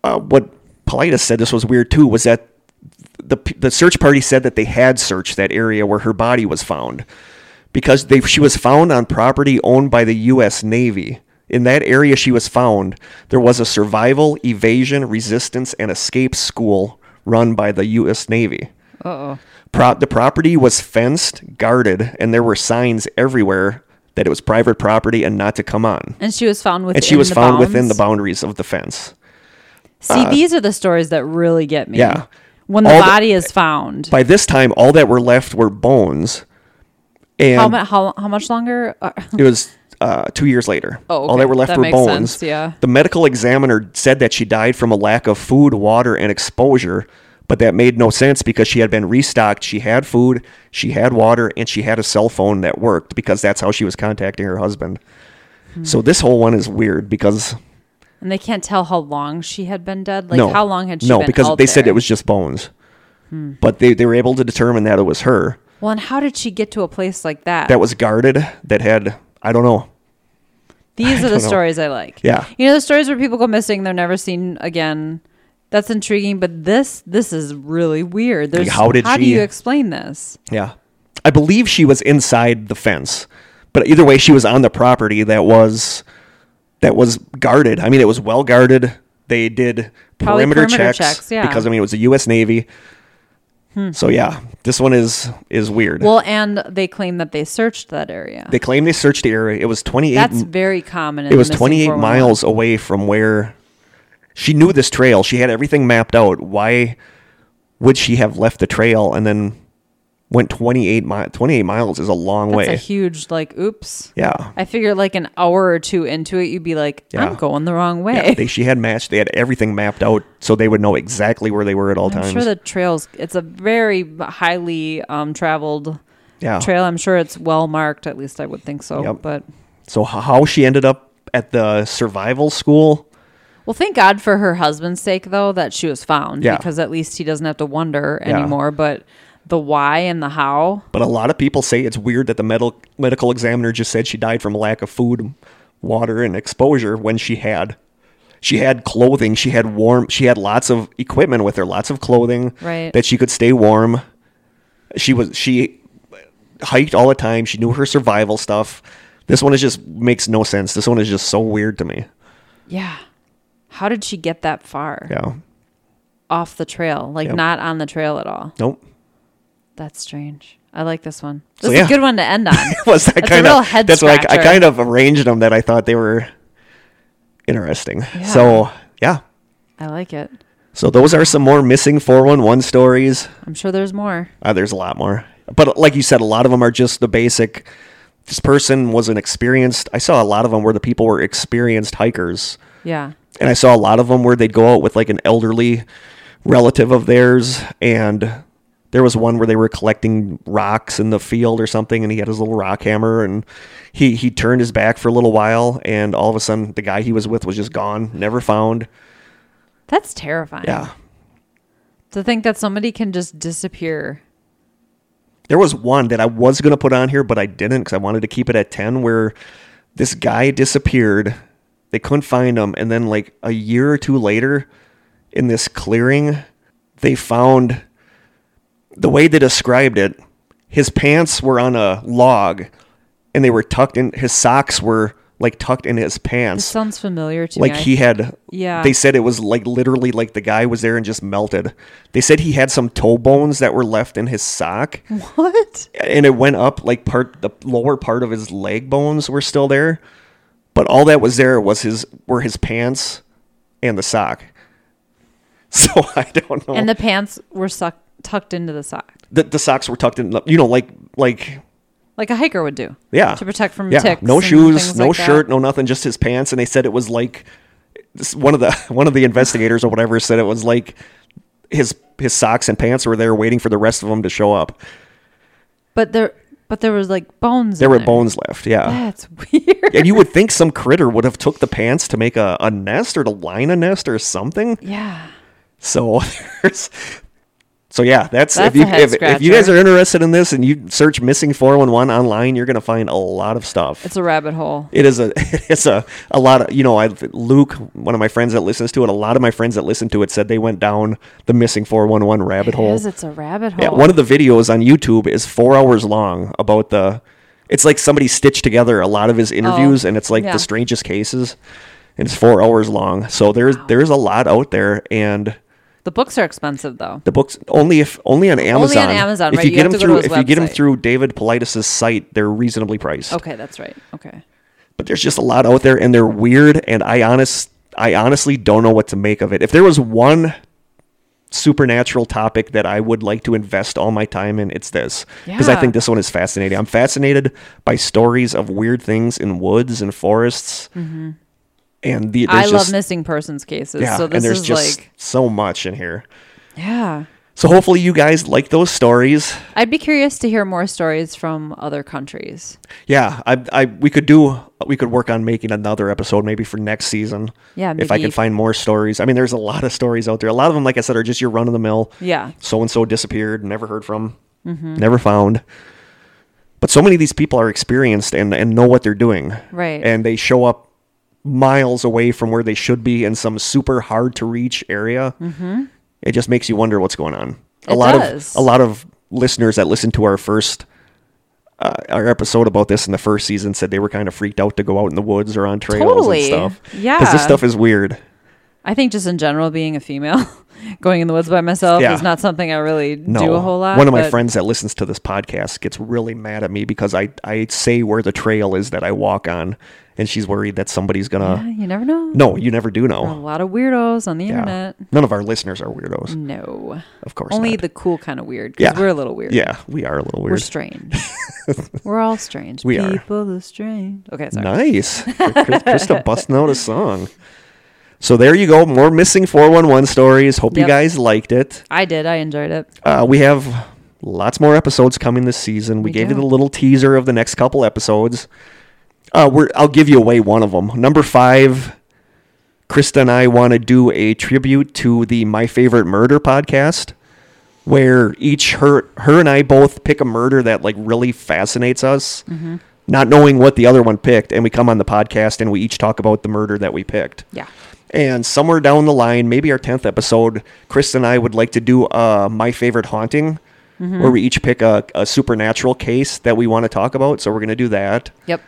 [SPEAKER 2] uh, what Politis said this was weird too was that the the search party said that they had searched that area where her body was found because they she was found on property owned by the U.S. Navy. In that area she was found, there was a survival, evasion, resistance, and escape school run by the U.S. Navy.
[SPEAKER 1] Uh oh.
[SPEAKER 2] Pro- the property was fenced, guarded, and there were signs everywhere that it was private property and not to come on.
[SPEAKER 1] And she was found within.
[SPEAKER 2] And she was
[SPEAKER 1] the
[SPEAKER 2] found within the
[SPEAKER 1] bounds.
[SPEAKER 2] boundaries of the fence.
[SPEAKER 1] See, these are the stories that really get me.
[SPEAKER 2] Yeah.
[SPEAKER 1] When the
[SPEAKER 2] All the-
[SPEAKER 1] body is found.
[SPEAKER 2] by this time all that were left were bones and
[SPEAKER 1] How, mu- how, how much longer? are-
[SPEAKER 2] it was uh, two years later
[SPEAKER 1] Oh, okay.
[SPEAKER 2] all that were left
[SPEAKER 1] That
[SPEAKER 2] were
[SPEAKER 1] makes
[SPEAKER 2] bones
[SPEAKER 1] sense, yeah.
[SPEAKER 2] the medical examiner said that she died from a lack of food water and exposure but that made no sense because she had been restocked she had food she had water and she had a cell phone that worked because that's how she was contacting her husband
[SPEAKER 1] Hmm.
[SPEAKER 2] so this whole one is weird because
[SPEAKER 1] and they can't tell how long she had been dead. Like
[SPEAKER 2] no,
[SPEAKER 1] how long had she
[SPEAKER 2] no
[SPEAKER 1] been
[SPEAKER 2] because
[SPEAKER 1] held
[SPEAKER 2] they said
[SPEAKER 1] there? Hmm.
[SPEAKER 2] it was just bones but they, they were able to determine that it was her
[SPEAKER 1] Well, and how did she get to a place like that?
[SPEAKER 2] that was guarded that had I don't know.
[SPEAKER 1] These are
[SPEAKER 2] don't
[SPEAKER 1] the
[SPEAKER 2] know.
[SPEAKER 1] stories I like.
[SPEAKER 2] Yeah.
[SPEAKER 1] You know the stories where people go missing, they're never seen again. That's intriguing, but this this is really weird. There's
[SPEAKER 2] how did
[SPEAKER 1] how do
[SPEAKER 2] she-
[SPEAKER 1] you explain this?
[SPEAKER 2] Yeah. I believe she was inside the fence. But either way she was on the property that was that was guarded. I mean it was well guarded. They did
[SPEAKER 1] Probably
[SPEAKER 2] perimeter,
[SPEAKER 1] perimeter
[SPEAKER 2] checks,
[SPEAKER 1] checks, yeah. Hmm.
[SPEAKER 2] because I mean it was the US Navy. So yeah, this one is is weird.
[SPEAKER 1] Well, and they claim that they searched that area.
[SPEAKER 2] they claim they searched the area. It was 28
[SPEAKER 1] That's very common. In
[SPEAKER 2] it was
[SPEAKER 1] missing
[SPEAKER 2] 28
[SPEAKER 1] 411.
[SPEAKER 2] miles away from where she knew this trail she had everything mapped out why would she have left the trail and then went 28 miles 28 miles is a long
[SPEAKER 1] That's
[SPEAKER 2] way
[SPEAKER 1] a huge like. Oops.
[SPEAKER 2] yeah
[SPEAKER 1] I figure like an hour or two into it, you'd be like,
[SPEAKER 2] Yeah.
[SPEAKER 1] I'm going the wrong way.
[SPEAKER 2] yeah, they, she had matched. They had everything mapped out, so they would know exactly where they were at all
[SPEAKER 1] I'm
[SPEAKER 2] times.
[SPEAKER 1] sure the trails. It's a very highly um, traveled
[SPEAKER 2] yeah.
[SPEAKER 1] trail. I'm sure it's well marked. At least I would think so.
[SPEAKER 2] Oh. Yep.
[SPEAKER 1] But
[SPEAKER 2] So h- how she ended up at the survival school?
[SPEAKER 1] Well, thank God for her husband's sake, though, that she was found
[SPEAKER 2] Yeah.
[SPEAKER 1] because at least he doesn't have to wonder
[SPEAKER 2] Yeah.
[SPEAKER 1] anymore. But the why and the how,
[SPEAKER 2] But a lot of people say it's weird that the medical medical examiner just said she died from lack of food, water, and exposure when she had she had clothing, she had warm, she had lots of equipment with her, lots of clothing
[SPEAKER 1] Right.
[SPEAKER 2] that she could stay warm. She was she hiked all the time. She knew her survival stuff. This one is just makes no sense. This one is just so weird to me.
[SPEAKER 1] yeah, how did she get that far
[SPEAKER 2] Yeah.
[SPEAKER 1] off the trail? Like
[SPEAKER 2] Yep.
[SPEAKER 1] not on the trail at all.
[SPEAKER 2] Nope.
[SPEAKER 1] That's strange. I like this one. This
[SPEAKER 2] So,
[SPEAKER 1] is
[SPEAKER 2] yeah.
[SPEAKER 1] a good one to end on.
[SPEAKER 2] Was that
[SPEAKER 1] That's a
[SPEAKER 2] kind
[SPEAKER 1] real
[SPEAKER 2] of
[SPEAKER 1] head
[SPEAKER 2] that's why I, I
[SPEAKER 1] scratcher.
[SPEAKER 2] kind of arranged them that I thought they were interesting. So yeah.
[SPEAKER 1] I like it.
[SPEAKER 2] So those are some more missing 411 stories.
[SPEAKER 1] I'm sure there's more.
[SPEAKER 2] Uh, there's a lot more. But like you said, a lot of them are just the basic. This person was an experienced. I saw a lot of them where the people were experienced hikers.
[SPEAKER 1] Yeah.
[SPEAKER 2] And I saw a lot of them where they'd go out with like an elderly relative of theirs. And there was one where they were collecting rocks in the field or something. And he had his little rock hammer and he, he turned his back for a little while. And all of a sudden, the guy he was with was just gone, never found.
[SPEAKER 1] That's terrifying.
[SPEAKER 2] Yeah.
[SPEAKER 1] To think that somebody can just disappear.
[SPEAKER 2] There was one that I was going to put on here, but I didn't because I wanted to keep it at 10 where this guy disappeared. They couldn't find him. And then, like, a year or two later, in this clearing, they found the way they described it his pants were on a log and they were tucked in, his socks were like tucked in his
[SPEAKER 1] This
[SPEAKER 2] pants.
[SPEAKER 1] sounds familiar to
[SPEAKER 2] Like
[SPEAKER 1] me. I-
[SPEAKER 2] he had,
[SPEAKER 1] Yeah.
[SPEAKER 2] They said it was like literally like the guy was there and just melted. They said he had some toe bones that were left in his sock,
[SPEAKER 1] what?
[SPEAKER 2] and it went up like part the lower part of his leg bones were still there but all that was there was his were his pants and the sock so i don't know
[SPEAKER 1] And the pants were suck- tucked into the sock,
[SPEAKER 2] the, the socks were tucked in you know like like
[SPEAKER 1] like a hiker would do.
[SPEAKER 2] yeah
[SPEAKER 1] To protect from
[SPEAKER 2] yeah.
[SPEAKER 1] ticks.
[SPEAKER 2] no
[SPEAKER 1] and
[SPEAKER 2] shoes
[SPEAKER 1] things
[SPEAKER 2] no
[SPEAKER 1] like that.
[SPEAKER 2] shirt no nothing just his pants and they said it was like this- one of the one of the investigators or whatever said it was like his his socks and pants were there waiting for the rest of them to show up
[SPEAKER 1] But there, but there was like bones.
[SPEAKER 2] there
[SPEAKER 1] in
[SPEAKER 2] were bones left yeah
[SPEAKER 1] That's weird.
[SPEAKER 2] and you would think some critter would have took the pants to make a, a nest or to line a nest or something.
[SPEAKER 1] yeah.
[SPEAKER 2] So there's so yeah, that's,
[SPEAKER 1] That's
[SPEAKER 2] if you
[SPEAKER 1] a head
[SPEAKER 2] if, if you guys
[SPEAKER 1] scratcher.
[SPEAKER 2] are interested in this and you search missing 411 online, you're going to find a lot of stuff.
[SPEAKER 1] It's a rabbit hole.
[SPEAKER 2] it is a it's a a lot of you know I Luke one of my friends that listens to it a lot of my friends that listen to it said they went down the missing 411 rabbit
[SPEAKER 1] It
[SPEAKER 2] hole.
[SPEAKER 1] is. It's a rabbit hole.
[SPEAKER 2] Yeah, one of the videos on YouTube is four hours long about the. It's like somebody stitched together a lot of his interviews, and it's like
[SPEAKER 1] Oh, yeah.
[SPEAKER 2] the strangest cases, and it's four hours long. So there's there's a lot out there, and
[SPEAKER 1] the books are expensive though.
[SPEAKER 2] the books only if only on Amazon.
[SPEAKER 1] Amazon,
[SPEAKER 2] if
[SPEAKER 1] right,
[SPEAKER 2] you,
[SPEAKER 1] you
[SPEAKER 2] get
[SPEAKER 1] have
[SPEAKER 2] them
[SPEAKER 1] to go
[SPEAKER 2] through
[SPEAKER 1] to
[SPEAKER 2] if
[SPEAKER 1] his
[SPEAKER 2] you get them
[SPEAKER 1] website.
[SPEAKER 2] through David Politis' site, they're reasonably priced.
[SPEAKER 1] Okay, that's right. Okay.
[SPEAKER 2] But there's just a lot out there, and they're weird, and I honest I honestly don't know what to make of it. If there was one supernatural topic that I would like to invest all my time in, it's this. Because I
[SPEAKER 1] Yeah.
[SPEAKER 2] think this one is fascinating. I'm fascinated by stories of weird things in woods and forests. And the, there's
[SPEAKER 1] Mm-hmm. I love
[SPEAKER 2] just,
[SPEAKER 1] missing persons cases.
[SPEAKER 2] Yeah,
[SPEAKER 1] so
[SPEAKER 2] and
[SPEAKER 1] this
[SPEAKER 2] there's
[SPEAKER 1] is
[SPEAKER 2] just
[SPEAKER 1] like,
[SPEAKER 2] so much in here.
[SPEAKER 1] yeah.
[SPEAKER 2] So hopefully you guys like those stories.
[SPEAKER 1] I'd be curious to hear more stories from other countries.
[SPEAKER 2] Yeah, I, I, we could do, we could work on making another episode maybe for next season.
[SPEAKER 1] Yeah,
[SPEAKER 2] if I
[SPEAKER 1] maybe-
[SPEAKER 2] can find more stories. I mean, there's a lot of stories out there. A lot of them, like I said, are just your run of the mill.
[SPEAKER 1] Yeah.
[SPEAKER 2] So and so disappeared, never heard from,
[SPEAKER 1] Mm-hmm.
[SPEAKER 2] never found. But so many of these people are experienced and and know what they're doing.
[SPEAKER 1] Right.
[SPEAKER 2] And they show up miles away from where they should be in some super hard to reach area. Mm-hmm. It just makes you wonder what's going on. A
[SPEAKER 1] It
[SPEAKER 2] lot
[SPEAKER 1] does.
[SPEAKER 2] of a lot of listeners that listened to our first uh, our episode about this in the first season said they were kind of freaked out to go out in the woods or on trails
[SPEAKER 1] Totally.
[SPEAKER 2] and stuff. because
[SPEAKER 1] Yeah.
[SPEAKER 2] this stuff is weird.
[SPEAKER 1] I think just in general, being a female, going in the woods by myself
[SPEAKER 2] Yeah.
[SPEAKER 1] is not something I really
[SPEAKER 2] No,
[SPEAKER 1] do a whole lot.
[SPEAKER 2] One of my
[SPEAKER 1] but-
[SPEAKER 2] friends that listens to this podcast gets really mad at me because I I say where the trail is that I walk on, and she's worried that somebody's gonna.
[SPEAKER 1] Yeah, you never know.
[SPEAKER 2] No, you never do
[SPEAKER 1] There are A
[SPEAKER 2] know.
[SPEAKER 1] lot of weirdos on the
[SPEAKER 2] Yeah.
[SPEAKER 1] internet.
[SPEAKER 2] None of our listeners are weirdos,
[SPEAKER 1] No.
[SPEAKER 2] of course.
[SPEAKER 1] Only
[SPEAKER 2] not.
[SPEAKER 1] the cool kind of weird. Because
[SPEAKER 2] Yeah.
[SPEAKER 1] we're a little weird.
[SPEAKER 2] yeah, we are a little
[SPEAKER 1] We're
[SPEAKER 2] weird.
[SPEAKER 1] strange. we're all strange.
[SPEAKER 2] We are.
[SPEAKER 1] People are strange. Okay, sorry.
[SPEAKER 2] Nice, Chris- Krista busting out a song. So there you go. More missing four one one stories. Hope you
[SPEAKER 1] Yep.
[SPEAKER 2] guys liked it.
[SPEAKER 1] I did. I enjoyed it.
[SPEAKER 2] Uh, we have lots more episodes coming this season. We,
[SPEAKER 1] We
[SPEAKER 2] gave you
[SPEAKER 1] do.
[SPEAKER 2] the little teaser of the next couple episodes. Uh, we're I'll give you away one of them. Number five, Krista and I want to do a tribute to the My Favorite Murder podcast, where each her her and I both pick a murder that like really fascinates us, not knowing what the other one picked, and we come on the podcast and we each talk about the murder that we picked.
[SPEAKER 1] Yeah.
[SPEAKER 2] And somewhere down the line, maybe our 10th episode, Chris and I would like to do uh, My Favorite Haunting,
[SPEAKER 1] Mm-hmm.
[SPEAKER 2] where we each pick a, a supernatural case that we want to talk about. So we're going to do that.
[SPEAKER 1] Yep.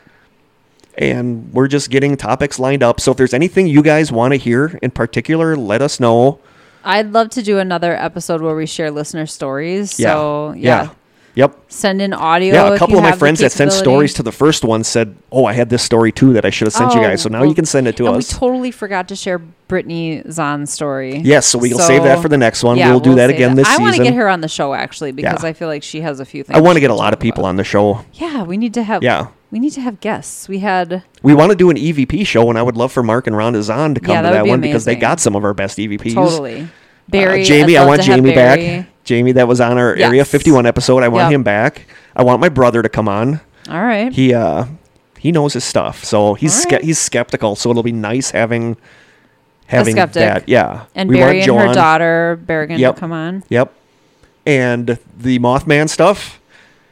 [SPEAKER 2] And we're just getting topics lined up. So if there's anything you guys want to hear in particular, let us know.
[SPEAKER 1] I'd love to do another episode where we share listener stories. So, yeah.
[SPEAKER 2] Yeah. Yep.
[SPEAKER 1] Send in audio.
[SPEAKER 2] Yeah, a
[SPEAKER 1] if
[SPEAKER 2] couple
[SPEAKER 1] you
[SPEAKER 2] of my
[SPEAKER 1] have the
[SPEAKER 2] friends that sent
[SPEAKER 1] capability.
[SPEAKER 2] stories to the first one said, "Oh, I had this story too that I should have sent you
[SPEAKER 1] Oh,
[SPEAKER 2] guys." So now
[SPEAKER 1] well,
[SPEAKER 2] you can send it to
[SPEAKER 1] and
[SPEAKER 2] us.
[SPEAKER 1] We totally forgot to share Brittany Zahn's story.
[SPEAKER 2] yes, so we'll save that for the next one.
[SPEAKER 1] yeah,
[SPEAKER 2] we'll do that
[SPEAKER 1] save
[SPEAKER 2] again this
[SPEAKER 1] I want to get
[SPEAKER 2] season.
[SPEAKER 1] her on the show actually because
[SPEAKER 2] Yeah.
[SPEAKER 1] I feel like she has a few things.
[SPEAKER 2] I want to
[SPEAKER 1] she
[SPEAKER 2] get a
[SPEAKER 1] can
[SPEAKER 2] lot of
[SPEAKER 1] talk about.
[SPEAKER 2] people on the show.
[SPEAKER 1] Yeah, we need to have.
[SPEAKER 2] Yeah.
[SPEAKER 1] we need to have guests. We had
[SPEAKER 2] We want to do an EVP show, and I would love for Mark and Rhonda Zahn to come
[SPEAKER 1] Yeah,
[SPEAKER 2] to
[SPEAKER 1] that would
[SPEAKER 2] that
[SPEAKER 1] be
[SPEAKER 2] one because they
[SPEAKER 1] amazing.
[SPEAKER 2] got some of our best EVPs.
[SPEAKER 1] totally
[SPEAKER 2] Uh,
[SPEAKER 1] Barry.
[SPEAKER 2] Jamie,
[SPEAKER 1] I'd
[SPEAKER 2] I
[SPEAKER 1] love
[SPEAKER 2] want
[SPEAKER 1] to have
[SPEAKER 2] Jamie
[SPEAKER 1] Barry.
[SPEAKER 2] back. Jamie, that was on our Area
[SPEAKER 1] Yes.
[SPEAKER 2] 51 episode. I want
[SPEAKER 1] Yep.
[SPEAKER 2] him back. I want my brother to come on.
[SPEAKER 1] All right.
[SPEAKER 2] He uh, he knows his stuff, so he's
[SPEAKER 1] All
[SPEAKER 2] ske-
[SPEAKER 1] right.
[SPEAKER 2] he's skeptical. So it'll be nice having having
[SPEAKER 1] skeptic.
[SPEAKER 2] that. Yeah,
[SPEAKER 1] and Barry and
[SPEAKER 2] Joe
[SPEAKER 1] her
[SPEAKER 2] on.
[SPEAKER 1] daughter Bergen
[SPEAKER 2] Yep.
[SPEAKER 1] to come on.
[SPEAKER 2] Yep, and the Mothman stuff.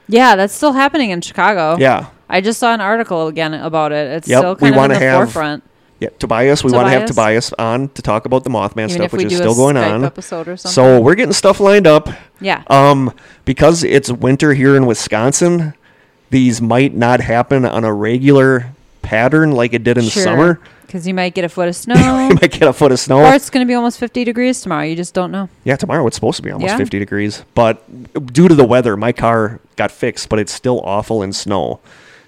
[SPEAKER 1] Yeah, that's still happening in Chicago.
[SPEAKER 2] Yeah,
[SPEAKER 1] I just saw an article again about it. It's
[SPEAKER 2] Yep,
[SPEAKER 1] still
[SPEAKER 2] we
[SPEAKER 1] kind of in
[SPEAKER 2] wanna
[SPEAKER 1] the
[SPEAKER 2] have
[SPEAKER 1] forefront.
[SPEAKER 2] yeah. Tobias, we want to have
[SPEAKER 1] Tobias?
[SPEAKER 2] Tobias on to talk about the Mothman
[SPEAKER 1] Even
[SPEAKER 2] stuff,
[SPEAKER 1] if we
[SPEAKER 2] which
[SPEAKER 1] do
[SPEAKER 2] is
[SPEAKER 1] a
[SPEAKER 2] still going
[SPEAKER 1] Skype
[SPEAKER 2] on.
[SPEAKER 1] episode or something.
[SPEAKER 2] So we're getting stuff lined up.
[SPEAKER 1] yeah,
[SPEAKER 2] Um, because it's winter here in Wisconsin, these might not happen on a regular pattern like it did in the summer.
[SPEAKER 1] because you might get a foot of snow,
[SPEAKER 2] You might get a foot of snow.
[SPEAKER 1] or it's going to be almost 50 degrees tomorrow. You just don't know.
[SPEAKER 2] yeah, tomorrow it's supposed to be almost
[SPEAKER 1] Yeah.
[SPEAKER 2] 50 degrees, but due to the weather, my car got fixed, but it's still awful in snow.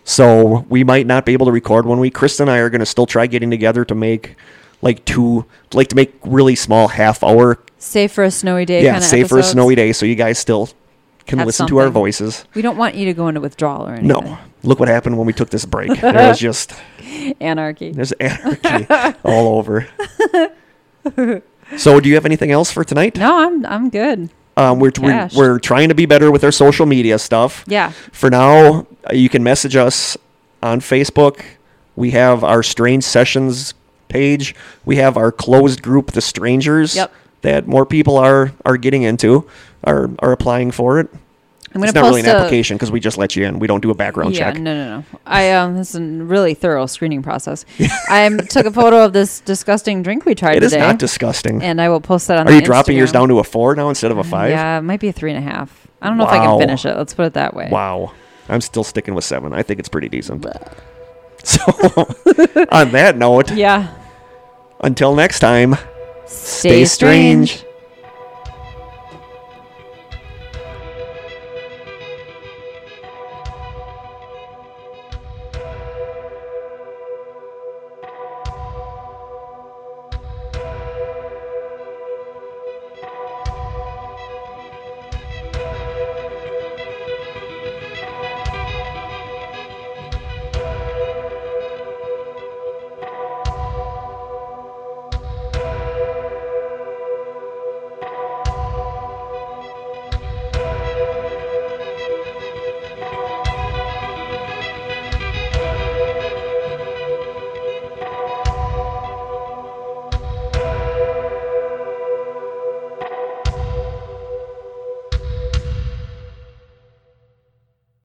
[SPEAKER 2] So we might not be able to record one week. Krista and I are going to still try getting together to make like two, like to make really small half hour,
[SPEAKER 1] Safe for a snowy day.
[SPEAKER 2] yeah,
[SPEAKER 1] kinda
[SPEAKER 2] safe for a
[SPEAKER 1] episodes.
[SPEAKER 2] snowy day, so you guys still can
[SPEAKER 1] Have
[SPEAKER 2] listen to our
[SPEAKER 1] something.
[SPEAKER 2] voices.
[SPEAKER 1] We don't want you to go into withdrawal or anything.
[SPEAKER 2] No. Look what happened when we took this break. There was just
[SPEAKER 1] anarchy.
[SPEAKER 2] there's anarchy all over. So, do you have anything else for tonight?
[SPEAKER 1] No, I'm I'm good.
[SPEAKER 2] Um, we're, we're
[SPEAKER 1] Cash.
[SPEAKER 2] we're trying to be better with our social media stuff.
[SPEAKER 1] Yeah,
[SPEAKER 2] For now, uh, you can message us on Facebook. We have our Strange Sessions page. We have our closed group, The Strangers,
[SPEAKER 1] Yep.
[SPEAKER 2] that more people are are getting into, are are applying for it.
[SPEAKER 1] I'm going
[SPEAKER 2] It's
[SPEAKER 1] to
[SPEAKER 2] not
[SPEAKER 1] post
[SPEAKER 2] really an
[SPEAKER 1] a-
[SPEAKER 2] application because we just let you in. We don't do a background
[SPEAKER 1] yeah,
[SPEAKER 2] check.
[SPEAKER 1] no, no, no. I um, this is a really thorough screening process. I um, took a photo of this disgusting drink we tried
[SPEAKER 2] It is
[SPEAKER 1] today,
[SPEAKER 2] not disgusting.
[SPEAKER 1] and I will post that on.
[SPEAKER 2] Are
[SPEAKER 1] the
[SPEAKER 2] you dropping yours
[SPEAKER 1] Instagram.
[SPEAKER 2] down to a four now instead of a five?
[SPEAKER 1] Yeah, it might be a three and a half. I don't know if I
[SPEAKER 2] Wow.
[SPEAKER 1] can finish it. Let's put it that way.
[SPEAKER 2] Wow. I'm still sticking with seven. I think it's pretty decent. So, on that note,
[SPEAKER 1] Yeah.
[SPEAKER 2] until next time.
[SPEAKER 1] Stay,
[SPEAKER 2] strange.